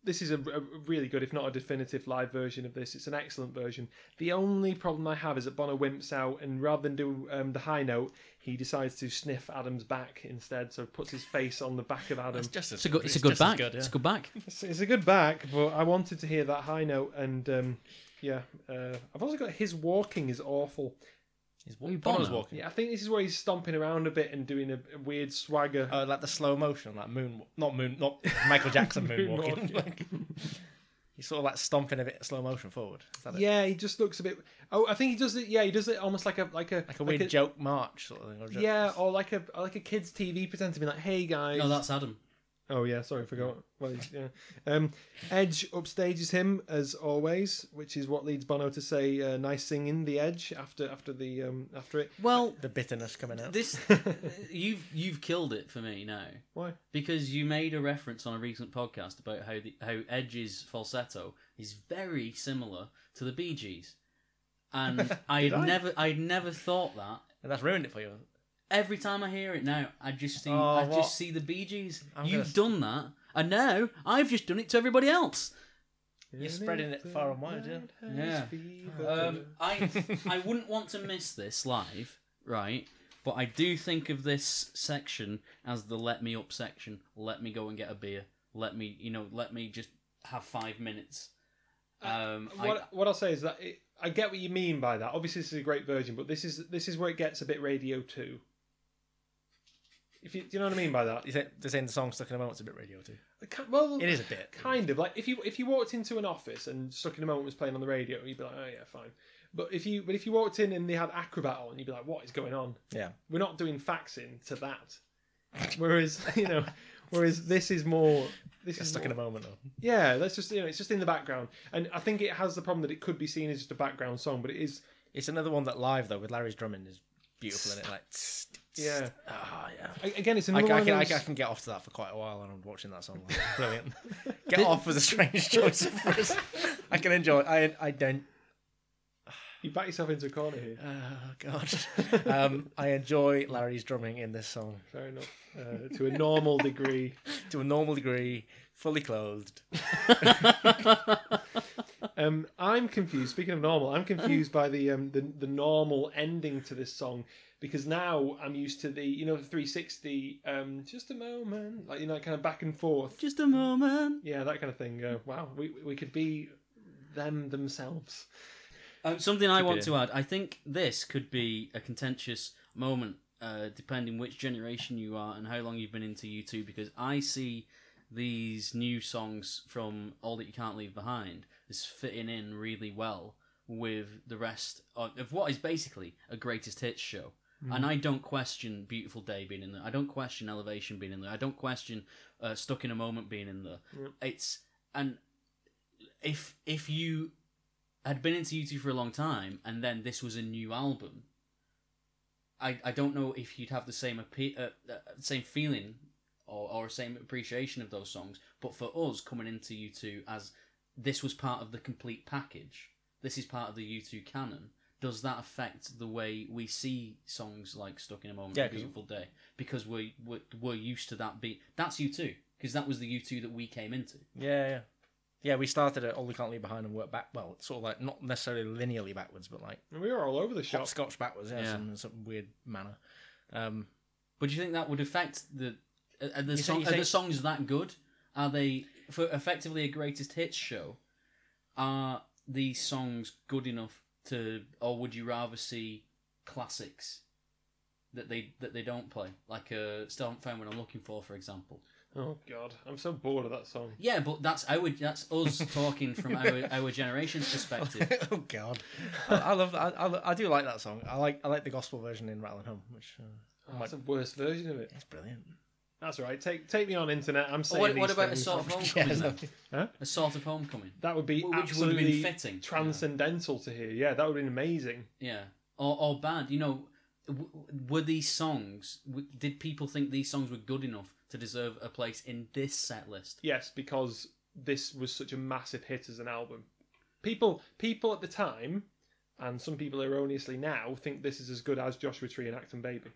Speaker 1: this is a, a really good, if not a definitive live version of this. It's an excellent version. The only problem I have is that Bono wimps out, and rather than do um, the high note, he decides to sniff Adam's back instead. So puts his face on the back of Adam.
Speaker 2: It's a good, it's a good back. It's a good back.
Speaker 1: It's, it's a good back, but I wanted to hear that high note, and um, yeah, uh, I've also got his walking is awful.
Speaker 3: His
Speaker 2: wa- Bono's
Speaker 3: Bono's walking.
Speaker 1: Yeah, I think this is where he's stomping around a bit and doing a, a weird swagger.
Speaker 3: Oh, like the slow motion, like moon, not moon, not Michael Jackson moonwalking.
Speaker 1: Moonwalk,
Speaker 3: like, he's sort of like stomping a bit slow motion forward. Is that it?
Speaker 1: yeah, he just looks a bit. Oh, I think he does it. Yeah, he does it almost like a like a
Speaker 3: like a weird joke march sort of thing. Or joke.
Speaker 1: Yeah, or like a like a kids TV presenter being like, "Hey guys."
Speaker 2: No, that's Adam.
Speaker 1: Oh yeah, sorry, I forgot. Well, he's- yeah. Um, Edge upstages him as always, which is what leads Bono to say, uh, "Nice singing, the Edge." After after the um, after it.
Speaker 2: Well,
Speaker 3: the bitterness coming out.
Speaker 2: this you've you've killed it for me now
Speaker 1: Why?
Speaker 2: because you made a reference on a recent podcast about how the how Edge's falsetto is very similar to the Bee Gees, and I
Speaker 3: Did
Speaker 2: had
Speaker 3: I?
Speaker 2: never I had never thought that.
Speaker 3: and that's ruined it for you.
Speaker 2: Every time I hear it now, I just see
Speaker 3: Oh,
Speaker 2: I
Speaker 3: what?
Speaker 2: just see the Bee Gees.
Speaker 3: I'm
Speaker 2: You've done that, and now I've just done it to everybody else.
Speaker 3: You're spreading it far and wide, yeah.
Speaker 2: Yeah. Um, I I wouldn't want to miss this live, right? But I do think of this section as the let me up section. Let me go and get a beer. Let me, you know, let me just have five minutes. Um, I-
Speaker 1: what what I'll say is that it, I get what you mean by that. Obviously, this is a great version, but this is this is where it gets a bit Radio Two. If you, do you know what I mean by that?
Speaker 3: You think they're saying the song stuck in a moment's a bit radio too.
Speaker 1: I can't- Well,
Speaker 3: It is a bit.
Speaker 1: kind of like if you if you walked into an office and Stuck in a Moment was playing on the radio, you'd be like, oh yeah, fine. But if you but if you walked in and they had Acrobat on, you'd be like, what is going on?
Speaker 3: Yeah.
Speaker 1: We're not doing faxing to that. Whereas you know, whereas this is more this
Speaker 3: That's
Speaker 1: is
Speaker 3: stuck
Speaker 1: more,
Speaker 3: in a moment though.
Speaker 1: yeah. That's just you know, it's just in the background, and I think it has the problem that it could be seen as just a background song, but it is
Speaker 3: It's another one that live though with Larry's drumming is beautiful in it. Like, tss, tss.
Speaker 1: yeah.
Speaker 3: Ah, yeah.
Speaker 1: A- Again, it's
Speaker 3: I, I
Speaker 1: another
Speaker 3: can, I,
Speaker 1: one
Speaker 3: can,
Speaker 1: of
Speaker 3: I
Speaker 1: those-
Speaker 3: can get off to that for quite a while, and I'm watching that song. Like, brilliant. Get off was a strange choice. of words. I can enjoy. I I don't.
Speaker 1: You back yourself into a corner here.
Speaker 3: Oh God. um, I enjoy Larry's drumming in this song.
Speaker 1: Fair enough. Uh, to a normal degree.
Speaker 3: to a normal degree, fully clothed.
Speaker 1: um, I'm confused. Speaking of normal, I'm confused by the, um, the the normal ending to this song because now I'm used to the you know the 360. Um, just a moment, like you know, kind of back and forth.
Speaker 2: Just a moment.
Speaker 1: Yeah, that kind of thing. Uh, wow, we we could be them themselves.
Speaker 2: Um, something I
Speaker 1: Keep it
Speaker 2: want
Speaker 1: in.
Speaker 2: to add. I think this could be a contentious moment, uh, depending which generation you are and how long you've been into U2, because I see these new songs from All That You Can't Leave Behind as fitting in really well with the rest of, of what is basically a greatest hits show.
Speaker 12: Mm.
Speaker 2: And I don't question Beautiful Day being in there. I don't question Elevation being in there. I don't question uh, Stuck in a Moment being in there.
Speaker 1: Yep.
Speaker 2: It's and if if you had been into U2 for a long time and then this was a new album, I, I don't know if you'd have the same appe- uh, uh, same feeling or, or same appreciation of those songs. But for us coming into U2 as this was part of the complete package, this is part of the U2 canon. Does that affect the way we see songs like "Stuck in a Moment"
Speaker 3: Yeah,
Speaker 2: and
Speaker 3: 'cause-
Speaker 2: "Beautiful Day"? Because we we're, we're used to that beat. That's U2 because that was the U2 that we came into.
Speaker 3: Yeah, yeah. Yeah, we started at All We Can't Leave Behind and worked back, well, sort of like, not necessarily linearly backwards, but like.
Speaker 1: We were all over the shop.
Speaker 3: Scotch backwards, yeah,
Speaker 2: Yeah.
Speaker 3: Some, in some weird manner. Um,
Speaker 2: But do you think that would affect the are- are the,
Speaker 3: You say-
Speaker 2: song,
Speaker 3: you
Speaker 2: are
Speaker 3: say-
Speaker 2: the songs that good? Are they for effectively a greatest hits show? Are these songs good enough to, or would you rather see classics that they that they don't play, like uh, "Still Haven't Found What I'm Looking For," for example?
Speaker 1: Oh God, I'm so bored of that song.
Speaker 2: Yeah, but that's our that's us talking from our, our generation's perspective.
Speaker 3: oh God, I, I love that. I, I, I do like that song. I like I like the gospel version in Rattling Home, which uh,
Speaker 1: Oh, that's the worst version of it.
Speaker 3: It's brilliant.
Speaker 1: That's all right. Take take me on internet. I'm saying.
Speaker 2: what- what
Speaker 1: these
Speaker 2: about a
Speaker 1: things.
Speaker 2: sort of homecoming
Speaker 1: Yeah,
Speaker 2: then?
Speaker 1: Huh?
Speaker 2: A sort of homecoming.
Speaker 1: That would be
Speaker 2: Which would have been
Speaker 1: absolutely
Speaker 2: fitting.
Speaker 1: transcendental to hear. Yeah, that would have been amazing.
Speaker 2: Yeah, or or bad. You know, w- w- were these songs? W- did people think these songs were good enough to deserve a place in this set list?
Speaker 1: Yes, because this was such a massive hit as an album. People people at the time, and some people erroneously now, think this is as good as Joshua Tree and Acton Baby.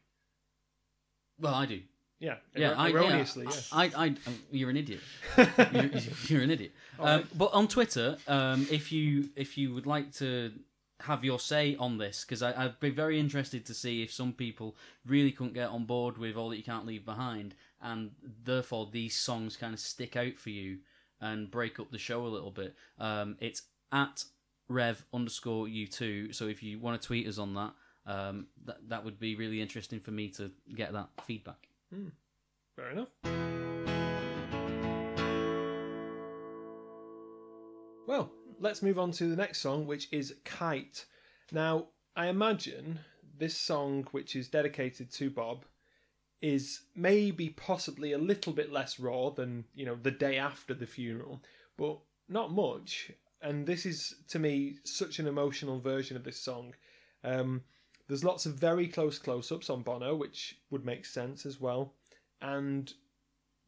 Speaker 2: Well, I do.
Speaker 1: Yeah,
Speaker 2: yeah,
Speaker 1: erro-
Speaker 2: I,
Speaker 1: erroneously.
Speaker 2: Yeah,
Speaker 1: yeah.
Speaker 2: I, I, I- you're an idiot. you're, you're an idiot.
Speaker 1: All
Speaker 2: Um,
Speaker 1: right.
Speaker 2: But on Twitter, um, if you if you would like to have your say on this, because I'd be very interested to see if some people really couldn't get on board with all that you can't leave behind, and therefore these songs kind of stick out for you and break up the show a little bit. Um, it's at rev underscore u2. So if you want to tweet us on that, um, that that would be really interesting for me to get that feedback.
Speaker 1: Hmm. Fair enough. Well, let's move on to the next song, which is Kite. Now, I imagine this song, which is dedicated to Bob, is maybe possibly a little bit less raw than, you know, the day after the funeral, but not much. And this is, to me, such an emotional version of this song. Um, there's lots of very close close ups on Bono, which would make sense as well. And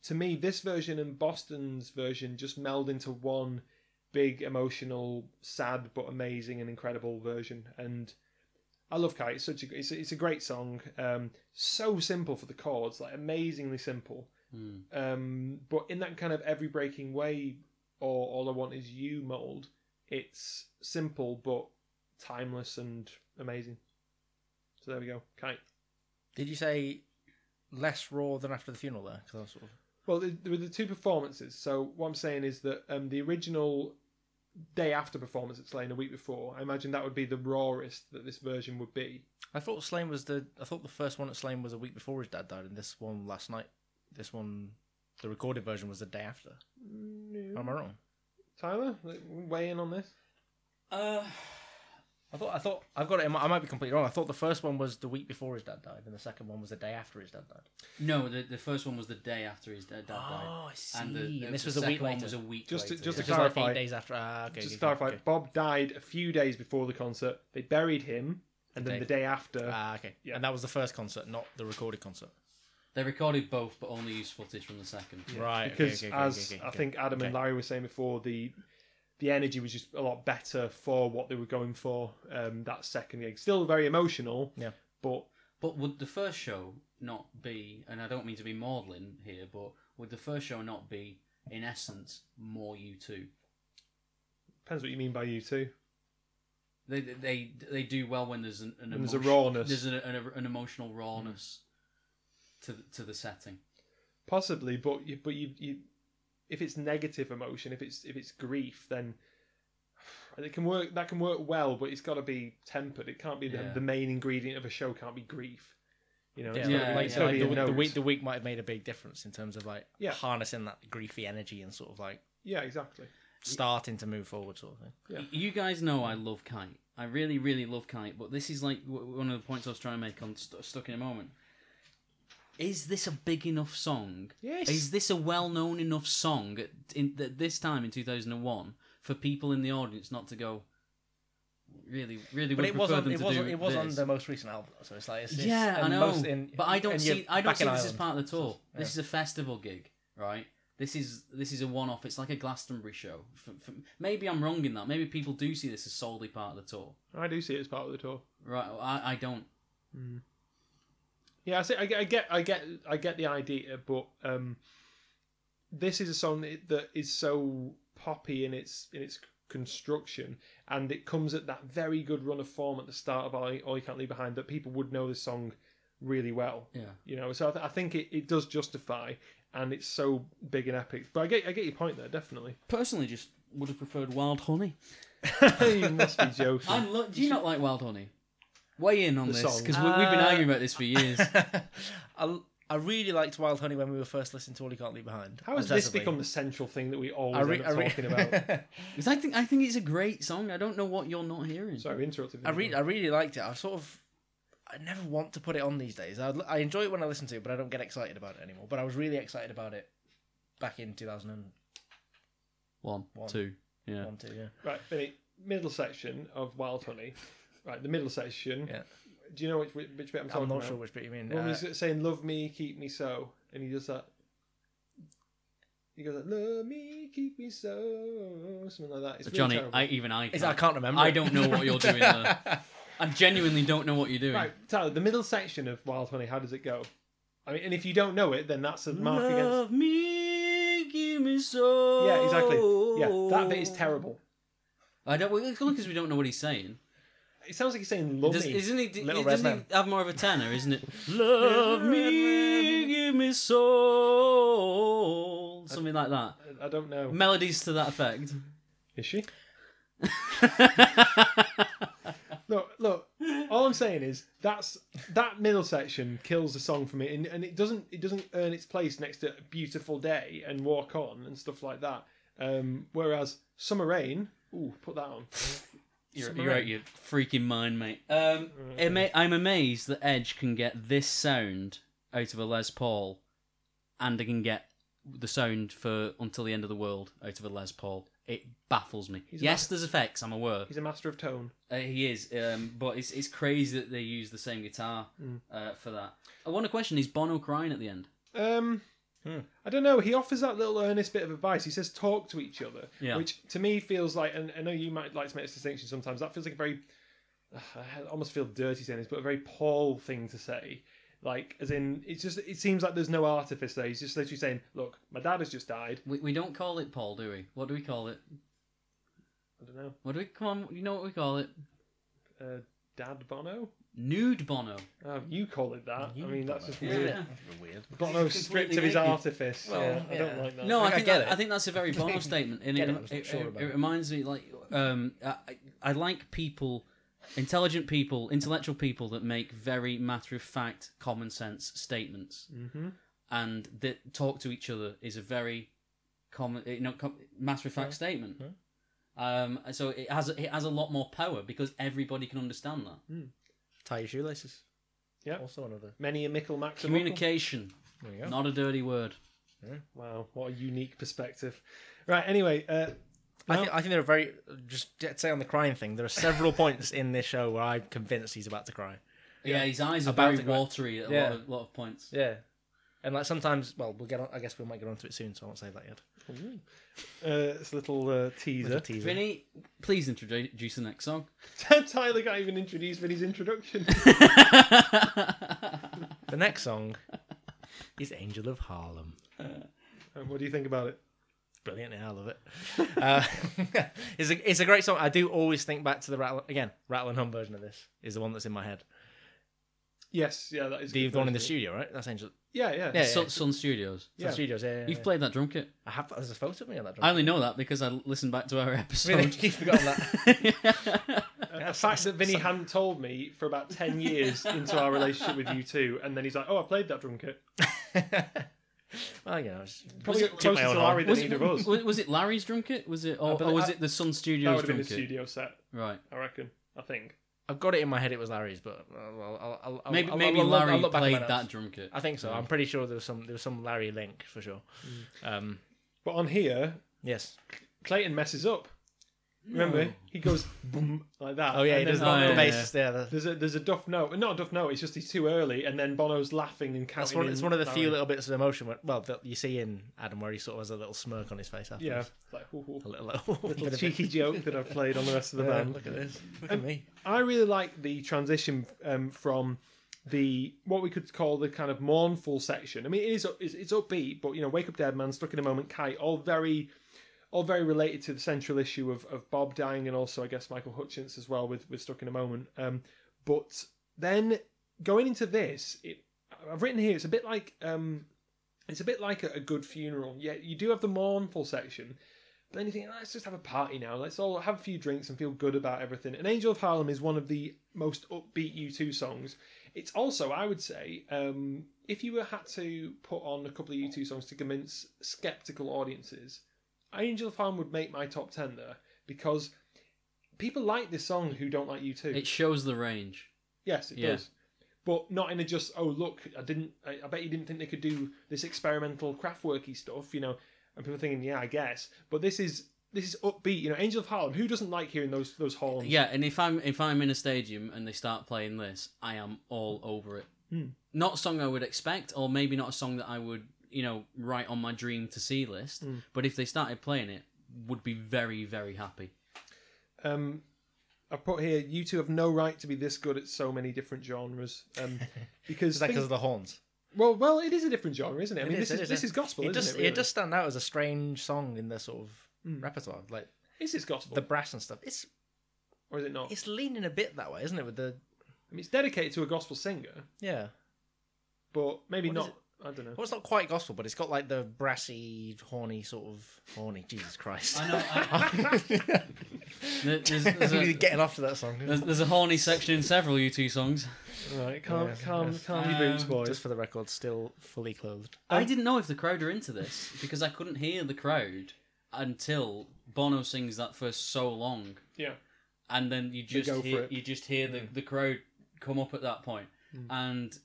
Speaker 1: to me, this version and Boston's version just meld into one big, emotional, sad but amazing and incredible version. And I love Kite. It's such a it's a, it's a great song. Um, so simple for the chords, like amazingly simple.
Speaker 2: Hmm.
Speaker 1: Um, but in that kind of every breaking way or all I want is you mold, it's simple but timeless and amazing. So there we go. Kite.
Speaker 3: Did you say less raw than after the funeral there? Because I was sort of
Speaker 1: Well, th- there were the two performances. So what I'm saying is that um, the original day after performance at Slane a week before, I imagine that would be the rawest that this version would be.
Speaker 3: I thought Slane was the. I thought the first one at Slane was a week before his dad died, and this one last night. This one, the recorded version was the day after. Am I wrong?
Speaker 1: Tyler, like, weigh in on this.
Speaker 2: Uh,
Speaker 3: I thought. I thought. I've got it. In my, I might be completely wrong. I thought the first one was the week before his dad died, and the second one was the day after his dad died.
Speaker 2: No, the, the first one was the day after his dad, dad died.
Speaker 3: Oh, I see.
Speaker 2: And, the,
Speaker 3: And this
Speaker 2: the
Speaker 3: was a week
Speaker 2: second one
Speaker 3: later.
Speaker 2: was a week
Speaker 1: Just to,
Speaker 2: later.
Speaker 1: just
Speaker 3: yeah.
Speaker 1: to
Speaker 3: Just like eight
Speaker 1: clarify,
Speaker 3: days after- ah, okay,
Speaker 1: just
Speaker 3: okay,
Speaker 1: to clarify,
Speaker 3: okay.
Speaker 1: Bob died a few days before the concert. They buried him, and
Speaker 3: The
Speaker 1: then
Speaker 3: day.
Speaker 1: the day after.
Speaker 3: Ah, okay.
Speaker 1: Yeah.
Speaker 3: And that was the first concert, not the recorded concert.
Speaker 2: They recorded both, but only used footage from the second.
Speaker 3: Right. okay,
Speaker 1: because
Speaker 3: okay, okay,
Speaker 1: as
Speaker 3: okay,
Speaker 1: I
Speaker 3: okay.
Speaker 1: think Adam and
Speaker 3: Okay.
Speaker 1: Larry were saying before, the the energy was just a lot better for what they were going for. Um, that second gig, still very emotional.
Speaker 3: Yeah.
Speaker 1: But
Speaker 2: But would the first show not be, and I don't mean to be maudlin here, but would the first show not be, in essence, more U2?
Speaker 1: depends what you mean by you two.
Speaker 2: They they they do well when there's an, an
Speaker 1: When there's a
Speaker 2: emotion-
Speaker 1: rawness.
Speaker 2: There's an, an, an emotional rawness to the, to the setting.
Speaker 1: Possibly, but you, but you, you, if it's negative emotion, if it's if it's grief, then it can work. That can work well, but it's got to be tempered. It can't be the,
Speaker 2: Yeah.
Speaker 1: the main ingredient of a show. Can't be grief. You know,
Speaker 3: Yeah,
Speaker 1: it's gotta be-
Speaker 3: like,
Speaker 1: it's
Speaker 3: so,
Speaker 1: gotta be
Speaker 3: like,
Speaker 1: a
Speaker 3: the, the
Speaker 1: note.
Speaker 3: week the week might have made a big difference in terms of like
Speaker 1: Yeah.
Speaker 3: harnessing that griefy energy and sort of like
Speaker 1: Yeah, exactly.
Speaker 3: starting to move forward sort of thing.
Speaker 1: Yeah.
Speaker 2: Y- You guys know I love Kite. I really, really love Kite, but this is like w- one of the points I was trying to make on St- Stuck in a Moment. Is this a big enough song?
Speaker 1: Yes.
Speaker 2: Is this a well known enough song at, in, at this time in 2001 for people in the audience not to go, really, really
Speaker 3: But
Speaker 2: would
Speaker 3: it was
Speaker 2: prefer
Speaker 3: on
Speaker 2: them
Speaker 3: it
Speaker 2: to
Speaker 3: was,
Speaker 2: do
Speaker 3: on- it was on
Speaker 2: this.
Speaker 3: the most recent album, so it's like it's, it's-
Speaker 2: yeah, I
Speaker 3: and
Speaker 2: know.
Speaker 3: most in-
Speaker 2: but I don't
Speaker 3: and you're
Speaker 2: see. I don't
Speaker 3: back
Speaker 2: see
Speaker 3: in
Speaker 2: this as
Speaker 3: Ireland.
Speaker 2: part of the tour.
Speaker 3: Yeah.
Speaker 2: This is a festival gig, right? This is this is a one-off. It's like a Glastonbury show. F f maybe I'm wrong in that. Maybe people do see this as solely part of the tour,
Speaker 1: I do see it as part of the tour.
Speaker 2: right? I, I don't.
Speaker 1: Yeah, I, see, I, get, I get, I get, I get the idea, but um, this is a song that, that is so poppy in its in its construction, and it comes at that very good run of form at the start of All, All You Can't Leave Behind that people would know this song really well.
Speaker 2: Yeah.
Speaker 1: you know, so I, th- I think it, it does justify, and it's so big and epic. But I get, I get your point there, definitely.
Speaker 2: Personally, just would have preferred Wild Honey.
Speaker 1: you must be joking.
Speaker 2: I lo- do you not like Wild Honey? Weigh in on
Speaker 1: The
Speaker 2: this
Speaker 1: song.
Speaker 2: because we, we've been
Speaker 3: Uh,
Speaker 2: arguing about this for years.
Speaker 3: I, I really liked Wild Honey when we were first listening to All You Can't Leave Behind.
Speaker 1: How has this
Speaker 3: obsessively.
Speaker 1: become the central thing that we
Speaker 3: I
Speaker 1: always
Speaker 3: re-
Speaker 1: end
Speaker 3: I
Speaker 1: up
Speaker 3: re-
Speaker 1: talking about?
Speaker 2: Because I think I think it's a great song. I don't know what you're not hearing.
Speaker 1: Sorry, I interrupted. you.
Speaker 3: I really, I really liked it. I sort of, I never want to put it on these days. I, I enjoy it when I listen to it, but I don't get excited about it anymore. But I was really excited about it back in 2001,
Speaker 2: One,
Speaker 3: One.
Speaker 2: two, yeah.
Speaker 3: two, yeah.
Speaker 1: Right, Billy, middle section of Wild Honey. Right, the middle section.
Speaker 3: Yeah.
Speaker 1: Do you know which which, which bit I'm talking
Speaker 3: I'm not
Speaker 1: about?
Speaker 3: sure which bit you mean.
Speaker 1: When
Speaker 3: Uh,
Speaker 1: he's saying "Love me, keep me so," and he does that. He goes like, "Love me, keep me so," something like that. It's really
Speaker 2: Johnny,
Speaker 1: terrible.
Speaker 2: I, even I,
Speaker 3: is-
Speaker 2: can't-
Speaker 3: I can't remember.
Speaker 2: I
Speaker 3: it.
Speaker 2: don't know what you're doing there. I genuinely don't know what you're doing.
Speaker 1: Right, Tyler, the middle section of Wild Honey. How does it go? I mean, and if you don't know it, then that's a mark against.
Speaker 2: me, give me so.
Speaker 1: Yeah, exactly. Yeah, that bit is terrible.
Speaker 2: I don't. Well, it's only because we don't know what he's saying.
Speaker 1: It sounds like he's saying "Love
Speaker 2: Does,
Speaker 1: me."
Speaker 2: isn't he? d-
Speaker 3: Little Red
Speaker 2: doesn't
Speaker 3: Man.
Speaker 2: he have more of a tenor? Isn't it? Love me, give me soul. Something like that.
Speaker 1: I don't know.
Speaker 2: Melodies to that effect.
Speaker 1: Is she? Look, look. All I'm saying is that's that middle section kills the song for me, and, and it doesn't it doesn't earn its place next to "Beautiful Day" and "Walk On" and stuff like that. Um, whereas "Summer Rain," ooh, put that on.
Speaker 2: You're, you're out your freaking mind, mate. Um, ama- I'm amazed that Edge can get this sound out of a Les Paul, and I can get the sound for "Until the End of the World" out of a Les Paul. It baffles me.
Speaker 1: He's
Speaker 2: yes,
Speaker 1: not-
Speaker 2: there's effects. I'm aware.
Speaker 1: He's a master of tone.
Speaker 2: Uh, he is, um, but it's it's crazy that they use the same guitar
Speaker 1: Hmm.
Speaker 2: uh, for that. I want to question: Is Bono crying at the end?
Speaker 1: Um, I don't know. He offers that little earnest bit of advice. He says, "Talk to each other,"
Speaker 2: Yeah.
Speaker 1: which to me feels like, and I know you might like to make this distinction sometimes. That feels like a very, I almost feel dirty saying this, but a very Paul thing to say. Like, as in, it's just, it seems like there's no artifice there. He's just literally saying, "Look, my dad has just died."
Speaker 2: We, we don't call it Paul, do we? What do we call it?
Speaker 1: I don't know,
Speaker 2: What do we? Come on, you know what we call it?
Speaker 1: uh, Dad Bono.
Speaker 2: Nude Bono.
Speaker 1: Oh, you call it that. I mean, that's just weird.
Speaker 2: Yeah.
Speaker 3: weird.
Speaker 1: Bono stripped of his
Speaker 2: naked.
Speaker 1: artifice. yeah, I don't
Speaker 3: yeah.
Speaker 1: like that.
Speaker 2: No, I,
Speaker 3: I
Speaker 2: think
Speaker 3: get
Speaker 2: that-
Speaker 3: it.
Speaker 2: I think that's a very Bono statement, and
Speaker 3: Get
Speaker 2: it,
Speaker 3: it, I was
Speaker 2: it,
Speaker 3: sure
Speaker 2: it-
Speaker 3: about
Speaker 2: it
Speaker 3: it.
Speaker 2: reminds me like um, I, I like people, intelligent people, intellectual people that make very matter of fact, common sense statements, mm-hmm. and that talk to each other is a very common, you know, com- matter of fact statement.
Speaker 3: Mm-hmm.
Speaker 2: Um, so it has it has a lot more power because everybody can understand that
Speaker 3: Mm-hmm. Tie your shoelaces.
Speaker 1: Yeah.
Speaker 3: Also another.
Speaker 1: Many a Mickle Max. and Muckle.
Speaker 2: communication.
Speaker 3: There you go.
Speaker 2: Not a dirty word.
Speaker 1: Wow, what a unique perspective. Right. Anyway, uh,
Speaker 3: I, think, I think there are very just to say on the crying thing. There are several points in this show where I'm convinced he's about to cry.
Speaker 2: Yeah, his eyes are
Speaker 3: About
Speaker 2: very
Speaker 3: to go-
Speaker 2: watery at a
Speaker 3: Yeah.
Speaker 2: lot of, lot of points.
Speaker 3: Yeah. And like sometimes, well, we'll get on. I guess we might get onto it soon, so I won't say that yet.
Speaker 1: Uh, it's a little uh, teaser.
Speaker 3: Little teaser.
Speaker 2: Vinny, please introduce the next song.
Speaker 1: Tyler can't even introduce Vinny's introduction.
Speaker 3: The next song is "Angel of Harlem."
Speaker 1: And Uh, what do you think about it?
Speaker 3: Brilliant, yeah, I love it. Uh, it's a it's a great song. I do always think back to the rattle again. Rattle and hum version of this is the one that's in my head.
Speaker 1: Yes, yeah, that is a
Speaker 3: The
Speaker 1: good
Speaker 3: one in the
Speaker 1: version.
Speaker 3: studio, right? That's Angel.
Speaker 1: Yeah, yeah,
Speaker 3: Yeah,
Speaker 2: Sun, Sun Studios.
Speaker 3: Yeah.
Speaker 1: Yeah.
Speaker 3: Studios. Yeah, yeah,
Speaker 2: You've
Speaker 3: yeah.
Speaker 2: played that drum kit.
Speaker 3: I have. There's a photo of me on that. Drum.
Speaker 2: I only know that because I listened back to our episode.
Speaker 3: Really? You've forgotten that.
Speaker 1: uh, A fact that Vinny hadn't told me for about ten years into our relationship with you two, and then he's like, "Oh, I played that drum kit."
Speaker 3: well, you know, it's
Speaker 1: Probably
Speaker 3: Took
Speaker 1: closer
Speaker 3: my own
Speaker 1: to
Speaker 3: arm.
Speaker 1: Larry than
Speaker 2: was,
Speaker 1: either of us.
Speaker 2: it, was, was it Larry's drum kit? Was it or,
Speaker 1: believe-
Speaker 2: or was
Speaker 1: I-
Speaker 2: it the Sun
Speaker 1: That
Speaker 2: Studios
Speaker 1: would have
Speaker 2: drum
Speaker 1: been a
Speaker 2: kit?
Speaker 1: studio set,
Speaker 2: Right.
Speaker 1: I reckon. I think.
Speaker 3: I've got it in my head. It was Larry's, but uh, I'll, I'll, I'll, I'll,
Speaker 2: Maybe
Speaker 3: I'll,
Speaker 2: maybe
Speaker 3: I'll look-
Speaker 2: Larry
Speaker 3: I'll look back at my
Speaker 2: played
Speaker 3: notes.
Speaker 2: that drum kit.
Speaker 3: I think so. I'm pretty sure there was some there was some Larry link for sure. Um,
Speaker 1: But on here,
Speaker 3: yes.
Speaker 1: Clayton messes up. Remember, he goes boom like that.
Speaker 3: Oh yeah, he
Speaker 1: and then
Speaker 3: does the,
Speaker 2: Oh,
Speaker 3: the
Speaker 2: yeah,
Speaker 3: bass. Yeah, the-
Speaker 1: There's a there's a duff note, not a duff note. It's just he's too early, and then Bono's laughing and counting.
Speaker 3: that's one.
Speaker 1: in
Speaker 3: It's one of the few
Speaker 1: Larry.
Speaker 3: little bits of emotion. Where, well, that you see in Adam where he sort of has a little smirk on his face. After
Speaker 1: yeah, like hoo, hoo.
Speaker 3: a little, little,
Speaker 1: little cheeky joke that I've played on the rest of the band.
Speaker 3: Look at this. Look at me.
Speaker 1: I really like the transition um, from the what we could call the kind of mournful section. I mean, it is it's, it's upbeat, but you know, "Wake Up Dead Man," "Stuck in a Moment," "Kite," all very, all very related to the central issue of, of Bob dying, and also I guess Michael Hutchence as well with with "Stuck in a Moment." Um, but then going into this, it, I've written here. It's a bit like um, it's a bit like a, a good funeral. Yeah, you do have the mournful section, but then you think, let's just have a party now. Let's all have a few drinks and feel good about everything. And Angel of Harlem is one of the most upbeat U2 songs. It's also, I would say, um, if you were had to put on a couple of U2 songs to convince skeptical audiences, Angel of Harlem would make my top 10 there because people like this song who don't like U2.
Speaker 2: It shows the range.
Speaker 1: Yes, it
Speaker 2: Yeah.
Speaker 1: does. But not in a just oh look, I didn't. I, I bet you didn't think they could do this experimental craftworky stuff, you know. And people thinking, yeah, I guess. But this is this is upbeat, you know. Angel of Harlem. Who doesn't like hearing those those horns?
Speaker 2: Yeah, and if I'm if I'm in a stadium and they start playing this, I am all over it.
Speaker 3: Hmm.
Speaker 2: Not a song I would expect, or maybe not a song that I would you know write on my dream to see list.
Speaker 3: Hmm.
Speaker 2: But if they started playing it, would be very very happy.
Speaker 1: Um, I put here, you two have no right to be this good at so many different genres. Um, because
Speaker 3: Is that
Speaker 1: think-
Speaker 3: because of the horns?
Speaker 1: well, well, it is a different genre, isn't it? I mean,
Speaker 3: It
Speaker 1: this is,
Speaker 3: it
Speaker 1: this
Speaker 3: yeah.
Speaker 1: is gospel,
Speaker 3: It
Speaker 1: isn't
Speaker 3: does.
Speaker 1: it? Really?
Speaker 3: does stand out as a strange song in their sort of repertoire, like
Speaker 1: Is this gospel,
Speaker 3: the brass and stuff. It's
Speaker 1: or is it not?
Speaker 3: it's leaning a bit that way, isn't it? With the
Speaker 1: I mean, it's dedicated to a gospel singer,
Speaker 3: yeah.
Speaker 1: but maybe
Speaker 3: What is
Speaker 1: not. I don't know.
Speaker 3: Well, it's not quite gospel, but it's got like the brassy, horny sort of horny. Jesus Christ!
Speaker 2: I know. There- there's, there's,
Speaker 3: We're
Speaker 2: a,
Speaker 3: getting off to that song
Speaker 2: there's, there's a horny section in several U2 songs.
Speaker 1: Right, calm,
Speaker 3: Yes,
Speaker 1: calm,
Speaker 3: yes.
Speaker 1: calm your boots,
Speaker 2: Um,
Speaker 1: boys.
Speaker 3: just for the record. Still fully clothed.
Speaker 2: I didn't know if the crowd are into this because I couldn't hear the crowd until Bono sings that for so long.
Speaker 1: Yeah.
Speaker 2: and then you just
Speaker 1: go for
Speaker 2: hear,
Speaker 1: it. Mm.
Speaker 2: you just hear the, the crowd come up at that point and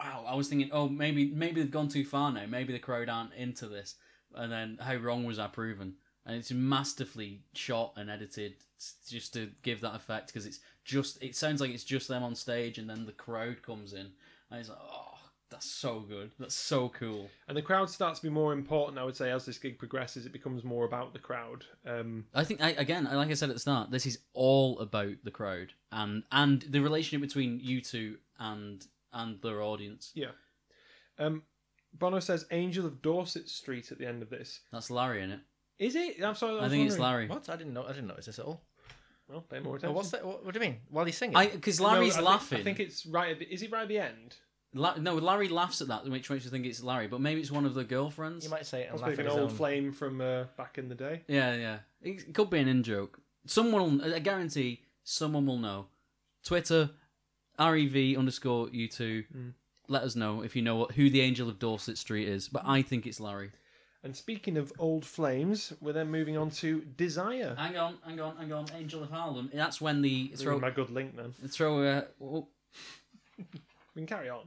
Speaker 2: wow i was thinking oh maybe maybe they've gone too far now maybe the crowd aren't into this and then how wrong was i proven and it's masterfully shot and edited s- just to give that effect because it's just it sounds like it's just them on stage and then the crowd comes in and it's like oh that's so good that's so cool
Speaker 1: And the crowd starts to be more important, I would say, as this gig progresses. It becomes more about the crowd. Um,
Speaker 2: I think I, again, I- like I said at the start, this is all about the crowd and and the relationship between you two and and their audience.
Speaker 1: yeah. Um, Bono says "Angel of Dorset Street" at the end of this.
Speaker 2: That's Larry in it.
Speaker 1: Is it? I'm sorry. I,
Speaker 2: I
Speaker 1: was
Speaker 2: think it's
Speaker 1: wondering.
Speaker 2: Larry.
Speaker 3: What? I didn't know. I didn't notice this at all.
Speaker 1: Well, pay more
Speaker 3: Oh,
Speaker 1: attention.
Speaker 3: what's that? What, what do you mean? While he's singing?
Speaker 2: I because
Speaker 1: No,
Speaker 2: Larry's
Speaker 1: I think-
Speaker 2: laughing.
Speaker 1: I think it's right. At the, is it right at the end?
Speaker 2: La- no, Larry laughs at that, which makes you think it's Larry, but maybe it's one of the girlfriends.
Speaker 3: you might say it and
Speaker 1: Possibly
Speaker 3: laugh
Speaker 1: like an
Speaker 3: at his
Speaker 1: old
Speaker 3: own.
Speaker 1: flame from uh, back in the day.
Speaker 2: Yeah, yeah. It could be an in joke. Someone, will, I guarantee, someone will know. Twitter, rev underscore u two.
Speaker 3: Hmm.
Speaker 2: Let us know if you know what, who the Angel of Dorset Street is, but I think it's Larry.
Speaker 1: And speaking of old flames, we're then moving on to Desire.
Speaker 2: Hang on, hang on, hang on. Angel of Harlem. That's when the
Speaker 1: Throw
Speaker 2: throw
Speaker 1: my good link, then.
Speaker 2: throw. Uh, oh,
Speaker 1: We can carry on.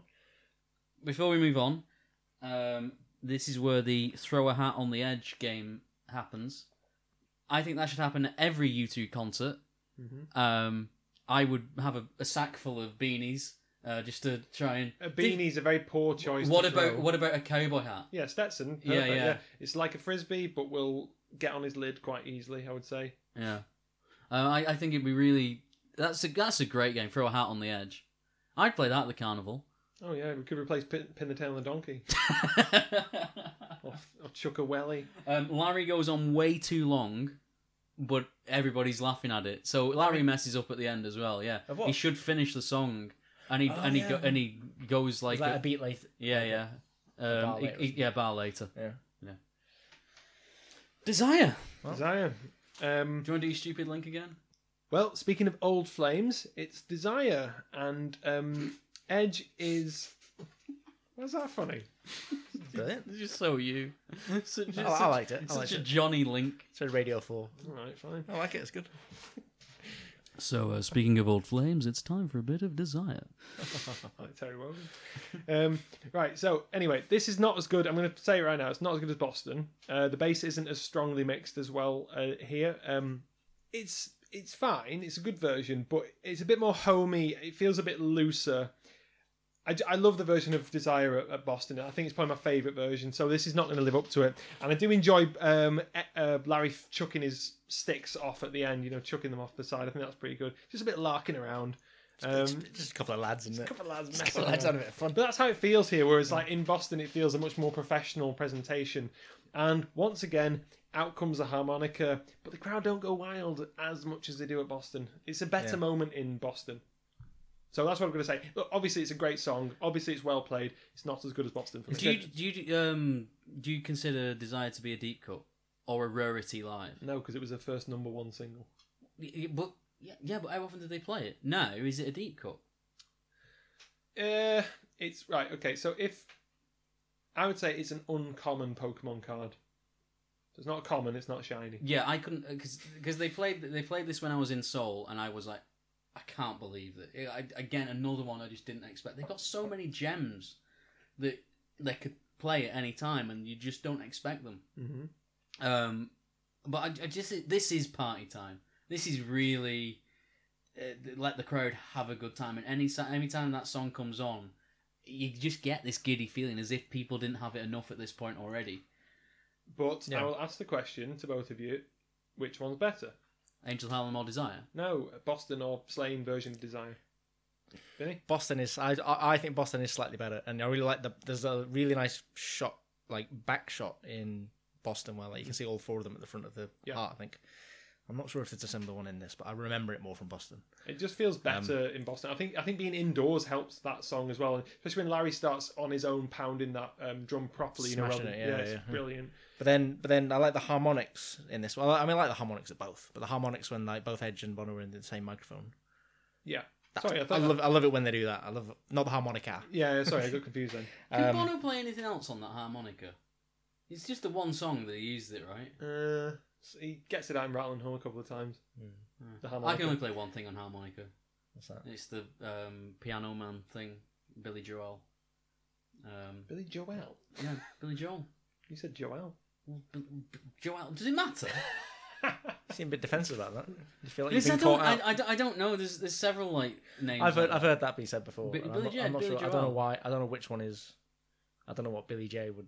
Speaker 2: before we move on, um, this is where the throw a hat on the edge game happens. I think that should happen at every
Speaker 1: Mm-hmm.
Speaker 2: U two concert. Um, I would have a, a sack full of beanies uh, just to try and.
Speaker 1: A beanie's a very poor choice.
Speaker 2: What
Speaker 1: to
Speaker 2: about
Speaker 1: throw.
Speaker 2: what about a cowboy hat?
Speaker 1: Yeah, Stetson. Perfect,
Speaker 2: Yeah,
Speaker 1: yeah,
Speaker 2: yeah.
Speaker 1: It's like a frisbee, but will get on his lid quite easily. I would say.
Speaker 2: Yeah, uh, I I think it'd be really that's a that's a great game. Throw a hat on the edge. I'd play that at the carnival.
Speaker 1: Oh yeah, we could replace pin, pin the tail on the donkey. or, or chuck a welly.
Speaker 2: Um, Larry goes on way too long, but everybody's laughing at it. So Larry messes up at the end as well. Yeah,
Speaker 12: Of what?
Speaker 2: he should finish the song, and he
Speaker 12: Oh,
Speaker 2: and he
Speaker 12: yeah.
Speaker 2: go, and he goes like
Speaker 12: Is that a beat later?
Speaker 2: Yeah, yeah.
Speaker 12: A bar
Speaker 2: Um, he-
Speaker 12: later,
Speaker 2: he-
Speaker 12: isn't it?
Speaker 2: yeah, bar later.
Speaker 3: Yeah.
Speaker 2: yeah. Desire.
Speaker 1: Desire. Um,
Speaker 2: do you want to do your stupid link again?
Speaker 1: Well, speaking of old flames, it's Desire, and um, Edge is. Why's that funny?
Speaker 3: Brilliant.
Speaker 2: It's just so you. Such,
Speaker 3: I- I
Speaker 2: such-
Speaker 3: liked it. I
Speaker 2: Such
Speaker 3: liked
Speaker 2: a
Speaker 3: it.
Speaker 2: Johnny Link.
Speaker 3: So Radio Four.
Speaker 1: All right, fine.
Speaker 3: I like it. It's good.
Speaker 2: So uh, speaking of old flames, it's time for a bit of desire.
Speaker 1: Like Terry Wogan. Um, right, so anyway, this is not as good. I'm going to say it right now. It's not as good as Boston. Uh, the bass isn't as strongly mixed as well uh, here. Um, it's it's fine. It's a good version, but it's a bit more homey. It feels a bit looser. I, j- I love the version of Desire at, at Boston. I think it's probably my favourite version. So this is not going to live up to it. And I do enjoy um, e- uh, Larry chucking his sticks off at the end. You know, chucking them off the side. I think that's pretty good. Just a bit larking around. Um,
Speaker 3: Just a couple of lads, isn't it? A couple
Speaker 1: of lads,
Speaker 3: a couple of lads out of it.
Speaker 1: But that's how it feels here. Whereas, like in Boston, it feels a much more professional presentation. And once again, out comes the harmonica, but the crowd don't go wild as much as they do at Boston. It's a better
Speaker 3: Yeah.
Speaker 1: moment in Boston. So that's what I'm going to say. Look, obviously, it's a great song. Obviously, it's well played. It's not as good as Boston for me.
Speaker 2: Do you do you, um do you consider Desire to be a deep cut or a rarity live?
Speaker 1: No, because it was their first number one single.
Speaker 2: Y- y- But yeah, yeah, but how often do they play it? No, is it a deep cut?
Speaker 1: Uh, it's right. Okay, so if I would say it's an uncommon Pokemon card. So it's not common. It's not shiny.
Speaker 2: Yeah, I couldn't because because they played they played this when I was in Seoul and I was like, I can't believe that. I, I- again, another one I just didn't expect. They got so many gems that they could play at any time, and you just don't expect them.
Speaker 1: Mm-hmm.
Speaker 2: Um, but I, I just this is party time. This is really uh, let the crowd have a good time. And any si- any time that song comes on, you just get this giddy feeling as if people didn't have it enough at this point already.
Speaker 1: But
Speaker 2: Yeah.
Speaker 1: I will ask the question to both of you: Which one's better?
Speaker 2: Angel Harlem or Desire?
Speaker 1: No, Boston or Slain version of Desire? Vinny?
Speaker 3: Boston is. I I I think Boston is slightly better, and I really like the. There's a really nice shot, like back shot in Boston, where like you can see all four of them at the front of the
Speaker 1: Yeah.
Speaker 3: heart. I think. I'm not sure if it's a similar one in this, but I remember it more from Boston.
Speaker 1: It just feels
Speaker 3: Um,
Speaker 1: better in Boston. I think I think being indoors helps that song as well, and especially when Larry starts on his own pounding that um, drum properly. You know,
Speaker 3: Smashing
Speaker 1: rather-
Speaker 3: it, yeah,
Speaker 1: it's
Speaker 3: yeah.
Speaker 1: brilliant.
Speaker 3: But then, but then I like the harmonics in this. Well, I mean, I like the harmonics at both, but the harmonics when like both Edge and Bono are in the same microphone.
Speaker 1: Yeah,
Speaker 3: That-
Speaker 1: sorry, I thought.
Speaker 3: love, I love it when they do that. I love not the harmonica.
Speaker 1: Yeah, yeah, sorry, I got confused then.
Speaker 2: Can
Speaker 3: Um,
Speaker 2: Bono play anything else on that harmonica? It's just the one song that he used it right.
Speaker 1: Uh, so he gets it out in Rattling Home a couple of times.
Speaker 3: Hmm.
Speaker 1: The
Speaker 2: I
Speaker 1: harmonica.
Speaker 2: can only play one thing on harmonica.
Speaker 3: What's that?
Speaker 2: It's the um, Piano Man thing, Billy Joel. Um,
Speaker 1: Billy Joel.
Speaker 2: Yeah, Billy Joel.
Speaker 1: You said Joel.
Speaker 2: Joel, does it matter?
Speaker 3: You seem a bit defensive about that. You feel like you've
Speaker 2: Yes, I
Speaker 3: been
Speaker 2: don't,
Speaker 3: caught
Speaker 2: I,
Speaker 3: out.
Speaker 2: I don't- I don't know. There's there's several like names.
Speaker 3: I've heard,
Speaker 2: like
Speaker 3: I've heard that be said before.
Speaker 2: Bi-
Speaker 3: and I'm
Speaker 2: Billy
Speaker 3: not,
Speaker 2: J-
Speaker 3: I'm not
Speaker 2: Billy
Speaker 3: sure. I don't know
Speaker 2: Joel.
Speaker 3: why. I don't know which one is. I don't know what Billy J would.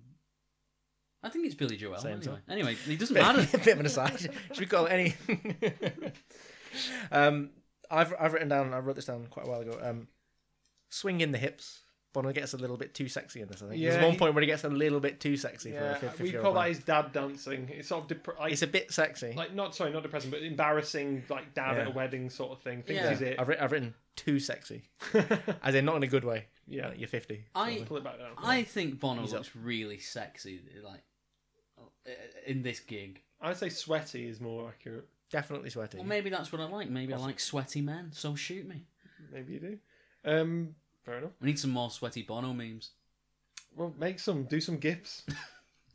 Speaker 2: I think it's Billy Joel.
Speaker 3: Same
Speaker 2: Anyway.
Speaker 3: time.
Speaker 2: anyway, it doesn't
Speaker 3: Bit-
Speaker 2: matter.
Speaker 3: bit of an aside. Should we call it any? um, I've I've written down. I wrote this down quite a while ago. Um, swing in the hips. Bono gets a little bit too sexy in this. I think
Speaker 1: Yeah,
Speaker 3: there's one
Speaker 1: he-
Speaker 3: point where he gets a little bit too sexy
Speaker 1: Yeah,
Speaker 3: for a fifty
Speaker 1: we
Speaker 3: year
Speaker 1: call
Speaker 3: old.
Speaker 1: that his dad dancing. It's sort of depre- like,
Speaker 3: It's a bit sexy.
Speaker 1: like not sorry, not depressing, but embarrassing, like dad at a
Speaker 3: Yeah.
Speaker 1: wedding sort of thing. Thinks
Speaker 2: Yeah.
Speaker 1: he's it.
Speaker 3: I've, writ- I've written too sexy, as in not in a good way.
Speaker 1: Yeah,
Speaker 3: Like, you're fifty.
Speaker 2: I
Speaker 1: Pull it back down.
Speaker 2: I think Bono
Speaker 3: He's up.
Speaker 2: looks really sexy, like uh, in this gig.
Speaker 1: I'd say sweaty is more accurate.
Speaker 3: Definitely sweaty.
Speaker 2: Well, maybe that's what I like. Maybe I like sweaty men. So shoot me.
Speaker 1: Maybe you do. Um, fair enough.
Speaker 2: We need some more sweaty Bono memes.
Speaker 1: Well, make some, do some gifs.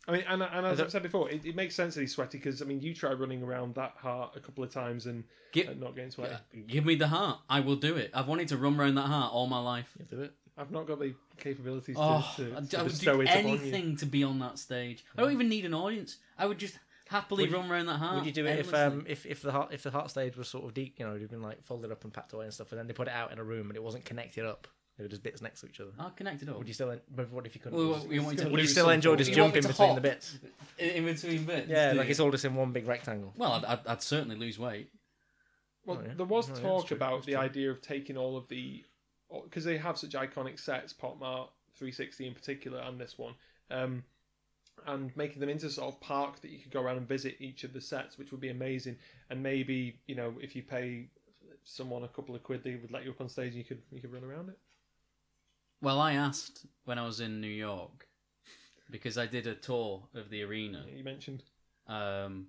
Speaker 1: I mean, and, and as
Speaker 2: Is it-
Speaker 1: I've said before, it, it makes sense that he's sweaty because I mean, you try running around that heart a couple of times and,
Speaker 2: Gi-
Speaker 1: and not getting sweaty.
Speaker 2: Give me the heart. I will do it. I've wanted to run around that heart all my life.
Speaker 3: You'll do it.
Speaker 1: I've not got the capabilities
Speaker 2: Oh,
Speaker 1: to, to,
Speaker 2: I'd-
Speaker 1: to
Speaker 2: I would
Speaker 1: bestow
Speaker 2: do
Speaker 1: it upon you.
Speaker 2: anything to be on that stage. I don't even need an audience. I would just happily
Speaker 3: Would you-
Speaker 2: run around that heart.
Speaker 3: Would you do it if
Speaker 2: endlessly.
Speaker 3: um if, if the heart if the heart stage was sort of deep, you know, it'd been like folded up and packed away and stuff, and then they put it out in a room and it wasn't connected up? They were just bits next to each other.
Speaker 2: Are connected up.
Speaker 3: Would you still? en- But what if you couldn't?
Speaker 2: Well,
Speaker 3: Would you-
Speaker 2: we want you to-
Speaker 3: would you still enjoy just
Speaker 2: we want
Speaker 3: jumping
Speaker 2: you to
Speaker 3: between the
Speaker 2: hop
Speaker 3: bits?
Speaker 2: in in between bits.
Speaker 3: Yeah,
Speaker 2: do
Speaker 3: like
Speaker 2: you?
Speaker 3: it's all just in one big rectangle.
Speaker 2: Well, I'd, I'd, I'd certainly lose weight.
Speaker 1: Well,
Speaker 2: Oh, yeah.
Speaker 1: there was
Speaker 2: Oh, yeah, that's
Speaker 1: talk
Speaker 2: true,
Speaker 1: about
Speaker 2: that's
Speaker 1: the
Speaker 2: true.
Speaker 1: idea of taking all of the because they have such iconic sets, Potmart 360 in particular, and this one, um, and making them into sort of park that you could go around and visit each of the sets, which would be amazing. And maybe you know if you pay someone a couple of quid, they would let you up on stage and you could you could run around it.
Speaker 2: Well, I asked when I was in New York because I did a tour of the arena.
Speaker 1: You mentioned.
Speaker 2: Um,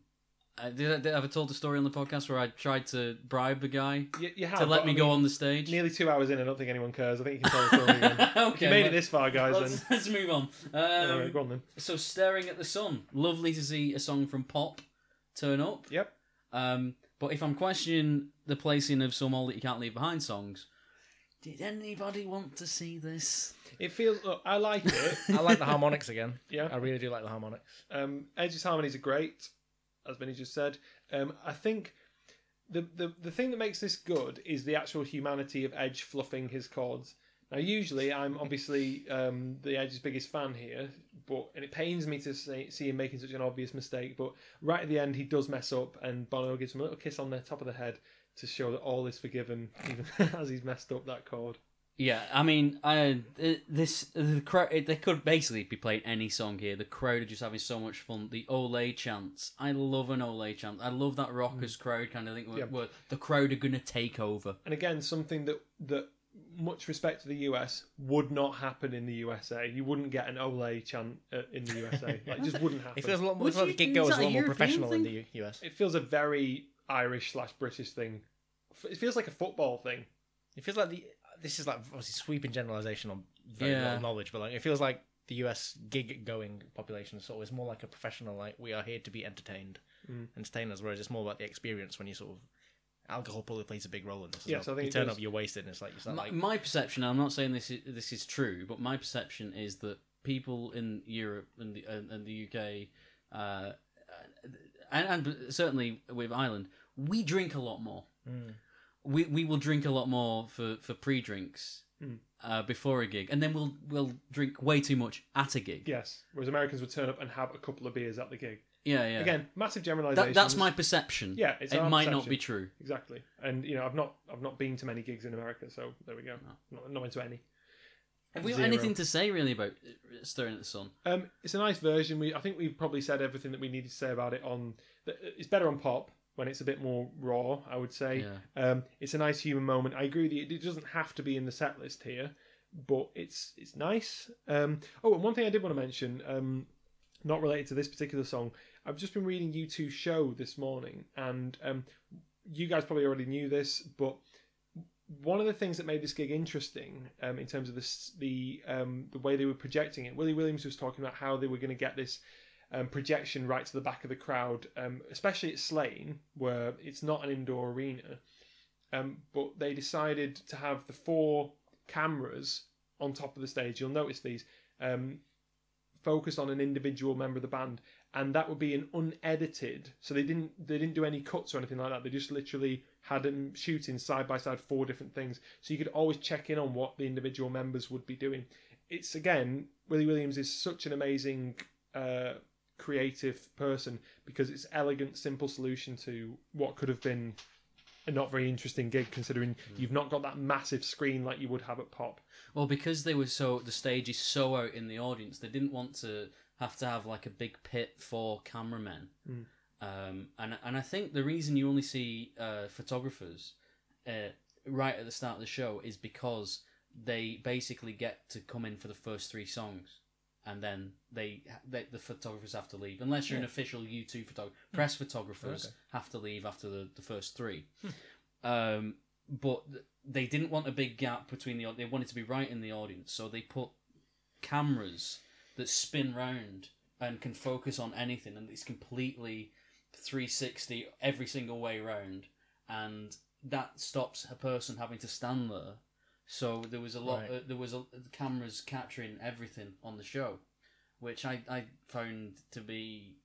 Speaker 2: I, did, I, did I ever told the story on the podcast where I tried to bribe the guy
Speaker 1: You, you have,
Speaker 2: to let
Speaker 1: but,
Speaker 2: me
Speaker 1: I
Speaker 2: go
Speaker 1: mean,
Speaker 2: on the stage?
Speaker 1: Nearly two hours in, I don't think anyone cares. I think you can tell the story again. If you made it
Speaker 2: well,
Speaker 1: this far, guys,
Speaker 2: Let's,
Speaker 1: then
Speaker 2: let's move on. Um,
Speaker 1: Alright, go on then.
Speaker 2: So, staring at the sun. Lovely to see a song from Pop turn up.
Speaker 1: Yep.
Speaker 2: Um, but if I'm questioning the placing of some "All That You Can't Leave Behind" songs, did anybody want to see this?
Speaker 1: it feels. Look, I like it.
Speaker 3: I like the harmonics again.
Speaker 1: Yeah.
Speaker 3: I really do like the harmonics.
Speaker 1: Um, Edge's harmonies are great, as Benny just said. Um, I think the, the the thing that makes this good is the actual humanity of Edge fluffing his chords. Now, usually, I'm obviously um, the Edge's biggest fan here, but and it pains me to say, see him making such an obvious mistake. But right at the end, he does mess up, and Bono gives him a little kiss on the top of the head to show that all is forgiven, even as he's messed up that chord.
Speaker 2: Yeah, I mean, I th- this uh, the crowd they could basically be playing any song here. The crowd are just having so much fun. The Ole chants, I love an Ole chant. I love that rockers crowd kind of thing. Where,
Speaker 1: Yeah.
Speaker 2: where the crowd are gonna take over.
Speaker 1: and again something that that much respect to the US would not happen in the USA. You wouldn't get an Ole chant uh, in the USA. Like, it just wouldn't happen.
Speaker 3: It feels a lot more.
Speaker 2: Would
Speaker 3: It's like
Speaker 2: you
Speaker 3: the gig
Speaker 2: think
Speaker 3: goes a
Speaker 2: it's
Speaker 3: lot
Speaker 2: like a
Speaker 3: more
Speaker 2: European
Speaker 3: professional in
Speaker 2: thing?
Speaker 3: the U- US.
Speaker 1: It feels a very Irish slash British thing. F- It feels like a football thing.
Speaker 3: It feels like the this is like obviously sweeping generalization on very
Speaker 2: Yeah.
Speaker 3: little knowledge, but like it feels like the US gig going population is sort of is more like a professional. Like we are here to be entertained,
Speaker 1: Mm.
Speaker 3: entertainers. Whereas it's more about the experience when you sort of alcohol probably plays a big role in this. as
Speaker 1: Yes,
Speaker 3: well.
Speaker 1: I think
Speaker 3: you
Speaker 1: it
Speaker 3: turn
Speaker 1: does.
Speaker 3: up, you're wasted, and it's like you start
Speaker 2: My,
Speaker 3: like
Speaker 2: my perception, I'm not saying this is, this is true, but my perception is that people in Europe and the, and, and the UK, uh, and, and certainly with Ireland, we drink a lot more.
Speaker 1: Hmm.
Speaker 3: Mm.
Speaker 2: We we will drink a lot more for, for pre drinks
Speaker 1: Mm.
Speaker 2: uh, before a gig, and then we'll we'll drink way too much at a gig.
Speaker 1: Yes. Whereas Americans would turn up and have a couple of beers at the gig.
Speaker 2: Yeah, yeah.
Speaker 1: Again, massive generalization.
Speaker 2: that, that's my perception.
Speaker 1: Yeah, it's
Speaker 2: it
Speaker 1: our
Speaker 2: might not
Speaker 1: perception.
Speaker 2: be true.
Speaker 1: Exactly. And you know, I've not I've not been to many gigs in America, so there we go. Not, not into any.
Speaker 2: Have we got
Speaker 1: Zero.
Speaker 2: anything to say really about uh, staring at the sun?
Speaker 1: Um, it's a nice version. We I think we've probably said everything that we needed to say about it. On th- it's better on pop when it's a bit more raw. I would say.
Speaker 2: Yeah.
Speaker 1: Um, it's a nice human moment. I agree with you. It doesn't have to be in the set list here, but it's it's nice. Um, oh, and one thing I did want to mention, um, not related to this particular song. I've just been reading U 2s show this morning, and um, you guys probably already knew this, but one of the things that made this gig interesting um, in terms of this, the um, the way they were projecting it, Willie Williams was talking about how they were going to get this um, projection right to the back of the crowd, um, especially at Slane, where it's not an indoor arena. Um, but they decided to have the four cameras on top of the stage. You'll notice these um, focused on an individual member of the band, and that would be an unedited. So they didn't they didn't do any cuts or anything like that. They just literally had them shooting side by side four different things, so you could always check in on what the individual members would be doing. It's again, Willie Williams is such an amazing. Uh, creative person because it's elegant simple solution to what could have been a not very interesting gig considering you've not got that massive screen like you would have at pop
Speaker 2: Well, because they were so the stage is so out in the audience, they didn't want to have to have like a big pit for cameramen.
Speaker 1: Mm.
Speaker 2: Um, and and I think the reason you only see uh, photographers uh, right at the start of the show is because they basically get to come in for the first three songs, and then they, they the photographers have to leave unless you're an official U two photographer. Press photographers
Speaker 3: Okay.
Speaker 2: have to leave after the, the first three. Um, but th- they didn't want a big gap between the. au- They wanted to be right in the audience, so they put cameras that spin round and can focus on anything, and it's completely 360 every single way round, and that stops a person having to stand there. So there was a lot.
Speaker 3: Right.
Speaker 2: Uh, there was a, the cameras capturing everything on the show, which I I found to be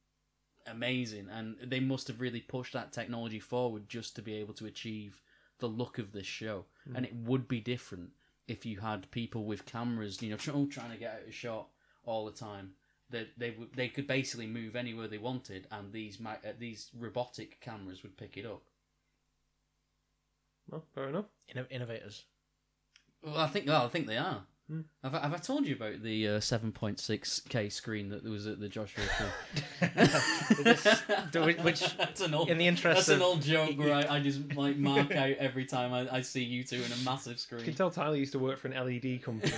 Speaker 2: amazing, and they must have really pushed that technology forward just to be able to achieve the look of this show, and it would be different if you had people with cameras, you know, tr- all trying to get out a shot all the time, that they w- they could basically move anywhere they wanted, and these ma- uh, these robotic cameras would pick it up.
Speaker 1: Well, fair enough.
Speaker 3: innovators.
Speaker 2: Well, I think well, I think they are.
Speaker 1: Hmm.
Speaker 2: Have, I, have I told you about the uh, seven point six k screen that was at the Joshua Tree?
Speaker 3: do we- which-
Speaker 2: that's an old,
Speaker 3: in the interest
Speaker 2: that's an
Speaker 3: of-
Speaker 2: old joke where I, I just like mark out every time I, I see you two in a massive
Speaker 1: You
Speaker 2: screen.
Speaker 1: can tell Tyler used to work for an LED company.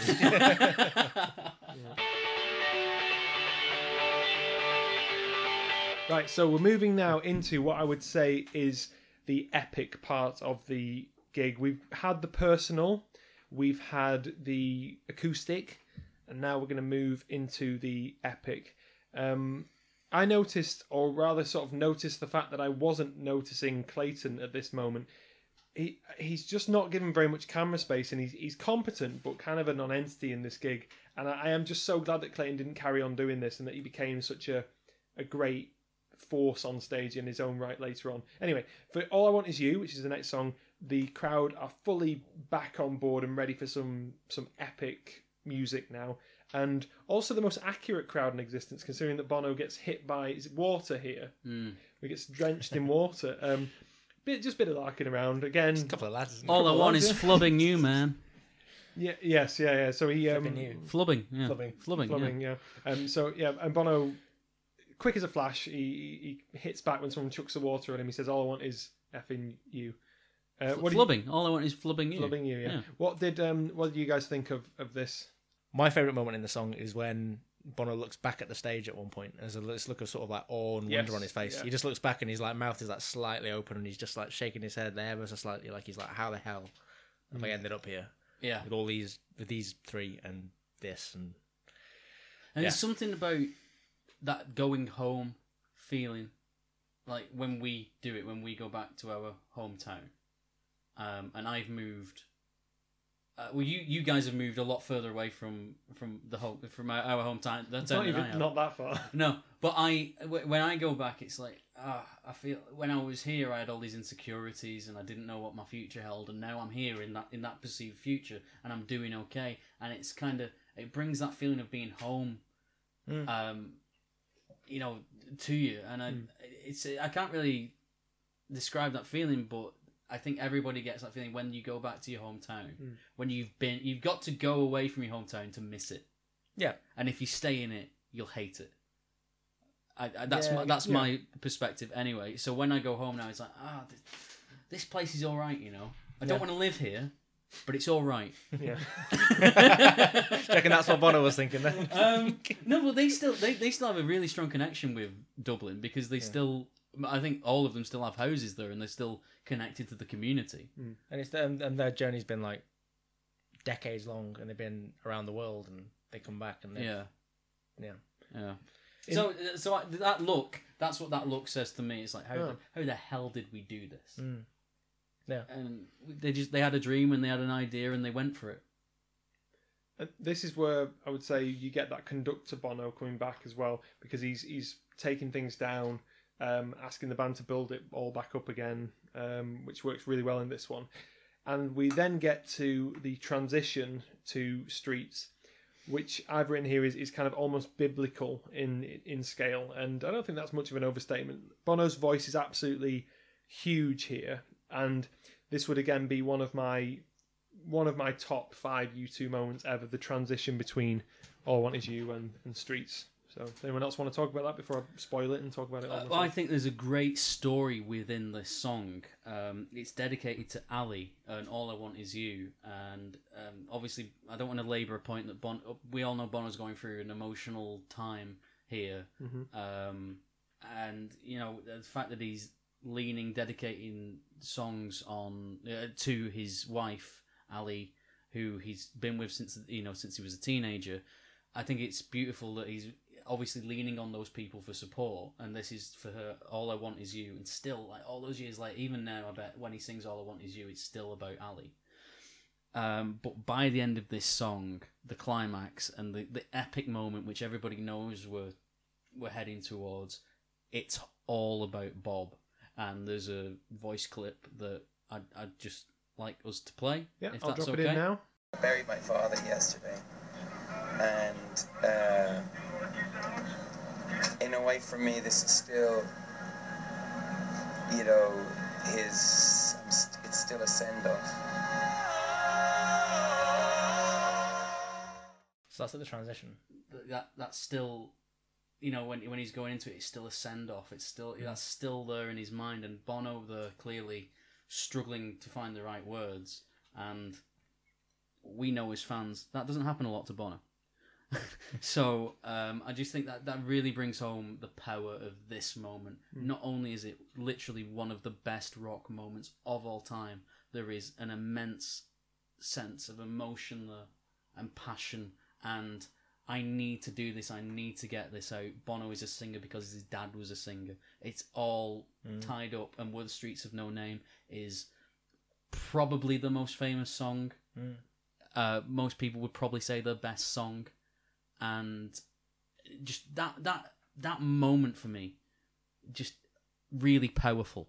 Speaker 1: Right, so we're moving now into what I would say is the epic part of the gig. We've had the personal, we've had the acoustic, and now we're going to move into the epic. Um, I noticed, or rather, sort of noticed the fact that I wasn't noticing Clayton at this moment. He he's just not given very much camera space, and he's he's competent, but kind of a non-entity in this gig. And I, I am just so glad that Clayton didn't carry on doing this, and that he became such a a great force on stage in his own right later on. Anyway, for All I Want Is You, which is the next song, the crowd are fully back on board and ready for some some epic music now. And also the most accurate crowd in existence, considering that Bono gets hit by is it water here.
Speaker 2: Mm.
Speaker 1: He gets drenched in water. Um, bit just a bit of larking around again.
Speaker 3: a couple of lads. isn't it?
Speaker 2: All I
Speaker 1: Couple
Speaker 2: want
Speaker 1: of
Speaker 2: is
Speaker 1: lads,
Speaker 2: flubbing you, man.
Speaker 1: Yeah. Yes. Yeah. Yeah. So he um,
Speaker 3: you.
Speaker 2: Flubbing, yeah.
Speaker 3: Flubbing.
Speaker 2: flubbing,
Speaker 1: Fleming, yeah. Um, so yeah, and Bono, quick as a flash, he, he he hits back when someone chucks the water at him. He says, "All I want is effing you." Uh,
Speaker 2: Fl-
Speaker 1: what do you-
Speaker 2: flubbing. All I want is flubbing you.
Speaker 1: flubbing you, yeah. What did um what do you guys think of of this?
Speaker 3: My favorite moment in the song is when Bono looks back at the stage at one point. and There's a this look of sort of like awe and
Speaker 1: Yes,
Speaker 3: wonder on his face.
Speaker 1: yeah.
Speaker 3: He just looks back and his like mouth is like slightly open and he's just like shaking his head there ever so slightly. Like he's like, how the hell have I ended up here
Speaker 2: Yeah.
Speaker 3: with all these with these three and this and
Speaker 2: And
Speaker 3: Yeah.
Speaker 2: it's something about that going home feeling, like when we do it, when we go back to our hometown. Um, and I've moved. Uh, well, you you guys have moved a lot further away from from the home from our, our hometown. That's
Speaker 1: It's not
Speaker 2: I
Speaker 1: even
Speaker 2: have.
Speaker 1: not that far.
Speaker 2: No, but I w- when I go back, it's like ah, I feel when I was here, I had all these insecurities and I didn't know what my future held, and now I'm here in that in that perceived future, and I'm doing okay, and it's kind of it brings that feeling of being home,
Speaker 3: Mm.
Speaker 2: um, you know, to you, and I it's I can't really describe that feeling, but I think everybody gets that feeling when you go back to your hometown,
Speaker 3: Mm.
Speaker 2: when you've been you've got to go away from your hometown to miss it
Speaker 3: yeah.
Speaker 2: and if you stay in it, you'll hate it. I, I, that's
Speaker 3: Yeah,
Speaker 2: my that's
Speaker 3: yeah.
Speaker 2: my perspective anyway. So when I go home now, it's like ah, this, this place is all right, you know. I don't want to live here, but it's all right.
Speaker 1: Yeah.
Speaker 3: Checking that's what Bono was thinking there.
Speaker 2: um, no, but they still they, they still have a really strong connection with Dublin because they still I think all of them still have houses there and they're still connected to the community.
Speaker 3: And it's um, and their journey's been like decades long and they've been around the world and they come back and they
Speaker 2: Yeah.
Speaker 3: yeah.
Speaker 2: Yeah. So, uh, so I, that look, that's what that look says to me. It's like, how,
Speaker 1: Yeah.
Speaker 2: how the hell did we do this?
Speaker 3: Oh. Mm. Yeah.
Speaker 2: And they just, they had a dream and they had an idea and they went for it.
Speaker 1: And Uh, this is where I would say you get that conductor Bono coming back as well because he's he's taking things down, um, asking the band to build it all back up again, um, which works really well in this one. And we then get to the transition to streets, which I've written here is, is kind of almost biblical in in scale, and I don't think that's much of an overstatement. Bono's voice is absolutely huge here, and this would again be one of my one of my top five U2 moments ever. The transition between All I Want Is You and, and Streets. So, does anyone else want to talk about that before I spoil it and talk about it? All
Speaker 2: Uh, well, I
Speaker 1: myself?
Speaker 2: think there's a great story within this song. Um, it's dedicated to Ali and All I Want Is You. And um, obviously, I don't want to labour a point that Bon. We all know Bono's going through an emotional time here.
Speaker 1: Mm-hmm.
Speaker 2: Um, and, you know, the fact that he's leaning, dedicating songs on uh, to his wife, Ali, who he's been with since, you know, since he was a teenager. I think it's beautiful that he's obviously leaning on those people for support, and this is for her. All I want is you, and still, like all those years, like even now, I bet when he sings "All I Want Is You," it's still about Ali. Um, but by the end of this song, the climax and the, the epic moment, which everybody knows we're we're heading towards, it's all about Bob. And there's a voice clip that I'd, I'd just like us to play.
Speaker 1: yeah,
Speaker 2: if
Speaker 1: I'll
Speaker 2: that's
Speaker 1: drop
Speaker 2: okay.
Speaker 1: it in now.
Speaker 12: I buried my father yesterday, and uh, in a way, for me, this is still, you know, his. I'm st- It's still a send off.
Speaker 3: So that's like the transition.
Speaker 2: Th- That that's still, you know, when when he's going into it, it's still a send off. It's still that's still there in his mind. And Bono, there clearly struggling to find the right words, and we know as fans that doesn't happen a lot to Bono. so um, I just think that that really brings home the power of this moment.
Speaker 1: Mm.
Speaker 2: Not only is it literally one of the best rock moments of all time, there is an immense sense of emotion there and passion and I need to do this. I need to get this out. Bono is a singer because his dad was a singer. It's all
Speaker 3: Mm.
Speaker 2: tied up, and "Were the Streets of No Name" is probably the most famous song
Speaker 3: Mm.
Speaker 2: uh, most people would probably say the best song, and just that that that moment for me, just really powerful.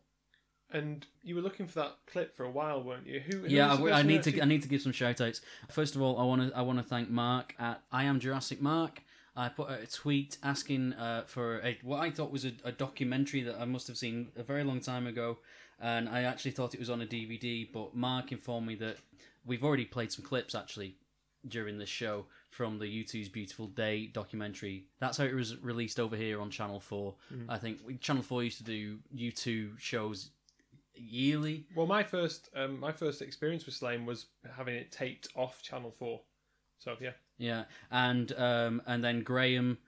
Speaker 1: And you were looking for that clip for a while, weren't you? Who? who was
Speaker 2: yeah, I,
Speaker 1: the person
Speaker 2: w- I
Speaker 1: who
Speaker 2: need to
Speaker 1: actually-
Speaker 2: I need to give some shout outs. First of all, I want to I want to thank Mark at I am Jurassic Mark. I put out a tweet asking uh, for a, what I thought was a, a documentary that I must have seen a very long time ago, and I actually thought it was on a DVD. But Mark informed me that we've already played some clips actually during this show from the U2's Beautiful Day documentary. That's how it was released over here on Channel Four.
Speaker 1: Mhm.
Speaker 2: I think we, Channel Four used to do U2 shows yearly.
Speaker 1: Well, my first um, my first experience with Slane was having it taped off Channel Four. So yeah,
Speaker 2: Yeah, and um, and then Graham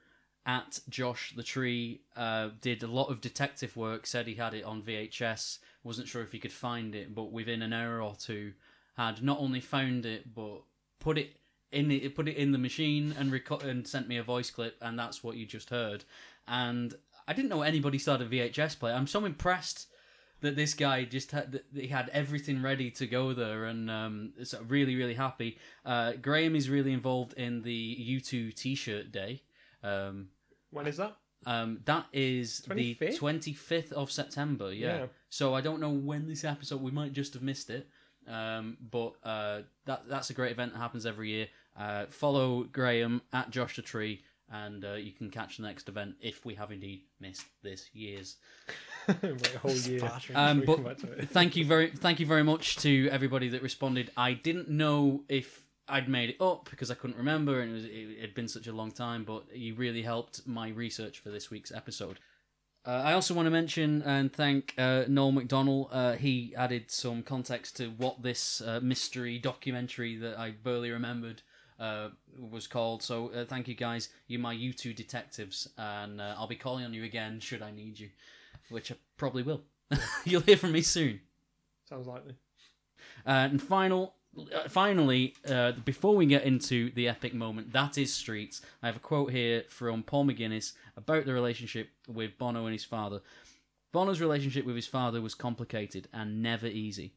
Speaker 2: at Josh the Tree uh, did a lot of detective work. Said he had it on VHS. Wasn't sure if he could find it, but within an hour or two, had not only found it but put it in it, put it in the machine and reco- and sent me a voice clip, and that's what you just heard. And I didn't know anybody started VHS player. I'm so impressed that this guy just had that he had everything ready to go there, and um, so really really happy. Uh, Graham is really involved in the U2 T-shirt day. Um,
Speaker 1: when is that?
Speaker 2: um, that is the
Speaker 1: 25th?
Speaker 2: 25th of September. Yeah.
Speaker 1: Yeah.
Speaker 2: So I don't know when this episode. We might just have missed it. Um, but uh, that that's a great event that happens every year. Uh, follow Graham at Josh the Tree, and uh, you can catch the next event if we have indeed missed this year's.
Speaker 1: Wait a whole year.
Speaker 2: Um,
Speaker 1: We come
Speaker 2: but
Speaker 1: back to it.
Speaker 2: thank you very thank you very much to everybody that responded. I didn't know if I'd made it up because I couldn't remember, and it, was, it had been such a long time. But you really helped my research for this week's episode. Uh, I also want to mention and thank uh, Noel McDonnell. Uh, he added some context to what this uh, mystery documentary that I barely remembered uh, was called. So uh, thank you guys. You're my U2 detectives, and uh, I'll be calling on you again should I need you, which I probably will. You'll hear from me soon.
Speaker 1: Sounds likely.
Speaker 2: Uh, and final, uh, finally, uh, before we get into the epic moment that is Streets, I have a quote here from Paul McGuinness about the relationship with Bono and his father. Bono's relationship with his father was complicated and never easy.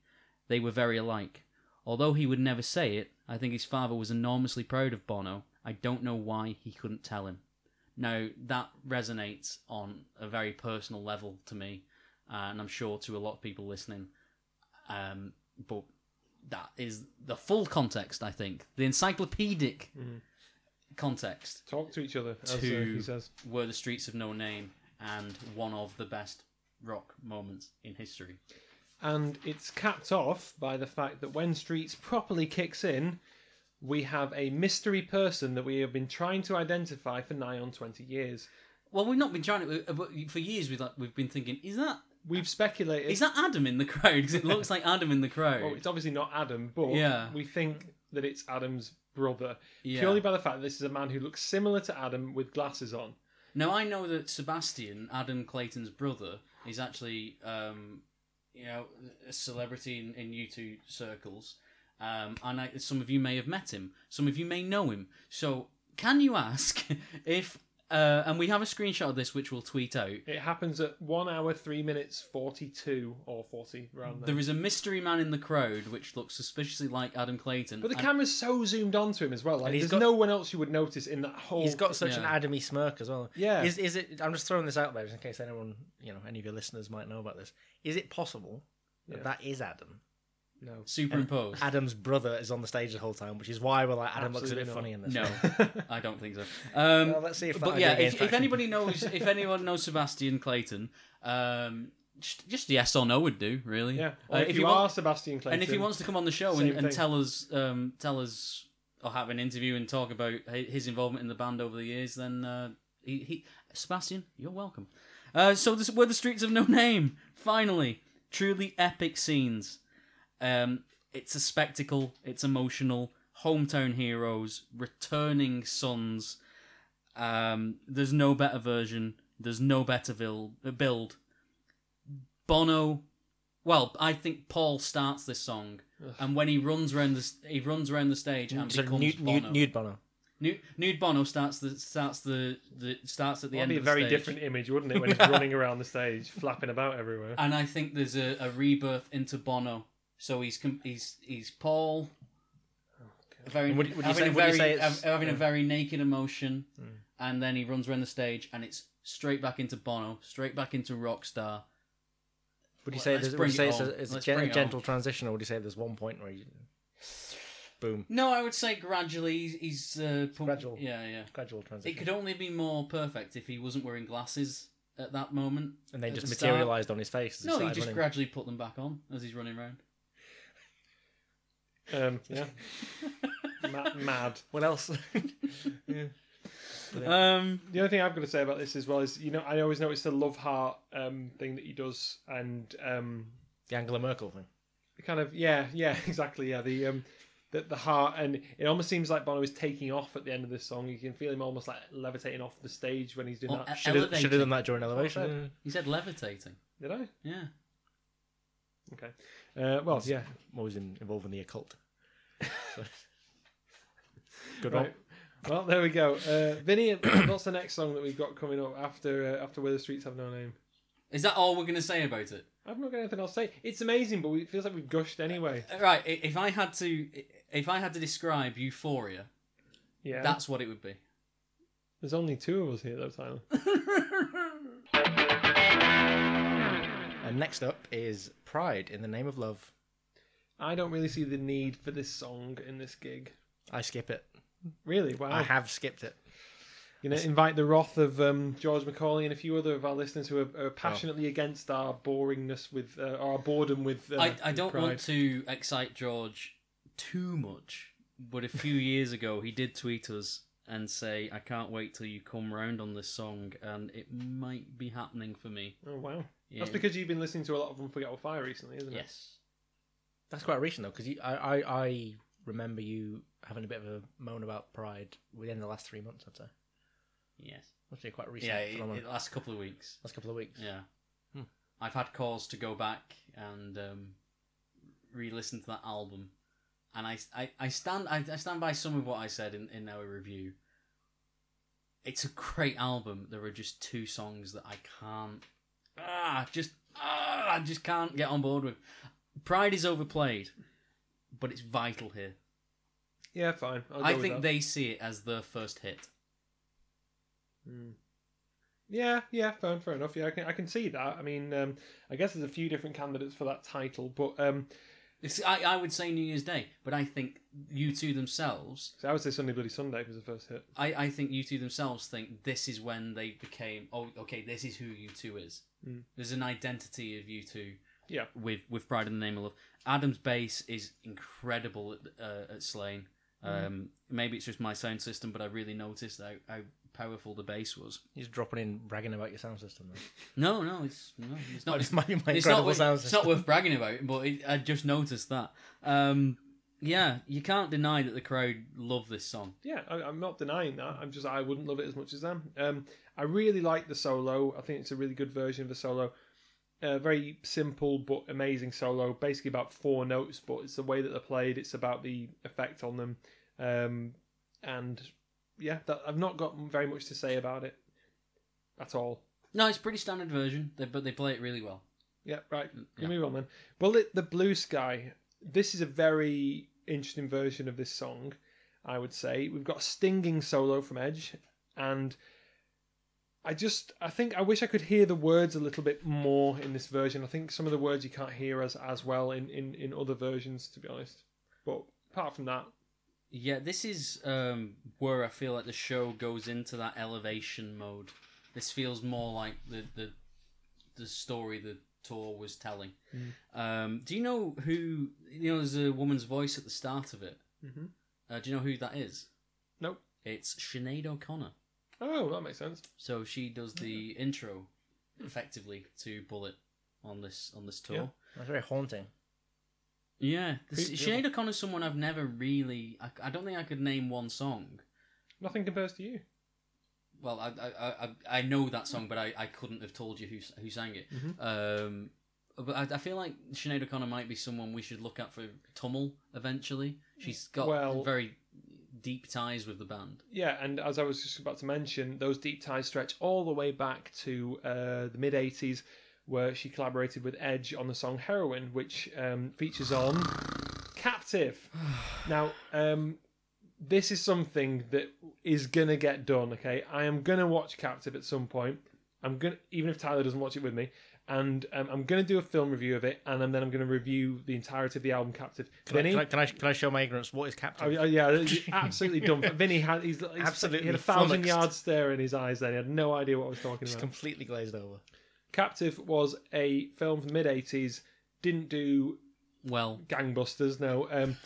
Speaker 2: They were very alike. Although he would never say it, I think his father was enormously proud of Bono. I don't know why he couldn't tell him. Now, that resonates on a very personal level to me, uh, and I'm sure to a lot of people listening. Um, but that is the full context, I think. The encyclopedic context
Speaker 1: Talk to each other. As, uh,
Speaker 2: to
Speaker 1: he says.
Speaker 2: Were the Streets of No Name and one of the best rock moments in history.
Speaker 1: And it's capped off by the fact that when Streets properly kicks in, we have a mystery person that we have been trying to identify for nigh on 20 years.
Speaker 2: Well, we've not been trying to, uh, but for years we've, like, we've been thinking, is that.
Speaker 1: We've speculated.
Speaker 2: Is that Adam in the crowd? Because it looks like Adam in the crowd.
Speaker 1: Well, it's obviously not Adam, but
Speaker 2: Yeah.
Speaker 1: we think that it's Adam's brother
Speaker 2: Yeah.
Speaker 1: purely by the fact that this is a man who looks similar to Adam with glasses on.
Speaker 2: Now I know that Sebastian, Adam Clayton's brother, is actually um, you know a celebrity in, in U2 circles, um, and I, some of you may have met him, some of you may know him. So can you ask if? Uh, and we have a screenshot of this, which we'll tweet out.
Speaker 1: It happens at one hour, three minutes, 42 or 40, around there.
Speaker 2: There is a mystery man in the crowd which looks suspiciously like Adam Clayton.
Speaker 1: But the
Speaker 2: and-
Speaker 1: camera's so zoomed onto him as well. Like,
Speaker 2: he's
Speaker 1: there's
Speaker 2: got-
Speaker 1: no one else you would notice in that whole.
Speaker 3: He's got such an
Speaker 1: Yeah.
Speaker 3: Adamy smirk as well.
Speaker 1: Yeah.
Speaker 3: Is is it? I'm just throwing this out there just in case anyone, you know, any of your listeners might know about this. Is it possible that
Speaker 1: Yeah.
Speaker 3: that is Adam?
Speaker 1: No.
Speaker 2: Superimposed.
Speaker 3: And Adam's brother is on the stage the whole time, which is why we're like, Adam looks a bit
Speaker 2: Absolutely
Speaker 3: funny in this.
Speaker 2: not. No, I don't think so. Um,
Speaker 3: Well, let's see if
Speaker 2: But
Speaker 3: that
Speaker 2: yeah,
Speaker 3: idea
Speaker 2: if,
Speaker 3: gains
Speaker 2: if
Speaker 3: traction.
Speaker 2: anybody knows, if anyone knows Sebastian Clayton, um, just, just yes or no would do, really.
Speaker 1: Yeah.
Speaker 2: Uh,
Speaker 1: Or if
Speaker 2: he
Speaker 1: you
Speaker 2: want-
Speaker 1: are Sebastian
Speaker 2: and if he
Speaker 1: Clayton,
Speaker 2: wants to come on the show
Speaker 1: same
Speaker 2: and, and
Speaker 1: thing.
Speaker 2: tell us, um, tell us, or have an interview and talk about hi- his involvement in the band over the years, then uh, he, he Sebastian, you're welcome. Uh, so this were the streets of no name. Finally, truly epic scenes. Um, it's a spectacle. It's emotional. Hometown heroes, returning sons. Um, there's no better version. There's no better vil- uh, build. Bono. Well, I think Paul starts this song,
Speaker 3: Ugh.
Speaker 2: and when he runs around the s- he runs around the stage and
Speaker 3: So
Speaker 2: becomes
Speaker 3: nude,
Speaker 2: Bono.
Speaker 3: nude, nude Bono.
Speaker 2: Nude, nude Bono starts the starts the, the starts at the
Speaker 1: That'd
Speaker 2: end.
Speaker 1: be a
Speaker 2: of the
Speaker 1: very
Speaker 2: stage.
Speaker 1: different image, wouldn't it, when he's running around the stage, flapping about everywhere.
Speaker 2: And I think there's a, a rebirth into Bono. So he's com- he's he's Paul. Very,
Speaker 3: And would- would you
Speaker 2: having
Speaker 3: say-
Speaker 2: a
Speaker 3: would you
Speaker 2: very,
Speaker 3: say it's-
Speaker 2: hav- having a
Speaker 3: yeah.
Speaker 2: very naked emotion,
Speaker 3: Mm.
Speaker 2: and then he runs around the stage, and it's straight back into Bono, straight back into Rockstar.
Speaker 3: Would you
Speaker 2: Let-
Speaker 3: say,
Speaker 2: let's
Speaker 3: there's, would
Speaker 2: bring
Speaker 3: you say
Speaker 2: it
Speaker 3: it's
Speaker 2: home.
Speaker 3: a, it's a
Speaker 2: Let's
Speaker 3: gen-
Speaker 2: bring it home.
Speaker 3: gentle transition, or would you say there's one point where you. Boom.
Speaker 2: No, I would say gradually he's, he's uh, pu-
Speaker 3: Gradual.
Speaker 2: Yeah, yeah.
Speaker 3: Gradual
Speaker 2: It
Speaker 3: transition.
Speaker 2: could only be more perfect if he wasn't wearing glasses at that moment.
Speaker 3: And they
Speaker 2: at
Speaker 3: just
Speaker 2: the start.
Speaker 3: materialised on his face as he
Speaker 2: No, he
Speaker 3: started
Speaker 2: just
Speaker 3: running.
Speaker 2: gradually put them back on as he's running around.
Speaker 1: Um, yeah. mad, mad.
Speaker 3: What else?
Speaker 2: Um,
Speaker 1: the only thing I've got to say about this as well is, you know, I always notice the love heart um, thing that he does, and um,
Speaker 3: the Angela Merkel thing.
Speaker 1: the kind of yeah, yeah, exactly, yeah, the um, the, the heart, and it almost seems like Bono is taking off at the end of this song. You can feel him almost like levitating off the stage when he's doing
Speaker 2: Or
Speaker 1: that.
Speaker 2: e-
Speaker 1: Should
Speaker 2: elevate-
Speaker 1: have-
Speaker 3: Should have done that during
Speaker 1: That's what I said.
Speaker 3: elevation.
Speaker 2: He said levitating.
Speaker 1: Did I?
Speaker 2: Yeah.
Speaker 1: Okay. Uh, well, yeah.
Speaker 3: Always in, involved in the occult. So- Good one.
Speaker 1: Right. Well, there we go. Uh, Vinny, what's the next song that we've got coming up after uh, after Where the Streets Have No Name?
Speaker 2: Is that all we're going to say about it?
Speaker 1: I've not got anything else to say. It's amazing, but we- it feels like we've gushed anyway.
Speaker 2: Uh, Right. i- If I had to, if I had to describe Euphoria,
Speaker 1: Yeah.
Speaker 2: that's what it would be.
Speaker 1: There's only two of us here, though, Tyler.
Speaker 3: And next up is Pride in the Name of Love.
Speaker 1: I don't really see the need for this song in this gig.
Speaker 3: I skip it.
Speaker 1: Really? Wow.
Speaker 3: I have skipped it.
Speaker 1: You know, invite the wrath of um, George Macaulay and a few other of our listeners who are, are passionately against our boringness with uh, our boredom with. Uh,
Speaker 2: I, I don't
Speaker 1: Pride.
Speaker 2: want to excite George too much, but a few years ago he did tweet us and say, "I can't wait till you come round on this song," and it might be happening for me.
Speaker 1: Oh wow!
Speaker 2: Yeah.
Speaker 1: That's because you've been listening to a lot of Unforgettable Fire recently, isn't it?
Speaker 2: Yes.
Speaker 3: That's quite recent though, because I, I I remember you having a bit of a moan about Pride within the last three months. I'd say
Speaker 2: Yes.
Speaker 3: must be quite recent.
Speaker 2: Yeah. It,
Speaker 3: phenomenon.
Speaker 2: it- last couple of weeks.
Speaker 3: last couple of weeks.
Speaker 2: Yeah.
Speaker 3: Hmm.
Speaker 2: I've had cause to go back and um, re-listen to that album, and I, I, I stand I, I stand by some of what I said in, in our review. It's a great album. There are just two songs that I can't ah just ah I just can't get on board with. Pride is overplayed, but it's vital here.
Speaker 1: Yeah, fine. I'll Oh, go
Speaker 2: I
Speaker 1: with
Speaker 2: think
Speaker 1: that.
Speaker 2: they see it as their first hit.
Speaker 1: Mm. Yeah, yeah, fair, fair enough. Yeah, I can, I can see that. I mean, um, I guess there's a few different candidates for that title, but um,
Speaker 2: It's, I, I would say New Year's Day, but I think you two themselves
Speaker 1: so I would say Sunday Bloody Sunday was the first hit.
Speaker 2: I, I think U2 themselves think this is when they became, oh, okay, this is who U2 is.
Speaker 3: Hmm.
Speaker 1: Mm.
Speaker 2: There's an identity of U2
Speaker 1: Yeah,
Speaker 2: with, with Pride in the Name of Love. Adam's bass is incredible at, uh, at Slain.
Speaker 3: Hmm.
Speaker 2: Um, Maybe it's just my sound system, but I really noticed how, how powerful the bass was.
Speaker 3: He's dropping in bragging about your sound system.
Speaker 2: No,
Speaker 3: Though.
Speaker 2: no, it's no, it's not.
Speaker 3: It's my- my
Speaker 2: it's
Speaker 3: incredible
Speaker 2: not, worth-
Speaker 3: sound
Speaker 2: It's not
Speaker 3: system.
Speaker 2: worth bragging about, but it, I just noticed that. Um, yeah, you can't deny that the crowd love this song.
Speaker 1: yeah, I, I'm not denying that. I'm just I wouldn't love it as much as them. Um, I really like the solo. I think it's a really good version of the solo. Uh, very simple but amazing solo. Basically about four notes, but it's the way that they're played. It's about the effect on them, um, and yeah, that, I've not got very much to say about it at all.
Speaker 2: No, it's a pretty standard version, they- but they play it really well.
Speaker 1: Yeah, right.
Speaker 2: yeah.
Speaker 1: Can we move on then? Bullet the Blue Sky. This is a very interesting version of this song, I would say. We've got a stinging solo from Edge, and I just I think I wish I could hear the words a little bit more in this version. I think some of the words you can't hear as as well in in in other versions, to be honest. But apart from that,
Speaker 2: Yeah, this is um, where I feel like the show goes into that elevation mode. This feels more like the the, the story the tour was telling.
Speaker 1: Mm.
Speaker 2: Um, do you know who? You know, there's a woman's voice at the start of it.
Speaker 1: Mhm.
Speaker 2: Uh, do you know who that is?
Speaker 1: Nope.
Speaker 2: It's Sinead O'Connor.
Speaker 1: oh, that makes sense.
Speaker 2: So she does the intro, effectively, to Bullet on this on this tour.
Speaker 3: Yeah. That's very haunting.
Speaker 2: Yeah, this,
Speaker 3: Creep-
Speaker 2: Sinead O'Connor's someone I've never really. I, I don't think I could name one song.
Speaker 1: Nothing compares to you.
Speaker 2: Well, I I, I- I, I know that song, but I, I couldn't have told you who s- who sang it.
Speaker 1: Mhm.
Speaker 2: Um, but I, I feel like Sinead O'Connor might be someone we should look at for Tummel eventually. She's got
Speaker 1: Well-
Speaker 2: very deep ties with the band.
Speaker 1: Yeah, and as I was just about to mention, those deep ties stretch all the way back to uh, the mid '80s, where she collaborated with Edge on the song "Heroin," which um, features on "Captive." now, um, this is something that is gonna get done. Okay, I am gonna watch "Captive" at some point. I'm gonna, even if Tyler doesn't watch it with me, and um, I'm gonna do a film review of it, and then I'm gonna review the entirety of the album "Captive."
Speaker 3: Can, I,
Speaker 1: Vinny?
Speaker 3: can, I, can, I, can I show my ignorance? What is
Speaker 1: Oh,
Speaker 3: Captain?
Speaker 1: yeah, yeah, he's absolutely dumb. Vinny had he's, he's
Speaker 3: Absolutely
Speaker 1: he had a thousand
Speaker 3: flummoxed.
Speaker 1: yard stare in his eyes. Then he had no idea what I was talking
Speaker 3: Just
Speaker 1: about.
Speaker 3: completely glazed over.
Speaker 1: Captive was a film from the mid '80s. Didn't do
Speaker 2: well.
Speaker 1: Gangbusters, no. Um,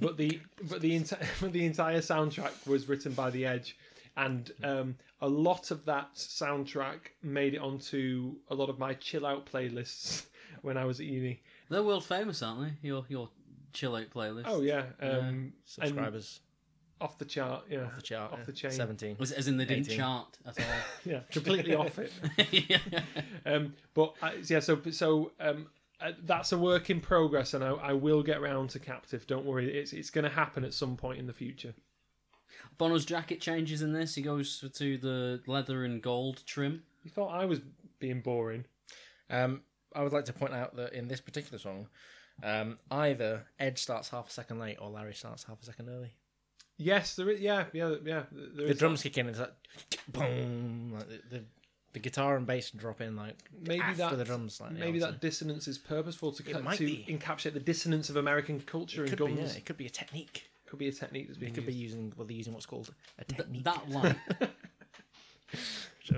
Speaker 1: but the but the entire but the entire soundtrack was written by The Edge, and um, a lot of that soundtrack made it onto a lot of my chill out playlists when I was at uni.
Speaker 2: They're world famous, aren't they? Your your chill out playlist.
Speaker 1: Oh yeah, um,
Speaker 2: Yeah.
Speaker 1: and off the chart. Yeah, off
Speaker 3: the chart,
Speaker 1: off
Speaker 3: yeah.
Speaker 1: the chain.
Speaker 3: 17.
Speaker 2: As, as in they didn't
Speaker 3: 18.
Speaker 2: chart at all.
Speaker 1: yeah, completely off it. um, but uh, yeah, so so um, uh, that's a work in progress, and I, I will get round to captive. Don't worry, it's it's going to happen at some point in the future.
Speaker 2: Bono's jacket changes in this. He goes to the leather and gold trim.
Speaker 1: You thought I was being boring.
Speaker 3: Um, I would like to point out that in this particular song, um, either Edge starts half a second late or Larry starts half a second early.
Speaker 1: Yes, there is. Yeah, yeah, yeah. There
Speaker 3: the
Speaker 1: is
Speaker 3: drums kick in and it's like, boom, like the, the, the guitar and bass drop in like
Speaker 1: Maybe
Speaker 3: after
Speaker 1: that
Speaker 3: the drums. Like,
Speaker 1: maybe
Speaker 3: you know,
Speaker 1: that dissonance is purposeful to,
Speaker 3: It
Speaker 1: ca-
Speaker 3: might
Speaker 1: to
Speaker 3: be.
Speaker 1: encapsulate the dissonance of American culture
Speaker 3: it
Speaker 1: and
Speaker 3: could
Speaker 1: guns.
Speaker 3: be, yeah, it could be a technique.
Speaker 1: Could be a technique that's
Speaker 3: They
Speaker 1: being
Speaker 3: could be
Speaker 1: used.
Speaker 3: using well, they're using what's called a technique.
Speaker 2: That line.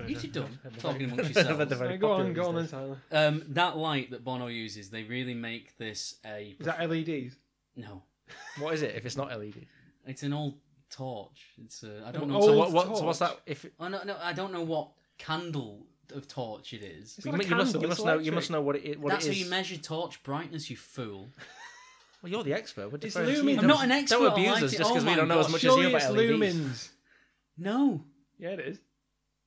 Speaker 2: You two dumb talking amongst yourselves.
Speaker 1: very Go on, popular go these on days.
Speaker 2: Um, that light that Bono uses, they really make this a.
Speaker 1: Is that E LEDs?
Speaker 2: No,
Speaker 3: What is it if it's not E LED?
Speaker 2: it's an old torch. Oh, It's a, I
Speaker 3: An
Speaker 2: don't know.
Speaker 3: old So what- what- so what's torch? that if-
Speaker 2: oh, no, no, I don't know what candle of torch it is.
Speaker 3: But you mu- you must, you must know. You must know what it is. What
Speaker 2: That's
Speaker 3: it is.
Speaker 2: how you measure torch brightness, you fool.
Speaker 3: Well, you're the expert. We're
Speaker 2: It's
Speaker 3: deferring to you.
Speaker 2: lumens. I'm not an expert,
Speaker 3: Don't abuse
Speaker 2: I like
Speaker 3: us
Speaker 2: it.
Speaker 3: just because
Speaker 2: Oh
Speaker 3: we
Speaker 2: my
Speaker 3: don't know as
Speaker 2: gosh.
Speaker 3: much as
Speaker 2: Surely
Speaker 3: you
Speaker 2: it's
Speaker 3: about E LEDs.
Speaker 1: lumens.
Speaker 2: No,
Speaker 1: Yeah, it is.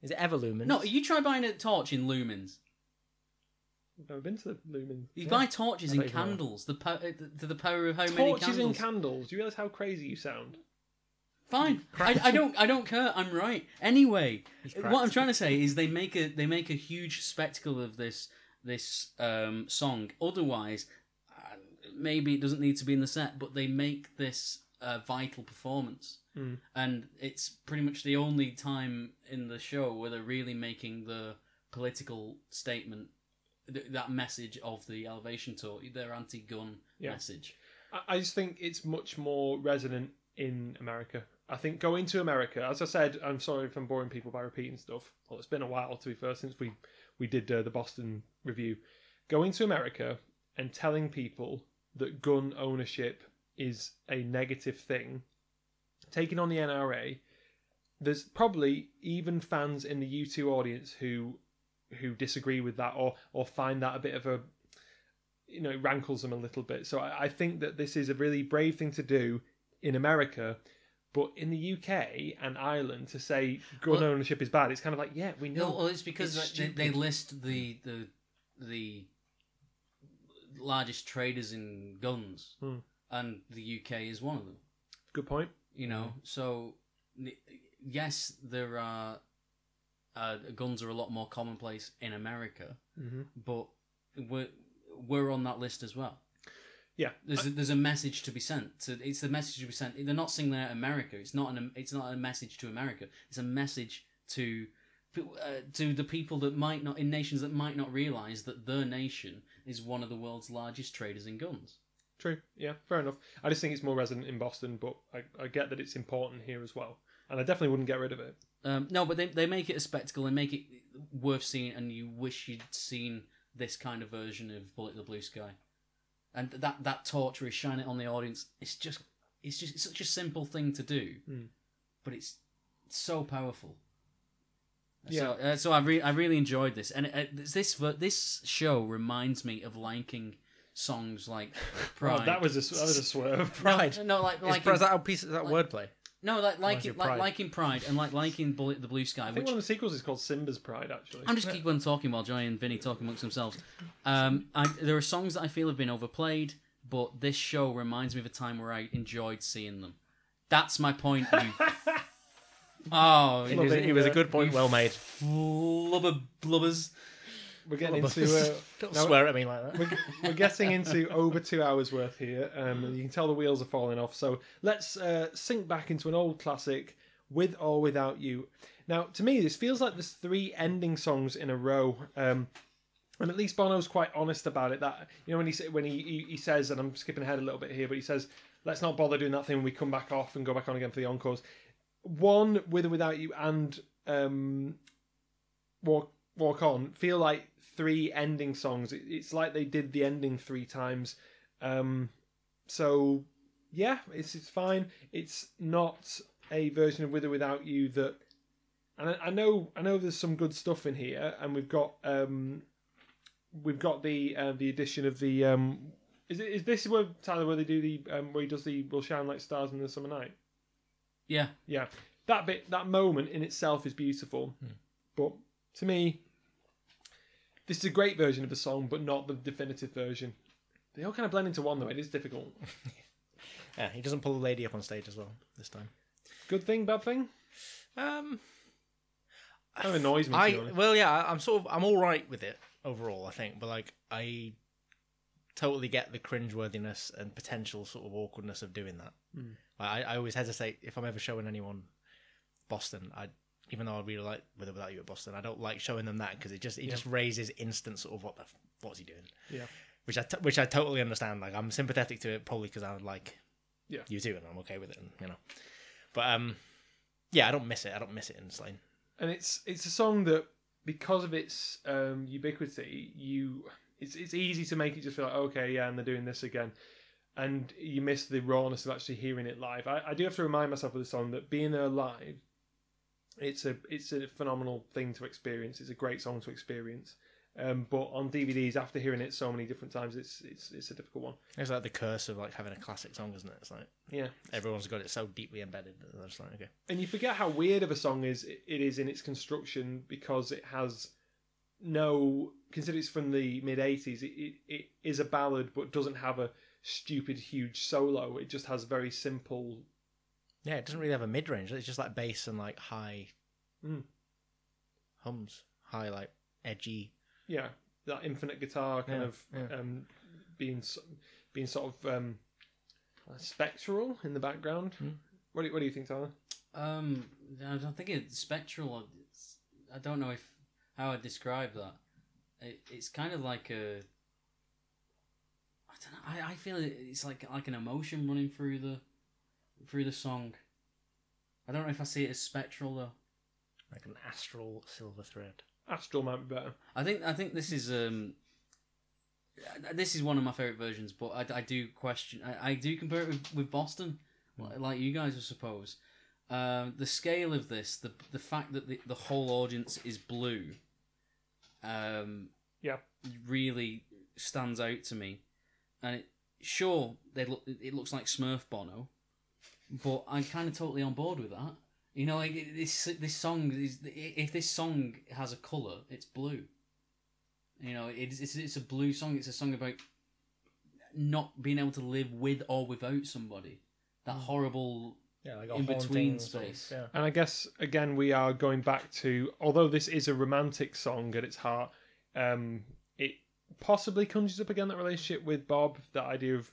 Speaker 3: Is it ever lumens?
Speaker 2: no. You try buying a torch in lumens.
Speaker 1: I've never been to the lumens.
Speaker 2: You
Speaker 1: Yeah.
Speaker 2: buy torches
Speaker 1: I
Speaker 2: in
Speaker 1: don't even know.
Speaker 2: candles. The po- uh, th- to the power of how many
Speaker 1: Torches
Speaker 2: candles?
Speaker 1: and candles. Do you realise how crazy you sound?
Speaker 2: Fine. I, I don't. I don't care. I'm right. Anyway,
Speaker 1: cracked.
Speaker 2: what I'm trying to say is they make a they make a huge spectacle of this this um, song. Otherwise, uh, maybe it doesn't need to be in the set, but they make this uh, vital performance,
Speaker 1: Mm.
Speaker 2: and it's pretty much the only time in the show where they're really making the political statement. th- That message of the elevation tour, their anti-gun
Speaker 1: Yeah.
Speaker 2: message.
Speaker 1: I- I just think it's much more resonant in America. I think going to America, as I said, I'm sorry if I'm boring people by repeating stuff. Well, it's been a while to be fair since we we did uh, the Boston review. Going to America and telling people that gun ownership is a negative thing, taking on the NRA. There's probably even fans in the U2 audience who who disagree with that or or find that a bit of a you know, it rankles them a little bit. So I, I think that this is a really brave thing to do in America, but in the UK and Ireland to say gun
Speaker 2: Well-
Speaker 1: ownership is bad, it's kind of like, yeah, we know.
Speaker 2: No, well, it's because
Speaker 1: it's
Speaker 2: like, they, they
Speaker 1: stupid.
Speaker 2: list the the the largest traders in guns,
Speaker 1: Hmm.
Speaker 2: and the UK is one of them.
Speaker 1: Good point.
Speaker 2: You know, so n- yes, there are uh, guns are a lot more commonplace in America,
Speaker 1: Mhm.
Speaker 2: but we're we're on that list as well.
Speaker 1: Yeah,
Speaker 2: There's a, there's a message to be sent. To, it's the message to be sent. They're not singling out America. It's not an. It's not a message to America. It's a message to uh, to the people that might not in nations that might not realize that their nation is one of the world's largest traders in guns.
Speaker 1: True. Yeah, fair enough. I just think it's more resonant in Boston, but I, I get that it's important here as well, and I definitely wouldn't get rid of it.
Speaker 2: Um, no, but they they make it a spectacle and make it worth seeing, and you wish you'd seen this kind of version of Bullet to the Blue Sky, and that that torture is shining on the audience. It's just it's just it's such a simple thing to do,
Speaker 1: Mm.
Speaker 2: but it's so powerful.
Speaker 1: Yeah.
Speaker 2: So, uh, so I re- I really enjoyed this, and uh, this ver- this show reminds me of liking songs like Pride.
Speaker 1: Oh, that was a s- that was a swerve.
Speaker 2: Pride. No, like
Speaker 3: Is
Speaker 2: like
Speaker 3: Pride- is that a piece- is that wordplay?
Speaker 2: No, like
Speaker 1: Or is
Speaker 2: liking
Speaker 1: it
Speaker 2: like
Speaker 1: Pride?
Speaker 2: liking Pride and like liking Bullet the Blue Sky,
Speaker 1: I think
Speaker 2: which
Speaker 1: one of the sequels is called Simba's Pride. Actually,
Speaker 2: I'm just keep on talking while Johnny and Vinny talk amongst themselves. Um, I, there are songs that I feel have been overplayed, but this show reminds me of a time where I enjoyed seeing them. That's my point. You. oh,
Speaker 3: It was- it was a good point, well made.
Speaker 2: Flubber blubbers.
Speaker 1: We're getting
Speaker 3: Flubber.
Speaker 1: into. Uh,
Speaker 3: Don't swear at me like that.
Speaker 1: We're, g- we're getting into over two hours worth here. Um, and you can tell the wheels are falling off. So let's uh, sink back into an old classic, with or without you. Now, to me, this feels like there's three ending songs in a row. Um, and at least Bono's quite honest about it. That you know when he sa- when he, he he says, and I'm skipping ahead a little bit here, but he says, "Let's not bother doing that thing when we come back off and go back on again for the encores." One with or without you and um, walk walk on feel like three ending songs. It, it's like they did the ending three times. Um, so yeah, it's it's fine. It's not a version of with or without you that. And I, I know I know there's some good stuff in here, and we've got um, we've got the uh, the addition of the um is it is this where Tyler where they do the um, where he does the will shine like stars in the summer night?
Speaker 2: Yeah.
Speaker 1: Yeah. That bit that moment in itself is beautiful.
Speaker 3: Hmm.
Speaker 1: But to me this is a great version of the song but not the definitive version. They all kind of blend into one though. It is difficult.
Speaker 3: Yeah, he doesn't pull a lady up on stage as well this time.
Speaker 1: Good thing, bad thing?
Speaker 3: Um
Speaker 1: Kind of annoys me. to be
Speaker 3: I
Speaker 1: honest.
Speaker 3: well, yeah, I- I'm sort of I'm all right with it overall. I think, but like I totally get the cringeworthiness and potential sort of awkwardness of doing that.
Speaker 1: Mm.
Speaker 3: Like, I, I always hesitate if I'm ever showing anyone Boston. I even though I really like with or without you at Boston, I don't like showing them that because it just it
Speaker 1: Yeah.
Speaker 3: just raises instant sort of what the f- what's he doing,
Speaker 1: Yeah.
Speaker 3: which I t- which I totally understand. Like I'm sympathetic to it probably because I like
Speaker 1: Yeah.
Speaker 3: you too, and I'm okay with it, and, you know. But um, yeah, I don't miss it. I don't miss it in Slane.
Speaker 1: and it's it's a song that because of its um, ubiquity, you it's it's easy to make it just feel like okay, yeah, and they're doing this again, and you miss the rawness of actually hearing it live. I, I do have to remind myself of the song that being there live, it's a it's a phenomenal thing to experience. It's a great song to experience. Um, but on DVDs, after hearing it so many different times, it's it's it's a difficult one.
Speaker 3: It's like the curse of like having a classic song, isn't it? It's like
Speaker 1: Yeah.
Speaker 3: everyone's got it so deeply embedded that they're just like, okay,
Speaker 1: and you forget how weird of a song is it is in its construction because it has no consider it's from the mid 80s it, it, it is a ballad but doesn't have a stupid huge solo it just has very simple
Speaker 3: yeah, it doesn't really have a mid range. It's just like bass and like high
Speaker 1: Mm.
Speaker 3: hums, high like edgy.
Speaker 1: yeah that infinite guitar kind
Speaker 3: Yeah,
Speaker 1: of
Speaker 3: yeah.
Speaker 1: um being s- being sort of um spectral in the background
Speaker 3: Hmm.
Speaker 1: what, do, you- what do you think tyler
Speaker 2: Um, I don't think it's spectral. or It's, I don't know if how I describe that. It, it's kind of like a. I don't know. I, I feel it, it's like like an emotion running through the, through the song. I don't know if I see it as spectral though.
Speaker 3: like an astral silver thread.
Speaker 1: astral might be better
Speaker 2: I think I think this is um. This is one of my favorite versions, but I, I do question. I, I do compare it with, with Boston, li- like you guys, I suppose. Um, the scale of this, the the fact that the, the whole audience is blue, um,
Speaker 1: Yeah.
Speaker 2: really stands out to me. And it, sure, they look. It looks like Smurf Bono, but I'm kind of totally on board with that. You know, like it- this this song is if this song has a color, it's blue. You know, it's it's, it's a blue song. It's a song about not being able to live with or without somebody. That horrible
Speaker 3: Yeah, like
Speaker 2: in between space.
Speaker 1: And I guess again we are going back to although this is a romantic song at its heart, um, it possibly conjures up again that relationship with Bob, that idea of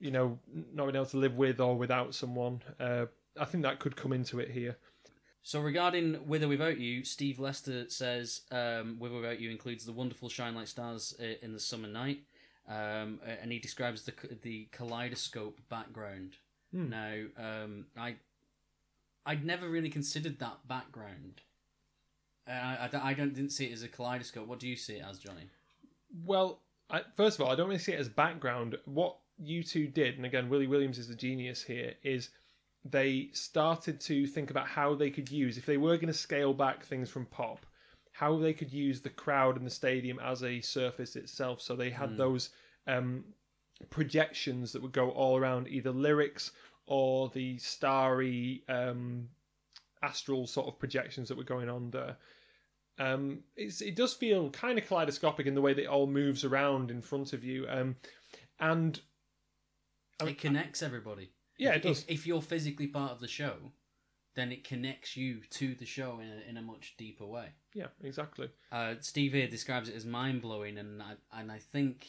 Speaker 1: you know not being able to live with or without someone. Uh, I think that could come into it here.
Speaker 2: So regarding With or Without You, Steve Lester says um, With or Without You includes the wonderful Shine Like Stars uh, in the Summer Night, um, uh, and he describes the the kaleidoscope background.
Speaker 1: Hmm.
Speaker 2: Now, um, I I'd never really considered that background. Uh, I, I don't- I don't didn't see it as a kaleidoscope. What do you see it as, Johnny?
Speaker 1: Well, I, first of all, I don't really see it as background. What you two did, and again, Willie Williams is the genius here, is they started to think about how they could use, if they were going to scale back things from pop, how they could use the crowd and the stadium as a surface itself. So they had
Speaker 2: Hmm.
Speaker 1: those um, projections that would go all around either lyrics or the starry um, astral sort of projections that were going on there. Um, it's, it does feel kind of kaleidoscopic in the way that it all moves around in front of you. Um, and
Speaker 2: it connects everybody.
Speaker 1: Yeah,
Speaker 2: if,
Speaker 1: it does.
Speaker 2: If, if you're physically part of the show, then it connects you to the show in a, in a much deeper way.
Speaker 1: yeah, exactly.
Speaker 2: Uh, Steve here describes it as mind blowing, and I, and I think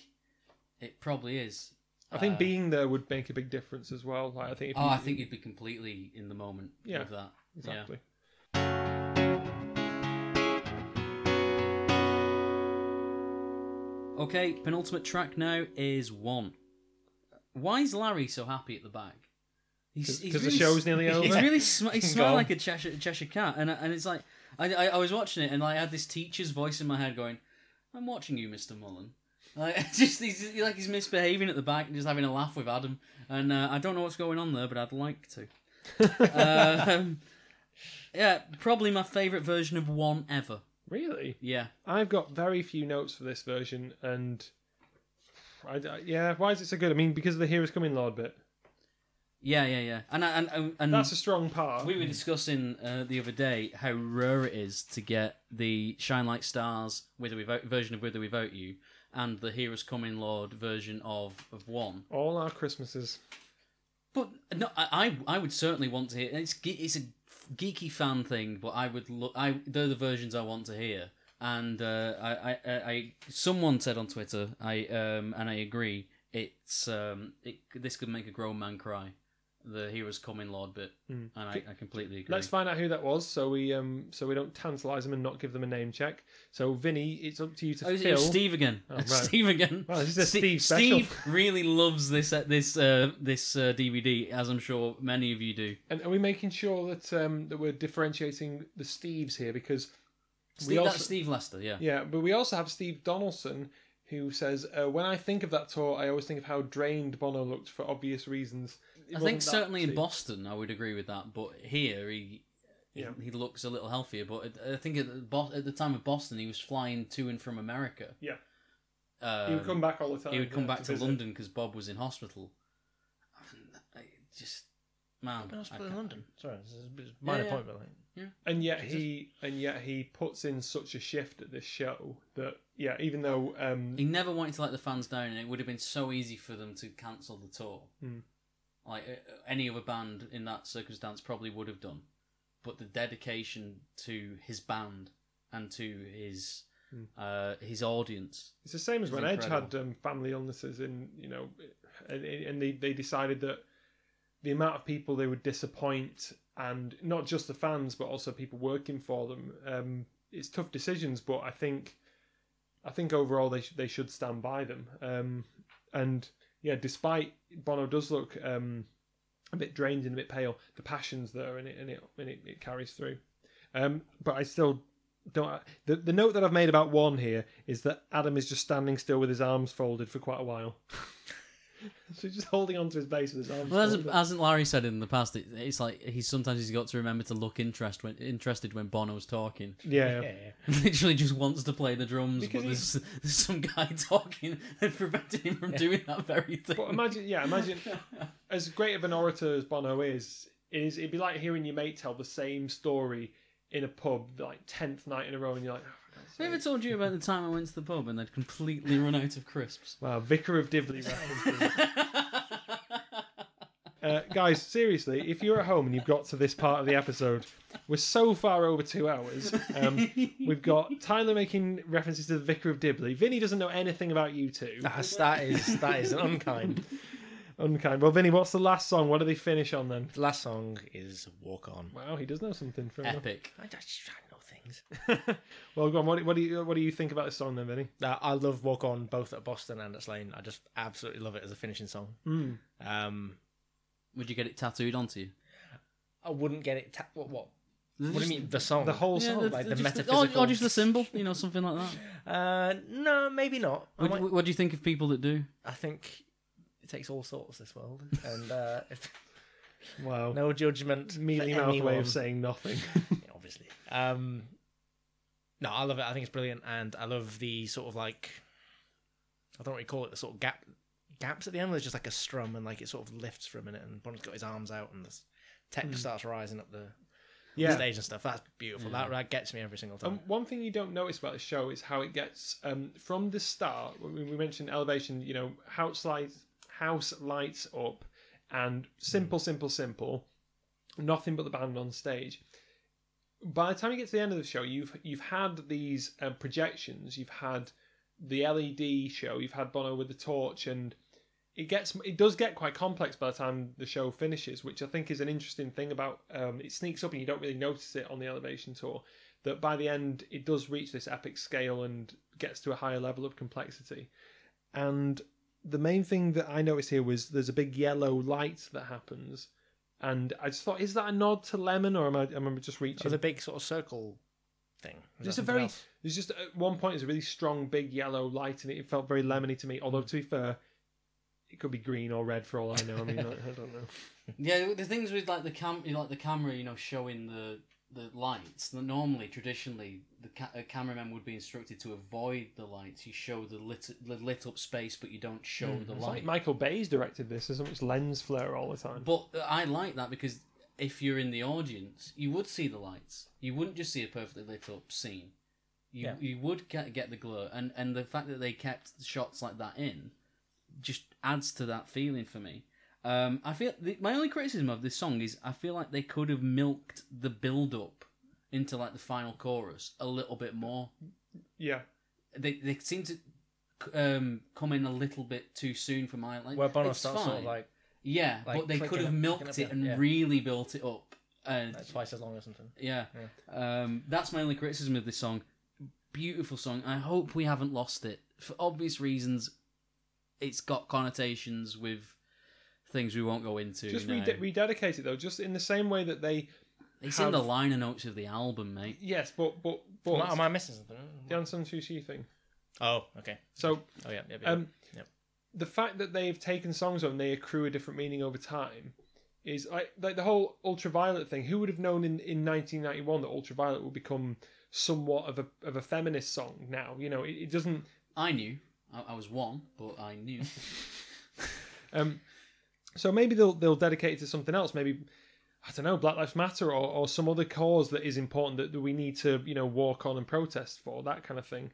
Speaker 2: it probably is.
Speaker 1: I think
Speaker 2: Uh,
Speaker 1: being there would make a big difference as well. Like I think. If
Speaker 2: oh,
Speaker 1: you,
Speaker 2: I think you'd be completely in the moment
Speaker 1: Yeah,
Speaker 2: with that. Yeah.
Speaker 1: exactly.
Speaker 2: Okay, penultimate track now is one. Why is Larry so happy at the back? He's-
Speaker 1: 'Cause-
Speaker 2: he's
Speaker 1: 'cause the
Speaker 2: really
Speaker 1: show's
Speaker 2: s-
Speaker 1: nearly
Speaker 2: He's
Speaker 1: over.
Speaker 2: really sm- he
Speaker 1: Gone.
Speaker 2: smelled like a Cheshire, Cheshire cat, and I- and it's like I, I I was watching it and like I had this teacher's voice in my head going, "I'm watching you, Mister Mullen." Like it's just he's he's like he's misbehaving at the back and just having a laugh with Adam, and uh, I don't know what's going on there, but I'd like to. um, yeah, probably my favourite version of one ever.
Speaker 1: Really?
Speaker 2: Yeah.
Speaker 1: I've got very few notes for this version, and I, I- yeah, why is it so good? I mean, because of the Heroes Coming Lord bit.
Speaker 2: Yeah, yeah, yeah. And I- and and, and
Speaker 1: That's a strong part.
Speaker 2: Mm. We were discussing uh, the other day how rare it is to get the Shine Like Stars with or without, version of With or Without You and the Heroes Coming Lord version of, of one.
Speaker 1: All our Christmases.
Speaker 2: But no, I I I would certainly want to hear. It's ge- it's a geeky fan thing, but I would look. I they're the versions I want to hear. And uh, I, I I I someone said on Twitter. I um and I agree. It's um it this could make a grown man cry. The Heroes Coming Lord bit,
Speaker 1: Mm.
Speaker 2: and I,
Speaker 1: Ki-
Speaker 2: I completely agree.
Speaker 1: Let's find out who that was, so we um so we don't tantalise them and not give them a name check. So Vinny, it's up to you to
Speaker 2: Oh, it's-
Speaker 1: fill.
Speaker 2: it's Steve again.
Speaker 1: Oh,
Speaker 2: It's
Speaker 1: right.
Speaker 2: Steve again.
Speaker 1: Well, this is a
Speaker 2: Ste-
Speaker 1: Steve special.
Speaker 2: Steve really loves this uh, this uh, this uh, DVD, as I'm sure many of you do.
Speaker 1: And are we making sure that um that we're differentiating the Steves here because
Speaker 2: Steve, that's Steve Lester, yeah.
Speaker 1: Yeah, but we also have Steve Donaldson who says, uh, "When I think of that tour, I always think of how drained Bono looked for obvious reasons." It
Speaker 2: I
Speaker 1: wasn't
Speaker 2: think
Speaker 1: that
Speaker 2: certainly in
Speaker 1: Steve.
Speaker 2: Boston, I would agree with that. But here, he he-
Speaker 1: Yeah.
Speaker 2: he looks a little healthier. But at- I think at the, Bo- at the time of Boston, he was flying to and from America.
Speaker 1: Yeah.
Speaker 2: Um,
Speaker 1: He would come back all the time,
Speaker 2: He would come
Speaker 1: yeah,
Speaker 2: back
Speaker 1: to
Speaker 2: to,
Speaker 1: visit.
Speaker 2: London because Bob was in hospital. I just man,
Speaker 3: Been hospital
Speaker 2: I
Speaker 3: in
Speaker 2: can't-
Speaker 3: London. Sorry, this is a bit- minor
Speaker 2: yeah.
Speaker 3: point, but like,
Speaker 1: And yet he and yet he puts in such a shift at this show that yeah, even though um
Speaker 2: He never wanted to let the fans down, and it would have been so easy for them to cancel the tour.
Speaker 1: Hmm.
Speaker 2: Like uh, any other band in that circumstance probably would have done, but the dedication to his band and to his
Speaker 1: Hmm.
Speaker 2: uh, his audience.
Speaker 1: It's the same as
Speaker 2: It's
Speaker 1: when Edge
Speaker 2: incredible.
Speaker 1: had um, family illnesses, and you know, and, and they they decided that the amount of people they would disappoint, and not just the fans, but also people working for them. Um, it's tough decisions, but I think, I think overall they sh- they should stand by them. Um, and yeah, despite Bono does look um, a bit drained and a bit pale, the passion's there, and it and it and it, it carries through. Um, but I still don't. The, the note that I've made about one here is that Adam is just standing still with his arms folded for quite a while. so he's just holding onto his base with his arms.
Speaker 2: Well, hasn't,
Speaker 1: folded.
Speaker 2: hasn't Larry said in the past? It, it's like he's sometimes he's got to remember to look interest when, interested when Bono's talking.
Speaker 1: Yeah.
Speaker 2: literally just wants to play the drums,
Speaker 1: Because
Speaker 2: but there's, there's some guy talking and preventing him from doing that very thing.
Speaker 1: But imagine, yeah, imagine as great of an orator as Bono is, it is it'd be like hearing your mate tell the same story in a pub like tenth night in a row, and you're like, "Oh, for God's
Speaker 2: Have I ever told you about the time I went to the pub and they'd completely run out of crisps?
Speaker 1: Wow, Vicar of Dibley references. uh, guys, seriously, if you're at home and you've got to this part of the episode, we're so far over two hours. Um, we've got Tyler making references to the Vicar of Dibley. Vinny doesn't know anything about you two.
Speaker 3: That's- that is that is an unkind.
Speaker 1: Unkind. Well, Vinny, what's the last song? What do they finish on then?
Speaker 3: The last song is Walk On.
Speaker 1: Wow, he does know something.
Speaker 3: Eh.
Speaker 1: Fair enough.
Speaker 2: Epic.
Speaker 3: I just I know things.
Speaker 1: Well, go on. What, do- what do you what do you think about this song then, Vinny?
Speaker 3: Now, Uh, I love Walk On both at Boston and at Slane. I just absolutely love it as a finishing song.
Speaker 1: Mm.
Speaker 3: Um,
Speaker 2: Would you get it tattooed onto you?
Speaker 3: I wouldn't get it. Ta- what? What?
Speaker 2: Just-
Speaker 3: what do you mean? The song?
Speaker 1: The whole song.
Speaker 3: like the
Speaker 2: just
Speaker 3: metaphysical-
Speaker 2: Or, or just the symbol, you know, something like that.
Speaker 3: Uh, no, maybe not. I,
Speaker 2: What,
Speaker 3: might-
Speaker 2: do- what do you think of people that do?
Speaker 3: I think it takes all sorts. This world, and uh, if-
Speaker 1: Wow.
Speaker 3: no judgment.
Speaker 1: Mealy
Speaker 3: for
Speaker 1: mouth way
Speaker 3: anyone.
Speaker 1: of saying nothing.
Speaker 3: Yeah, obviously. Um, no, I love it. I think it's brilliant, and I love the sort of like I don't know what you call it. The sort of gap gaps at the end. Where there's just like a strum, and like it sort of lifts for a minute, and Bond's got his arms out, and this tech starts rising up the
Speaker 1: Hmm. Yeah.
Speaker 3: stage and stuff. That's beautiful. That that gets me every single time.
Speaker 1: Um, one thing you don't notice about the show is how it gets um, from the start. When we we mentioned elevation, you know, house lights, house lights up, and simple, simple, simple. Nothing but the band on stage. By the time you get to the end of the show, you've you've had these uh, projections. You've had the LED show. You've had Bono with the torch, and it gets it does get quite complex by the time the show finishes, which I think is an interesting thing about um, it sneaks up and you don't really notice it on the Elevation tour. That by the end it does reach this epic scale and gets to a higher level of complexity. And the main thing that I noticed here was there's a big yellow light that happens, and I just thought, is that a nod to Lemon, or am I am I just reaching?
Speaker 3: There's a big sort of circle thing. Is
Speaker 1: Just
Speaker 3: that
Speaker 1: a
Speaker 3: something
Speaker 1: very.
Speaker 3: else?
Speaker 1: There's just at one point there's a really strong big yellow light in it. It felt very lemony to me. Although to be fair, it could be green or red for all I know. I mean, I, I don't know.
Speaker 2: Yeah, the things with like the cam, like the camera, you know, showing the the lights. That normally, traditionally, the ca- a cameraman would be instructed to avoid the lights. You show the lit the lit up space, but you don't show
Speaker 3: Hmm,
Speaker 2: the
Speaker 1: It's like
Speaker 2: light.
Speaker 1: Michael Bay's directed this. There's so much lens flare all the time.
Speaker 2: But I like that because if you're in the audience, you would see the lights. You wouldn't just see a perfectly lit up scene. You
Speaker 3: Yeah.
Speaker 2: you would get get the glow, and and the fact that they kept shots like that in just adds to that feeling for me. Um, I feel the, my only criticism of this song is I feel like they could have milked the build up into like the final chorus a little bit more.
Speaker 1: yeah,
Speaker 2: They they seem to um, come in a little bit too soon for my like.
Speaker 3: Where Bono
Speaker 2: it's
Speaker 3: starts sort of
Speaker 2: fine.
Speaker 3: like
Speaker 2: Yeah,
Speaker 3: like,
Speaker 2: but they could
Speaker 3: clicking
Speaker 2: have
Speaker 3: up,
Speaker 2: milked
Speaker 3: clicking
Speaker 2: it
Speaker 3: up,
Speaker 2: and
Speaker 3: yeah.
Speaker 2: really built it up. And
Speaker 3: like, twice as long or something.
Speaker 2: yeah, Um, that's my only criticism of this song. Beautiful song. I hope we haven't lost it for obvious reasons. It's got connotations with things we won't go into.
Speaker 1: just
Speaker 2: now.
Speaker 1: rede- rededicate it though. Just in the same way that they.
Speaker 2: it's
Speaker 1: have-
Speaker 2: in the liner notes of the album, mate.
Speaker 1: Yes, but but but
Speaker 3: Am I, am I missing something?
Speaker 1: the Anson Sushi thing.
Speaker 3: Oh, okay.
Speaker 1: So
Speaker 3: Oh yeah. yeah, yeah.
Speaker 1: um,
Speaker 3: Yep.
Speaker 1: the fact that they've taken songs on, they accrue a different meaning over time. Is like like the whole ultraviolet thing. Who would have known in, in 1991 that ultraviolet would become somewhat of a of a feminist song? Now you know it, it doesn't.
Speaker 2: I knew. I, I was one, but I knew.
Speaker 1: Um, so maybe they'll they'll dedicate it to something else. Maybe I don't know, Black Lives Matter or, or some other cause that is important that, that we need to you know walk on and protest for that kind of thing.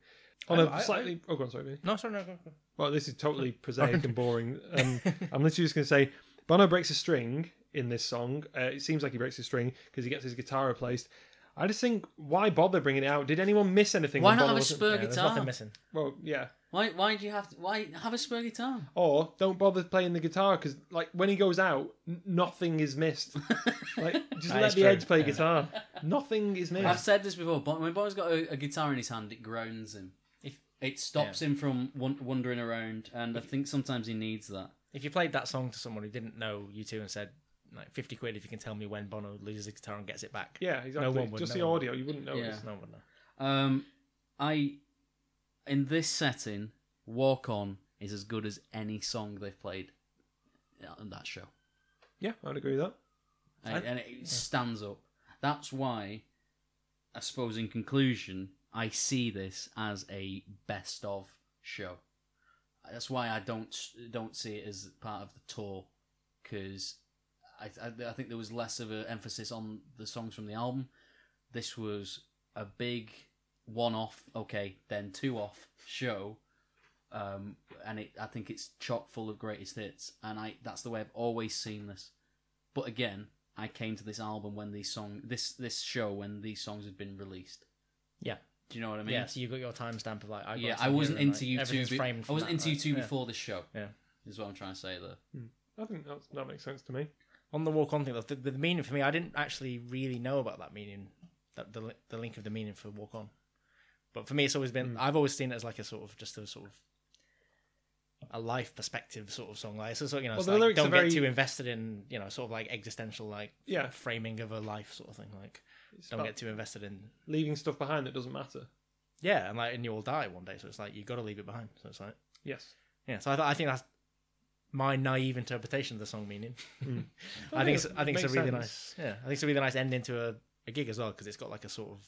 Speaker 1: On a
Speaker 3: I- I-
Speaker 1: slightly oh go on sorry. Vinny.
Speaker 3: no, sorry, no, go, go.
Speaker 1: Well, this is totally prosaic and boring. Um, I'm literally just going to say Bono breaks a string in this song. Uh, it seems like he breaks a string because he gets his guitar replaced. I just think, why bother bringing it out? Did anyone miss anything?
Speaker 2: Why
Speaker 1: when
Speaker 2: not
Speaker 1: Bono
Speaker 2: have a
Speaker 1: wasn't-
Speaker 2: spur
Speaker 3: Yeah, there's nothing
Speaker 2: guitar?
Speaker 3: missing.
Speaker 1: Well, yeah.
Speaker 2: Why? Why do you have to? Why have a spur guitar?
Speaker 1: Or don't bother playing the guitar because, like, when he goes out, n- nothing is missed. Like, just
Speaker 3: That
Speaker 1: let
Speaker 3: is
Speaker 1: the
Speaker 3: true.
Speaker 1: Edge play
Speaker 3: Yeah.
Speaker 1: guitar. Nothing is
Speaker 2: I've
Speaker 1: missed.
Speaker 2: said this before. Bon- When Bono's got a, a guitar in his hand, it groans him.
Speaker 3: If-
Speaker 2: it stops him from wan- wandering around, and I think sometimes he needs that.
Speaker 3: If you played that song to someone who didn't know you two and said like fifty quid if you can tell me when Bono loses the guitar and gets it back,
Speaker 1: Yeah, exactly.
Speaker 3: No one would,
Speaker 1: just
Speaker 3: no
Speaker 1: the
Speaker 3: one
Speaker 1: audio, you wouldn't know.
Speaker 2: Yeah.
Speaker 3: no one. Knows.
Speaker 2: Um, I in this setting, Walk On is as good as any song they've played uh, on that show,
Speaker 1: yeah, I'd agree with that.
Speaker 2: and, and it stands up. That's why, I suppose, in conclusion, I see this as a best of show. That's why I don't don't see it as part of the tour because I, I I think there was less of an emphasis on the songs from the album. This was a big one off, okay, then two off show, um, and it I think it's chock full of greatest hits, and I that's the way I've always seen this. But again, I came to this album when these song this this show when these songs had been released.
Speaker 3: Yeah,
Speaker 2: Do you know what I mean?
Speaker 3: yeah. So you got your timestamp of like, I got
Speaker 2: yeah,
Speaker 3: this
Speaker 2: I
Speaker 3: on
Speaker 2: wasn't
Speaker 3: here and,
Speaker 2: into
Speaker 3: like,
Speaker 2: you two.
Speaker 3: everything's
Speaker 2: be-
Speaker 3: framed
Speaker 2: I
Speaker 3: from
Speaker 2: wasn't
Speaker 3: that,
Speaker 2: into you
Speaker 3: like,
Speaker 2: two
Speaker 3: yeah.
Speaker 2: before this show.
Speaker 3: Yeah.
Speaker 2: Is what I'm trying to say there.
Speaker 1: I think that's, that makes sense to me.
Speaker 3: On the walk on thing, though, the, the meaning for me, I didn't actually really know about that meaning, that the, li- the link of the meaning for walk on. But for me, it's always
Speaker 2: Hmm.
Speaker 3: been, I've always seen it as like a sort of, just a sort of, a life perspective sort of song. Like, so, so, you know,
Speaker 1: Well,
Speaker 3: it's
Speaker 1: the
Speaker 3: like,
Speaker 1: lyrics are
Speaker 3: don't
Speaker 1: very-
Speaker 3: get too invested in, you know, sort of like existential, like
Speaker 1: Yeah.
Speaker 3: framing of a life sort of thing. Like,
Speaker 1: It's
Speaker 3: don't
Speaker 1: about-
Speaker 3: get too invested in,
Speaker 1: Leaving stuff behind that doesn't matter.
Speaker 3: yeah, and like, and you will die one day. So it's like, you got to leave it behind. So it's like,
Speaker 1: Yes.
Speaker 3: Yeah, so I, th- I think that's my naive interpretation of the song meaning.
Speaker 1: Hmm.
Speaker 3: I think it's, I think it's a
Speaker 1: Makes
Speaker 3: really
Speaker 1: sense.
Speaker 3: nice. Yeah, I think it's a really nice ending to a, a gig as well because it's got like a sort of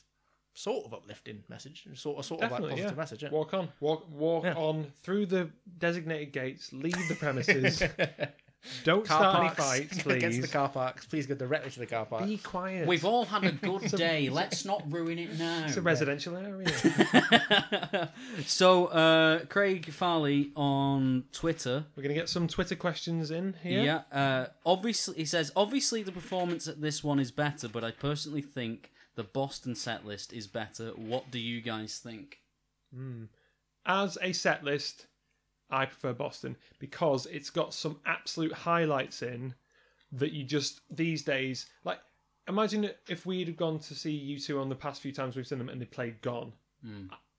Speaker 3: sort of uplifting message, sort of sort of like
Speaker 1: Definitely,
Speaker 3: positive
Speaker 1: yeah.
Speaker 3: message. Yeah.
Speaker 1: Walk on, walk, walk on through the designated gates. Leave the premises. Don't start any fights, please.
Speaker 3: Against the car parks, please go directly to the car park.
Speaker 1: Be quiet.
Speaker 2: We've all had a good
Speaker 1: It's a-
Speaker 2: day. Let's not ruin it now.
Speaker 1: It's a residential area.
Speaker 2: so, uh, Craig Farley on Twitter.
Speaker 1: We're going to get some Twitter questions in here.
Speaker 2: Yeah. Uh, obviously, he says, obviously the performance at this one is better, but I personally think the Boston set list is better. What do you guys think?
Speaker 1: Hmm. As a set list, I prefer Boston because it's got some absolute highlights in that you just these days like. Imagine if we'd have gone to see you two on the past few times we've seen them and they played Gone.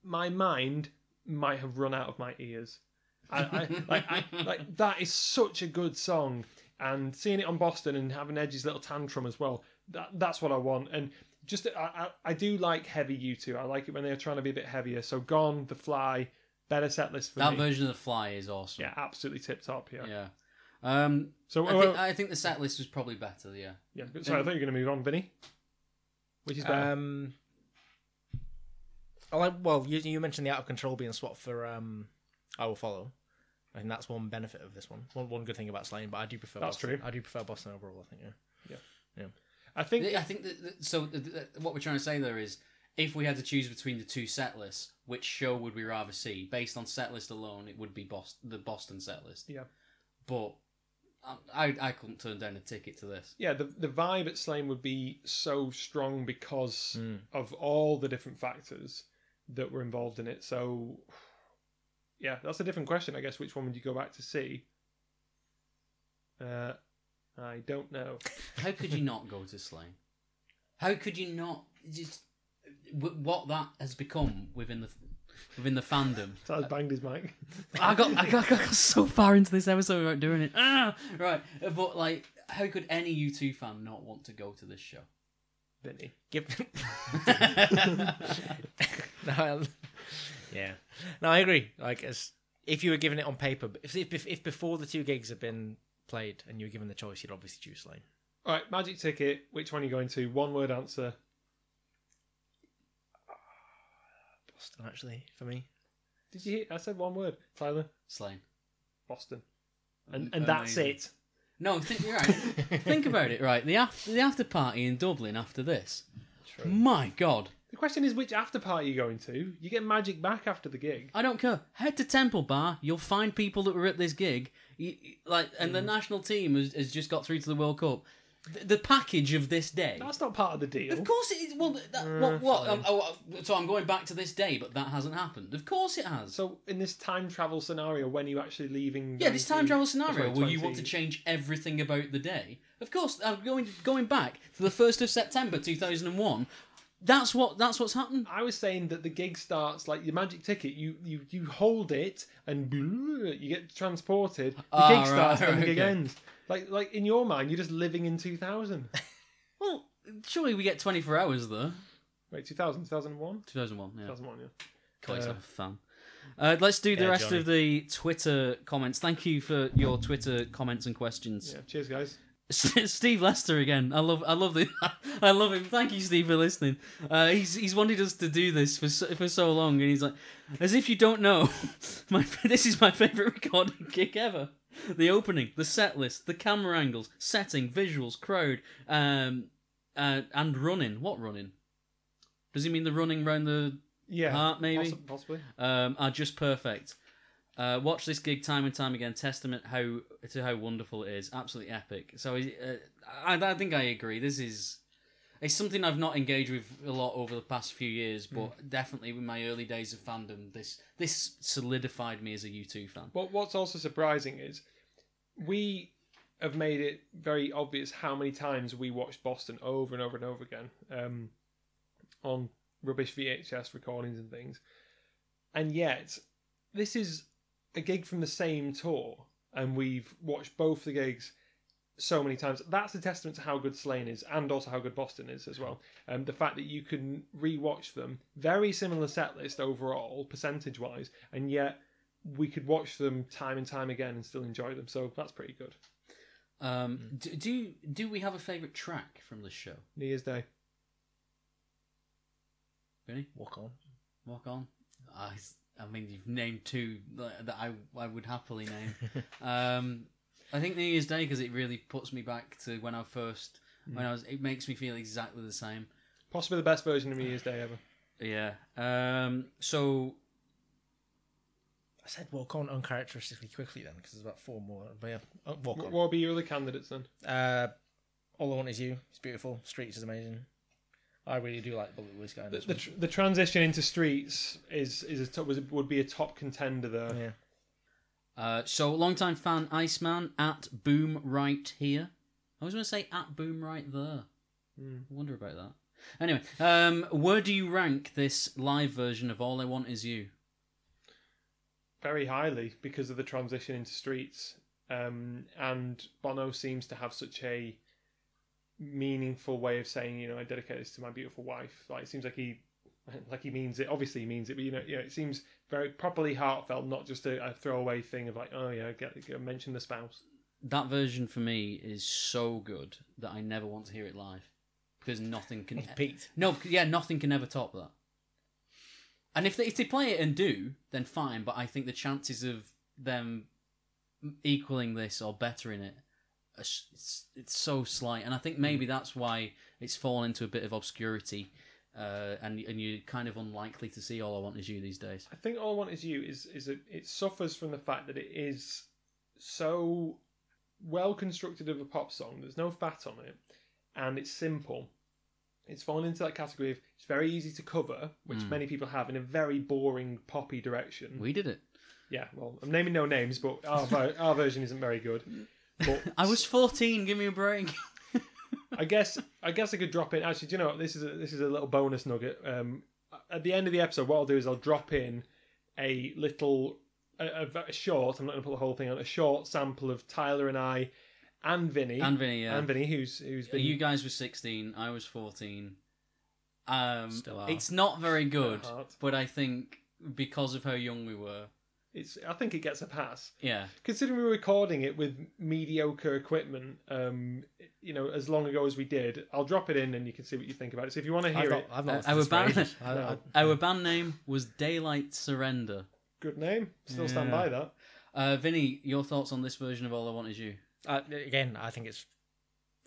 Speaker 1: my mind might have run out of my ears. I, I, like, I, like that is such a good song, and seeing it on Boston and having Edge's little tantrum as well. That that's what I want, and just I, I, I do like heavy U two. I like it when they're trying to be a bit heavier. So Gone, The Fly, better set list for
Speaker 2: that
Speaker 1: me.
Speaker 2: version of The Fly is awesome.
Speaker 1: yeah, absolutely tip top. Yeah,
Speaker 2: Yeah. Um,
Speaker 1: So,
Speaker 2: I,
Speaker 1: uh,
Speaker 2: think, I think the set list was probably better, yeah.
Speaker 1: yeah. Sorry, I thought you were going to move on, Vinny. Which is better?
Speaker 3: Um, I like. Well, you, you mentioned the out of control being swapped for um, I will follow. I think that's one benefit of this one. One, one good thing about Slane, but I do prefer.
Speaker 1: That's true.
Speaker 3: Boston. I do prefer Boston overall. I think. Yeah. Yeah. Yeah.
Speaker 1: I think
Speaker 2: I think that, that- so. th- th- what we're trying to say there is, if we had to choose between the two set lists, which show would we rather see? Based on set list alone, it would be Boston, the Boston set list.
Speaker 1: Yeah.
Speaker 2: But I, I, I couldn't turn down a ticket to this.
Speaker 1: yeah, the the vibe at Slane would be so strong because of all the different factors that were involved in it. So, yeah, that's a different question, I guess. Which one would you go back to see? Uh, I don't know.
Speaker 2: How could you not go to Slane? How could you not just w- what that has become within the within the fandom?
Speaker 1: So I banged his mic.
Speaker 2: I got, I got I got so far into this episode without doing it. Ah, right, but like, how could any U two fan not want to go to this show?
Speaker 1: Vinny.
Speaker 3: Give. no, I- yeah. No, I agree. Like, as if you were given it on paper, but if, if if before the two gigs had been played and you were given the choice, you'd obviously choose Slane.
Speaker 1: All right, magic ticket. Which one are you going to? One word answer.
Speaker 3: Boston, actually, for me.
Speaker 1: Did you hear? I said one word. Tyler,
Speaker 2: Slane.
Speaker 1: Boston, and and that's
Speaker 2: Amazing.
Speaker 1: it.
Speaker 2: No, think you're right. think about it. Right, the after the after party in Dublin after this. My God,
Speaker 1: The question is, which after party are you going to? You get magic back after the gig.
Speaker 2: I don't care. Head to Temple Bar. You'll find people that were at this gig. You, you- like, and the national team has, has just got through to the World Cup. The, the package of this day.
Speaker 1: That's not part of the deal.
Speaker 2: Of course it is. Well, th- that, what? what um, oh, uh, so I'm going back to this day, but that hasn't happened. Of course it has.
Speaker 1: So in this time travel scenario, when are you actually leaving?
Speaker 2: Yeah, this time
Speaker 1: 19
Speaker 2: travel scenario where you want
Speaker 1: 2020?
Speaker 2: to change everything about the day. Of course, I'm going going back to the first of September 2001. That's what that's what's happened.
Speaker 1: I was saying that the gig starts like your magic ticket. You you you hold it and you get transported. The
Speaker 2: Ah,
Speaker 1: gig
Speaker 2: right,
Speaker 1: starts and the
Speaker 2: right,
Speaker 1: gig
Speaker 2: okay.
Speaker 1: ends. Like like in your mind, you're just living in 2000.
Speaker 2: Well, surely we get 24 hours though.
Speaker 1: Wait, 2000, 2001,
Speaker 2: 2001. Yeah.
Speaker 1: 2001. Yeah.
Speaker 2: Call
Speaker 1: Uh,
Speaker 2: yourself a fan. Uh, let's do the
Speaker 3: Yeah,
Speaker 2: rest of the Twitter comments. Thank you for your Twitter comments and questions.
Speaker 1: yeah. Cheers, guys.
Speaker 2: Steve Lester again. I love, I love the, I love him. Thank you, Steve, for listening. Uh, he's he's wanted us to do this for so, for so long, and he's like, as if you don't know, my this is my favorite recording gig ever. The opening, the set list, the camera angles, setting, visuals, crowd, um, uh, and running. What running? Does he mean the running round the
Speaker 1: Yeah,
Speaker 2: heart? Uh, Maybe
Speaker 1: possi- possibly.
Speaker 2: um, are just perfect. Uh, watch this gig time and time again. Testament how to how wonderful it is. Absolutely epic. So uh, I, I think I agree. This is it's something I've not engaged with a lot over the past few years, but definitely with my early days of fandom, this this solidified me as a U two fan.
Speaker 1: What what's also surprising is we have made it very obvious how many times we watched Boston over and over and over again um, on rubbish VHS recordings and things. And yet, this is a gig from the same tour, and we've watched both the gigs so many times. That's a testament to how good Slane is, and also how good Boston is as well. Um, the fact that you can re-watch them, very similar set list overall, percentage wise, and yet we could watch them time and time again and still enjoy them. So that's pretty good.
Speaker 2: Um, do, do do we have a favorite track from this show?
Speaker 1: New Year's Day.
Speaker 2: Really?
Speaker 3: Walk on.
Speaker 2: Walk on. I, s- I mean, you've named two that that I I would happily name. um, I think New Year's Day because it really puts me back to when I first when I was. It makes me feel exactly the same.
Speaker 1: Possibly the best version of New Year's Day ever.
Speaker 2: Yeah. Um. So
Speaker 3: I said walk on uncharacteristically quickly then because there's about four more. But yeah, uh, walk
Speaker 1: What
Speaker 3: on.
Speaker 1: will be your other candidates then?
Speaker 3: Uh, All I want is you. It's beautiful. Streets is amazing. I really do like Bullet Whiskey.
Speaker 1: The, the, tr- the transition into Streets is is a top, was, would be a top contender there.
Speaker 3: Yeah.
Speaker 2: Uh, so longtime fan Iceman at Boom Right here. I was going to say at Boom Right there. I wonder about that. Anyway, um, where do you rank this live version of All I Want Is You?
Speaker 1: very highly because of the transition into streets. Um, and Bono seems to have such a meaningful way of saying, you know, I dedicate this to my beautiful wife. Like it seems like he, like he means it. Obviously, he means it, but you know, you know, it seems very properly heartfelt, not just a, a throwaway thing of like, oh yeah, get, get mention the spouse.
Speaker 2: That version for me is so good that I never want to hear it live because nothing can.
Speaker 3: It peaked.
Speaker 2: No, yeah, nothing can ever top that. And if they, if they play it and do, then fine. But I think the chances of them equaling this or bettering it, are s- it's, it's so slight. And I think maybe that's why it's fallen into a bit of obscurity, uh, and and you're kind of unlikely to see all I want is you these days.
Speaker 1: I think all I want is you is is it, it suffers from the fact that it is so well constructed of a pop song. There's no fat on it, and it's simple. It's fallen into that category of it's very easy to cover, which
Speaker 2: Mm.
Speaker 1: many people have in a very boring poppy direction.
Speaker 2: We did it.
Speaker 1: yeah, well, I'm naming no names, but our ver- our version isn't very good. But
Speaker 2: I was 14. Give me a break.
Speaker 1: I guess I guess I could drop in. Actually, do you know what? This is a, this is a little bonus nugget. Um, at the end of the episode, what I'll do is I'll drop in a little a, a- a short. I'm not going to put the whole thing on. A short sample of Tyler and I, and Vinny,
Speaker 2: And Vinny, yeah.
Speaker 1: and Vinny, who's who's been
Speaker 2: You guys were 16. I was 14. Um,
Speaker 1: Still are.
Speaker 2: It's not very good,
Speaker 1: Still hard.
Speaker 2: but I think because of how young we were,
Speaker 1: It's I think it gets a pass.
Speaker 2: yeah.
Speaker 1: Considering we were recording it with mediocre equipment, um, you know, as long ago as we did, I'll drop it in and you can see what you think about it. So if you want to hear it,
Speaker 2: Uh, our, band,
Speaker 1: No.
Speaker 2: our band name was Daylight Surrender.
Speaker 1: good name, still stand by that.
Speaker 2: Uh, Vinny, your thoughts on this version of All I Want Is You?
Speaker 3: Uh, again, I think it's.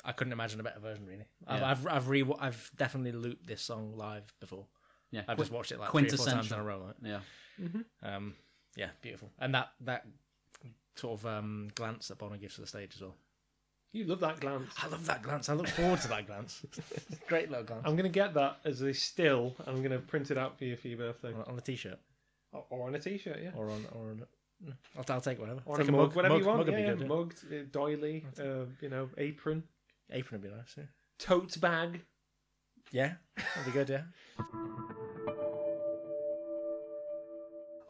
Speaker 3: I couldn't imagine a better version. Really, I've
Speaker 2: Yeah.
Speaker 3: I've I've, re- I've definitely looped this song live before.
Speaker 2: Yeah,
Speaker 3: I've just
Speaker 2: quin-
Speaker 3: watched it like three or four times in
Speaker 2: quintessential.
Speaker 3: a row. Like.
Speaker 2: Yeah.
Speaker 1: Mhm.
Speaker 3: Um. Yeah. Beautiful. And that that sort of um glance that Bono gives to the stage as well.
Speaker 1: You love that glance.
Speaker 3: I love that glance. I look forward to that glance. Great little glance.
Speaker 1: I'm going to get that as a still. and I'm going to print it out for you for your birthday.
Speaker 3: On, on a t-shirt
Speaker 1: Or, or on a t shirt, yeah.
Speaker 3: or on or on. I'll, I'll take whatever.
Speaker 1: Or on
Speaker 3: take
Speaker 1: a mug, whatever you want.
Speaker 3: would
Speaker 1: yeah,
Speaker 3: be
Speaker 1: yeah,
Speaker 3: good, yeah.
Speaker 1: mugged, uh, doily, uh, you know, apron,
Speaker 3: Apron would be nice. Yeah.
Speaker 1: tote bag.
Speaker 3: Yeah, that'd be good. Yeah.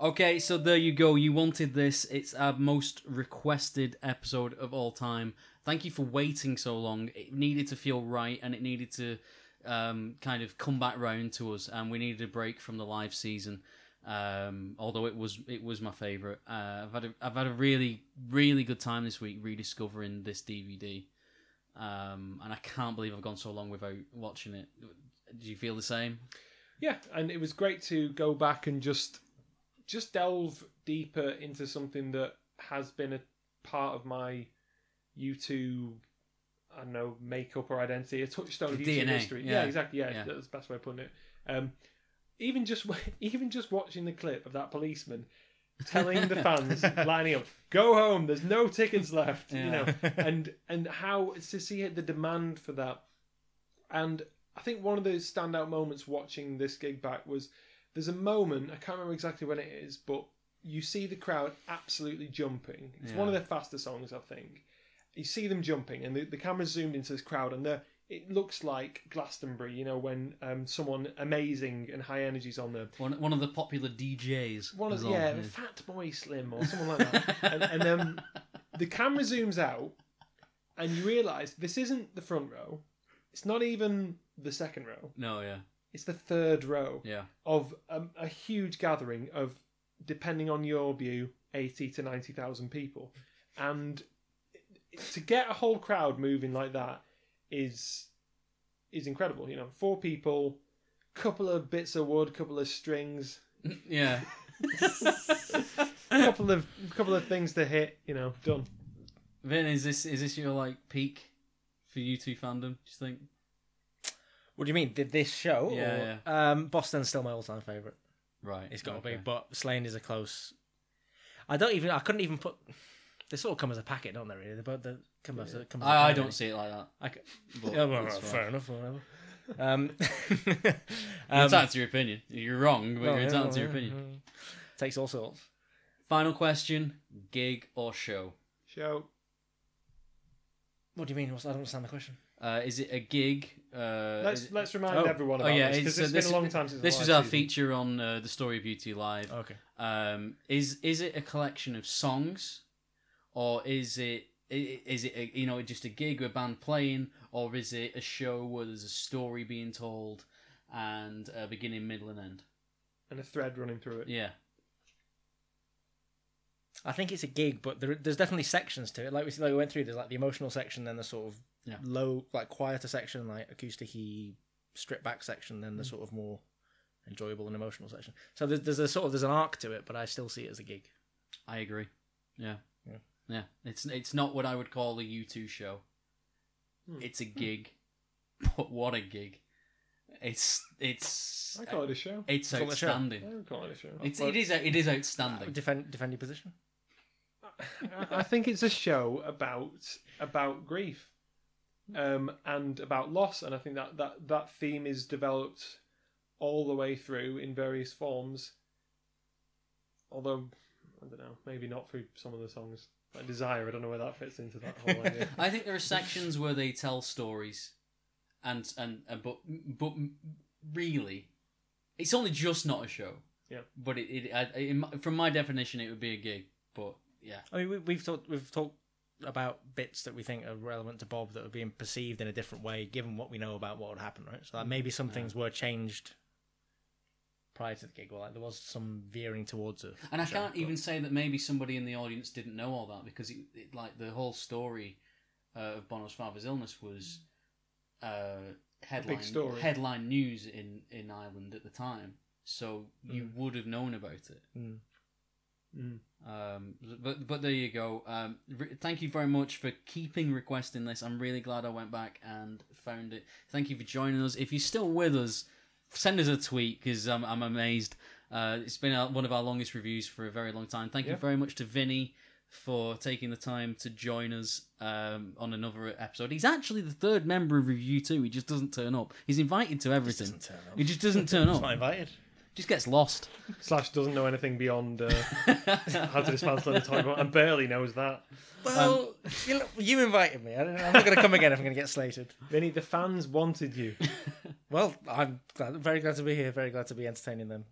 Speaker 2: Okay, so there you go. You wanted this. It's our most requested episode of all time. Thank you for waiting so long. It needed to feel right and it needed to um, kind of come back round to us and we needed a break from the live season. Um, although it was it was my favorite. Uh, I've had a, I've had a really really good time this week rediscovering this DVD. Um, and I can't believe I've gone so long without watching it. Do you feel the same?
Speaker 1: Yeah, and it was great to go back and just just delve deeper into something that has been a part of my YouTube, I don't know, makeup or identity, a touchstone of
Speaker 2: The
Speaker 1: YouTube
Speaker 2: DNA,
Speaker 1: history.
Speaker 2: yeah.
Speaker 1: exactly. Yeah,
Speaker 2: Yeah.
Speaker 1: that's the best way of putting it. Um, even just even just watching the clip of that policeman telling the fans lining up, "Go home. There's no tickets left." You know, and and how to see it, the demand for that and I think one of the standout moments watching this gig back was there's a moment, I can't remember exactly when it is, but you see the crowd absolutely jumping. It's one of
Speaker 2: Yeah.
Speaker 1: their faster songs, I think. you see them jumping, and the, the camera's zoomed into this crowd, and they're it looks like Glastonbury, you know, when um, someone amazing and high energy's on them.
Speaker 2: One, one of the popular DJs.
Speaker 1: One of
Speaker 2: was
Speaker 1: the,
Speaker 2: on,
Speaker 1: yeah, Fat Boy Slim or someone like that. and and um, the camera zooms out, and you realise this isn't the front row. It's not even the second row.
Speaker 2: No, yeah.
Speaker 1: It's the third row
Speaker 2: Yeah.
Speaker 1: of um, a huge gathering of, depending on your view, eighty to ninety thousand people, and to get a whole crowd moving like that is is incredible. You know, four people, couple of bits of wood, couple of strings,
Speaker 2: Yeah.
Speaker 1: couple of couple of things to hit. You know, done.
Speaker 2: Vin, is this is this your like peak for U two fandom? Do you think?
Speaker 3: What do you mean? Did this show?
Speaker 2: Yeah,
Speaker 3: or- Um, Boston's still my all-time favorite.
Speaker 2: Right,
Speaker 3: It's got to
Speaker 2: okay.
Speaker 3: be, but Slane is a close. I don't even. I couldn't even put. They sort of come as a packet, don't they? Really, they both they come as. A, come as a
Speaker 2: I, I
Speaker 3: packet.
Speaker 2: don't see it like that.
Speaker 3: I c-
Speaker 2: But
Speaker 3: Yeah, well,
Speaker 2: it's
Speaker 3: well,
Speaker 2: fine.
Speaker 3: fair enough. Whatever. Um,
Speaker 2: You're entitled to your opinion. You're wrong, but
Speaker 3: Well,
Speaker 2: you're
Speaker 3: yeah,
Speaker 2: entitled
Speaker 3: well,
Speaker 2: to your
Speaker 3: yeah,
Speaker 2: opinion.
Speaker 3: Takes all sorts.
Speaker 2: Final question: gig or show?
Speaker 1: Show.
Speaker 3: What do you mean? What's- I don't understand the question.
Speaker 2: Uh, is it a gig? Uh,
Speaker 1: Let's-
Speaker 2: is it- Oh,
Speaker 1: let's remind everyone about this, 'cause
Speaker 2: so
Speaker 1: it's been a long time since the
Speaker 2: uh, this
Speaker 3: Oh,
Speaker 1: live
Speaker 2: was our
Speaker 1: season.
Speaker 2: feature on uh, the Story of Beauty Live.
Speaker 3: Okay.
Speaker 2: Um, is is it a collection of songs, or is it i- is it a, you know just a gig with a band playing, or is it a show where there's a story being told and a beginning, middle, and end?
Speaker 1: And a thread running through it.
Speaker 2: Yeah.
Speaker 3: I think it's a gig, but there, there's definitely sections to it. Like we like we went through, there's like the emotional section, then the sort of
Speaker 2: Yeah.
Speaker 3: low, like quieter section, like acousticy, stripped back section, then the
Speaker 2: Mm.
Speaker 3: sort of more enjoyable and emotional section. So there's, there's a sort of there's an arc to it, but I still see it as a gig.
Speaker 2: I agree. Yeah.
Speaker 3: Yeah.
Speaker 2: Yeah. It's it's not what I would call a U two show.
Speaker 1: Hmm.
Speaker 2: It's a gig. But what a gig. It's it's
Speaker 1: I call it a show.
Speaker 2: It's
Speaker 1: I call it a show.
Speaker 2: outstanding.
Speaker 1: I would call it a show.
Speaker 2: It's it is it is outstanding.
Speaker 3: Defend defend your position.
Speaker 1: I- I think it's a show about about grief, um, and about loss, and I think that that that theme is developed all the way through in various forms. Although, I don't know, maybe not through some of the songs. Like Desire, I don't know where that fits into that whole idea.
Speaker 2: I think there are sections where they tell stories, and and, and but but really, it's only just not a show.
Speaker 1: Yeah.
Speaker 2: But it, it, I, in my- from my definition, it would be a gig. But yeah,
Speaker 3: I mean, we, we've talked we've talked about bits that we think are relevant to Bob that are being perceived in a different way, given what we know about what would happen, right? So like, maybe some things were changed prior to the gig. Well, like there was some veering towards it,
Speaker 2: And I can't even
Speaker 3: um,
Speaker 2: say that maybe somebody in the audience didn't know all that because it, it like the whole story uh, of Bono's father's illness was uh, headline
Speaker 1: story.
Speaker 2: headline news in in Ireland at the time, so you
Speaker 1: Mm.
Speaker 2: would have known about it.
Speaker 3: Mm.
Speaker 1: Mm.
Speaker 2: Um, but but there you go. Um, re- thank you very much for keeping requesting this. I'm really glad I went back and found it. Thank you for joining us. If you're still with us, send us a tweet because I'm, I'm amazed. Uh, it's been our, one of our longest reviews for a very long time. Thank
Speaker 1: Yeah.
Speaker 2: you very much to Vinny for taking the time to join us um, on another episode. He's actually the third member of Review Two. He just doesn't turn up. He's invited to everything. He just doesn't turn
Speaker 3: He's
Speaker 2: up.
Speaker 3: not invited.
Speaker 2: Just gets lost.
Speaker 1: Slash doesn't know anything beyond uh, how to dismantle the toy bomb, and barely knows that.
Speaker 3: Well, you, you invited me. I don't, I'm not going to come again if I'm going to get slated.
Speaker 1: Vinny, the fans wanted you.
Speaker 3: Well, I'm glad, very glad to be here. Very glad to be entertaining them.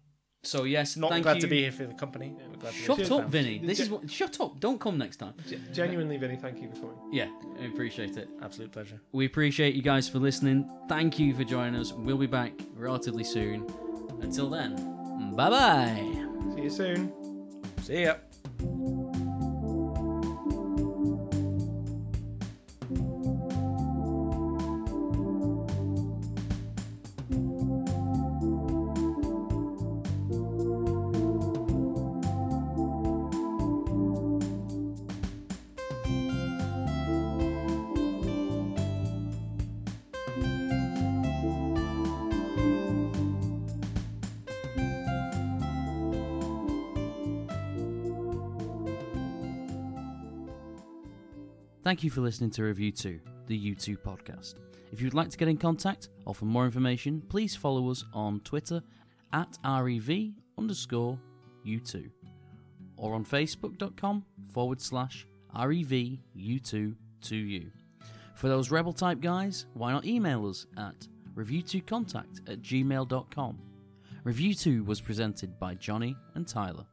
Speaker 2: So yes,
Speaker 3: Not
Speaker 2: thank
Speaker 3: glad
Speaker 2: you.
Speaker 3: to be here for the company. but glad to be here
Speaker 2: Shut
Speaker 3: for the
Speaker 2: up,
Speaker 3: fans.
Speaker 2: Vinny. This is what. Shut up. Don't come next time.
Speaker 1: Genuinely, Vinny, thank you for coming.
Speaker 2: Yeah, I appreciate it.
Speaker 3: Absolute pleasure.
Speaker 2: We appreciate you guys for listening. Thank you for joining us. We'll be back relatively soon. Until then, bye bye.
Speaker 1: See you soon.
Speaker 3: See ya.
Speaker 2: Thank you for listening to Review 2, the U2 podcast. If you'd like to get in contact or for more information, please follow us on Twitter at REV underscore E U2 or on Facebook.com forward slash REV U2 to you. For those rebel type guys, why not email us at review2contact at gmail.com? Review 2 was presented by Johnny and Tyler.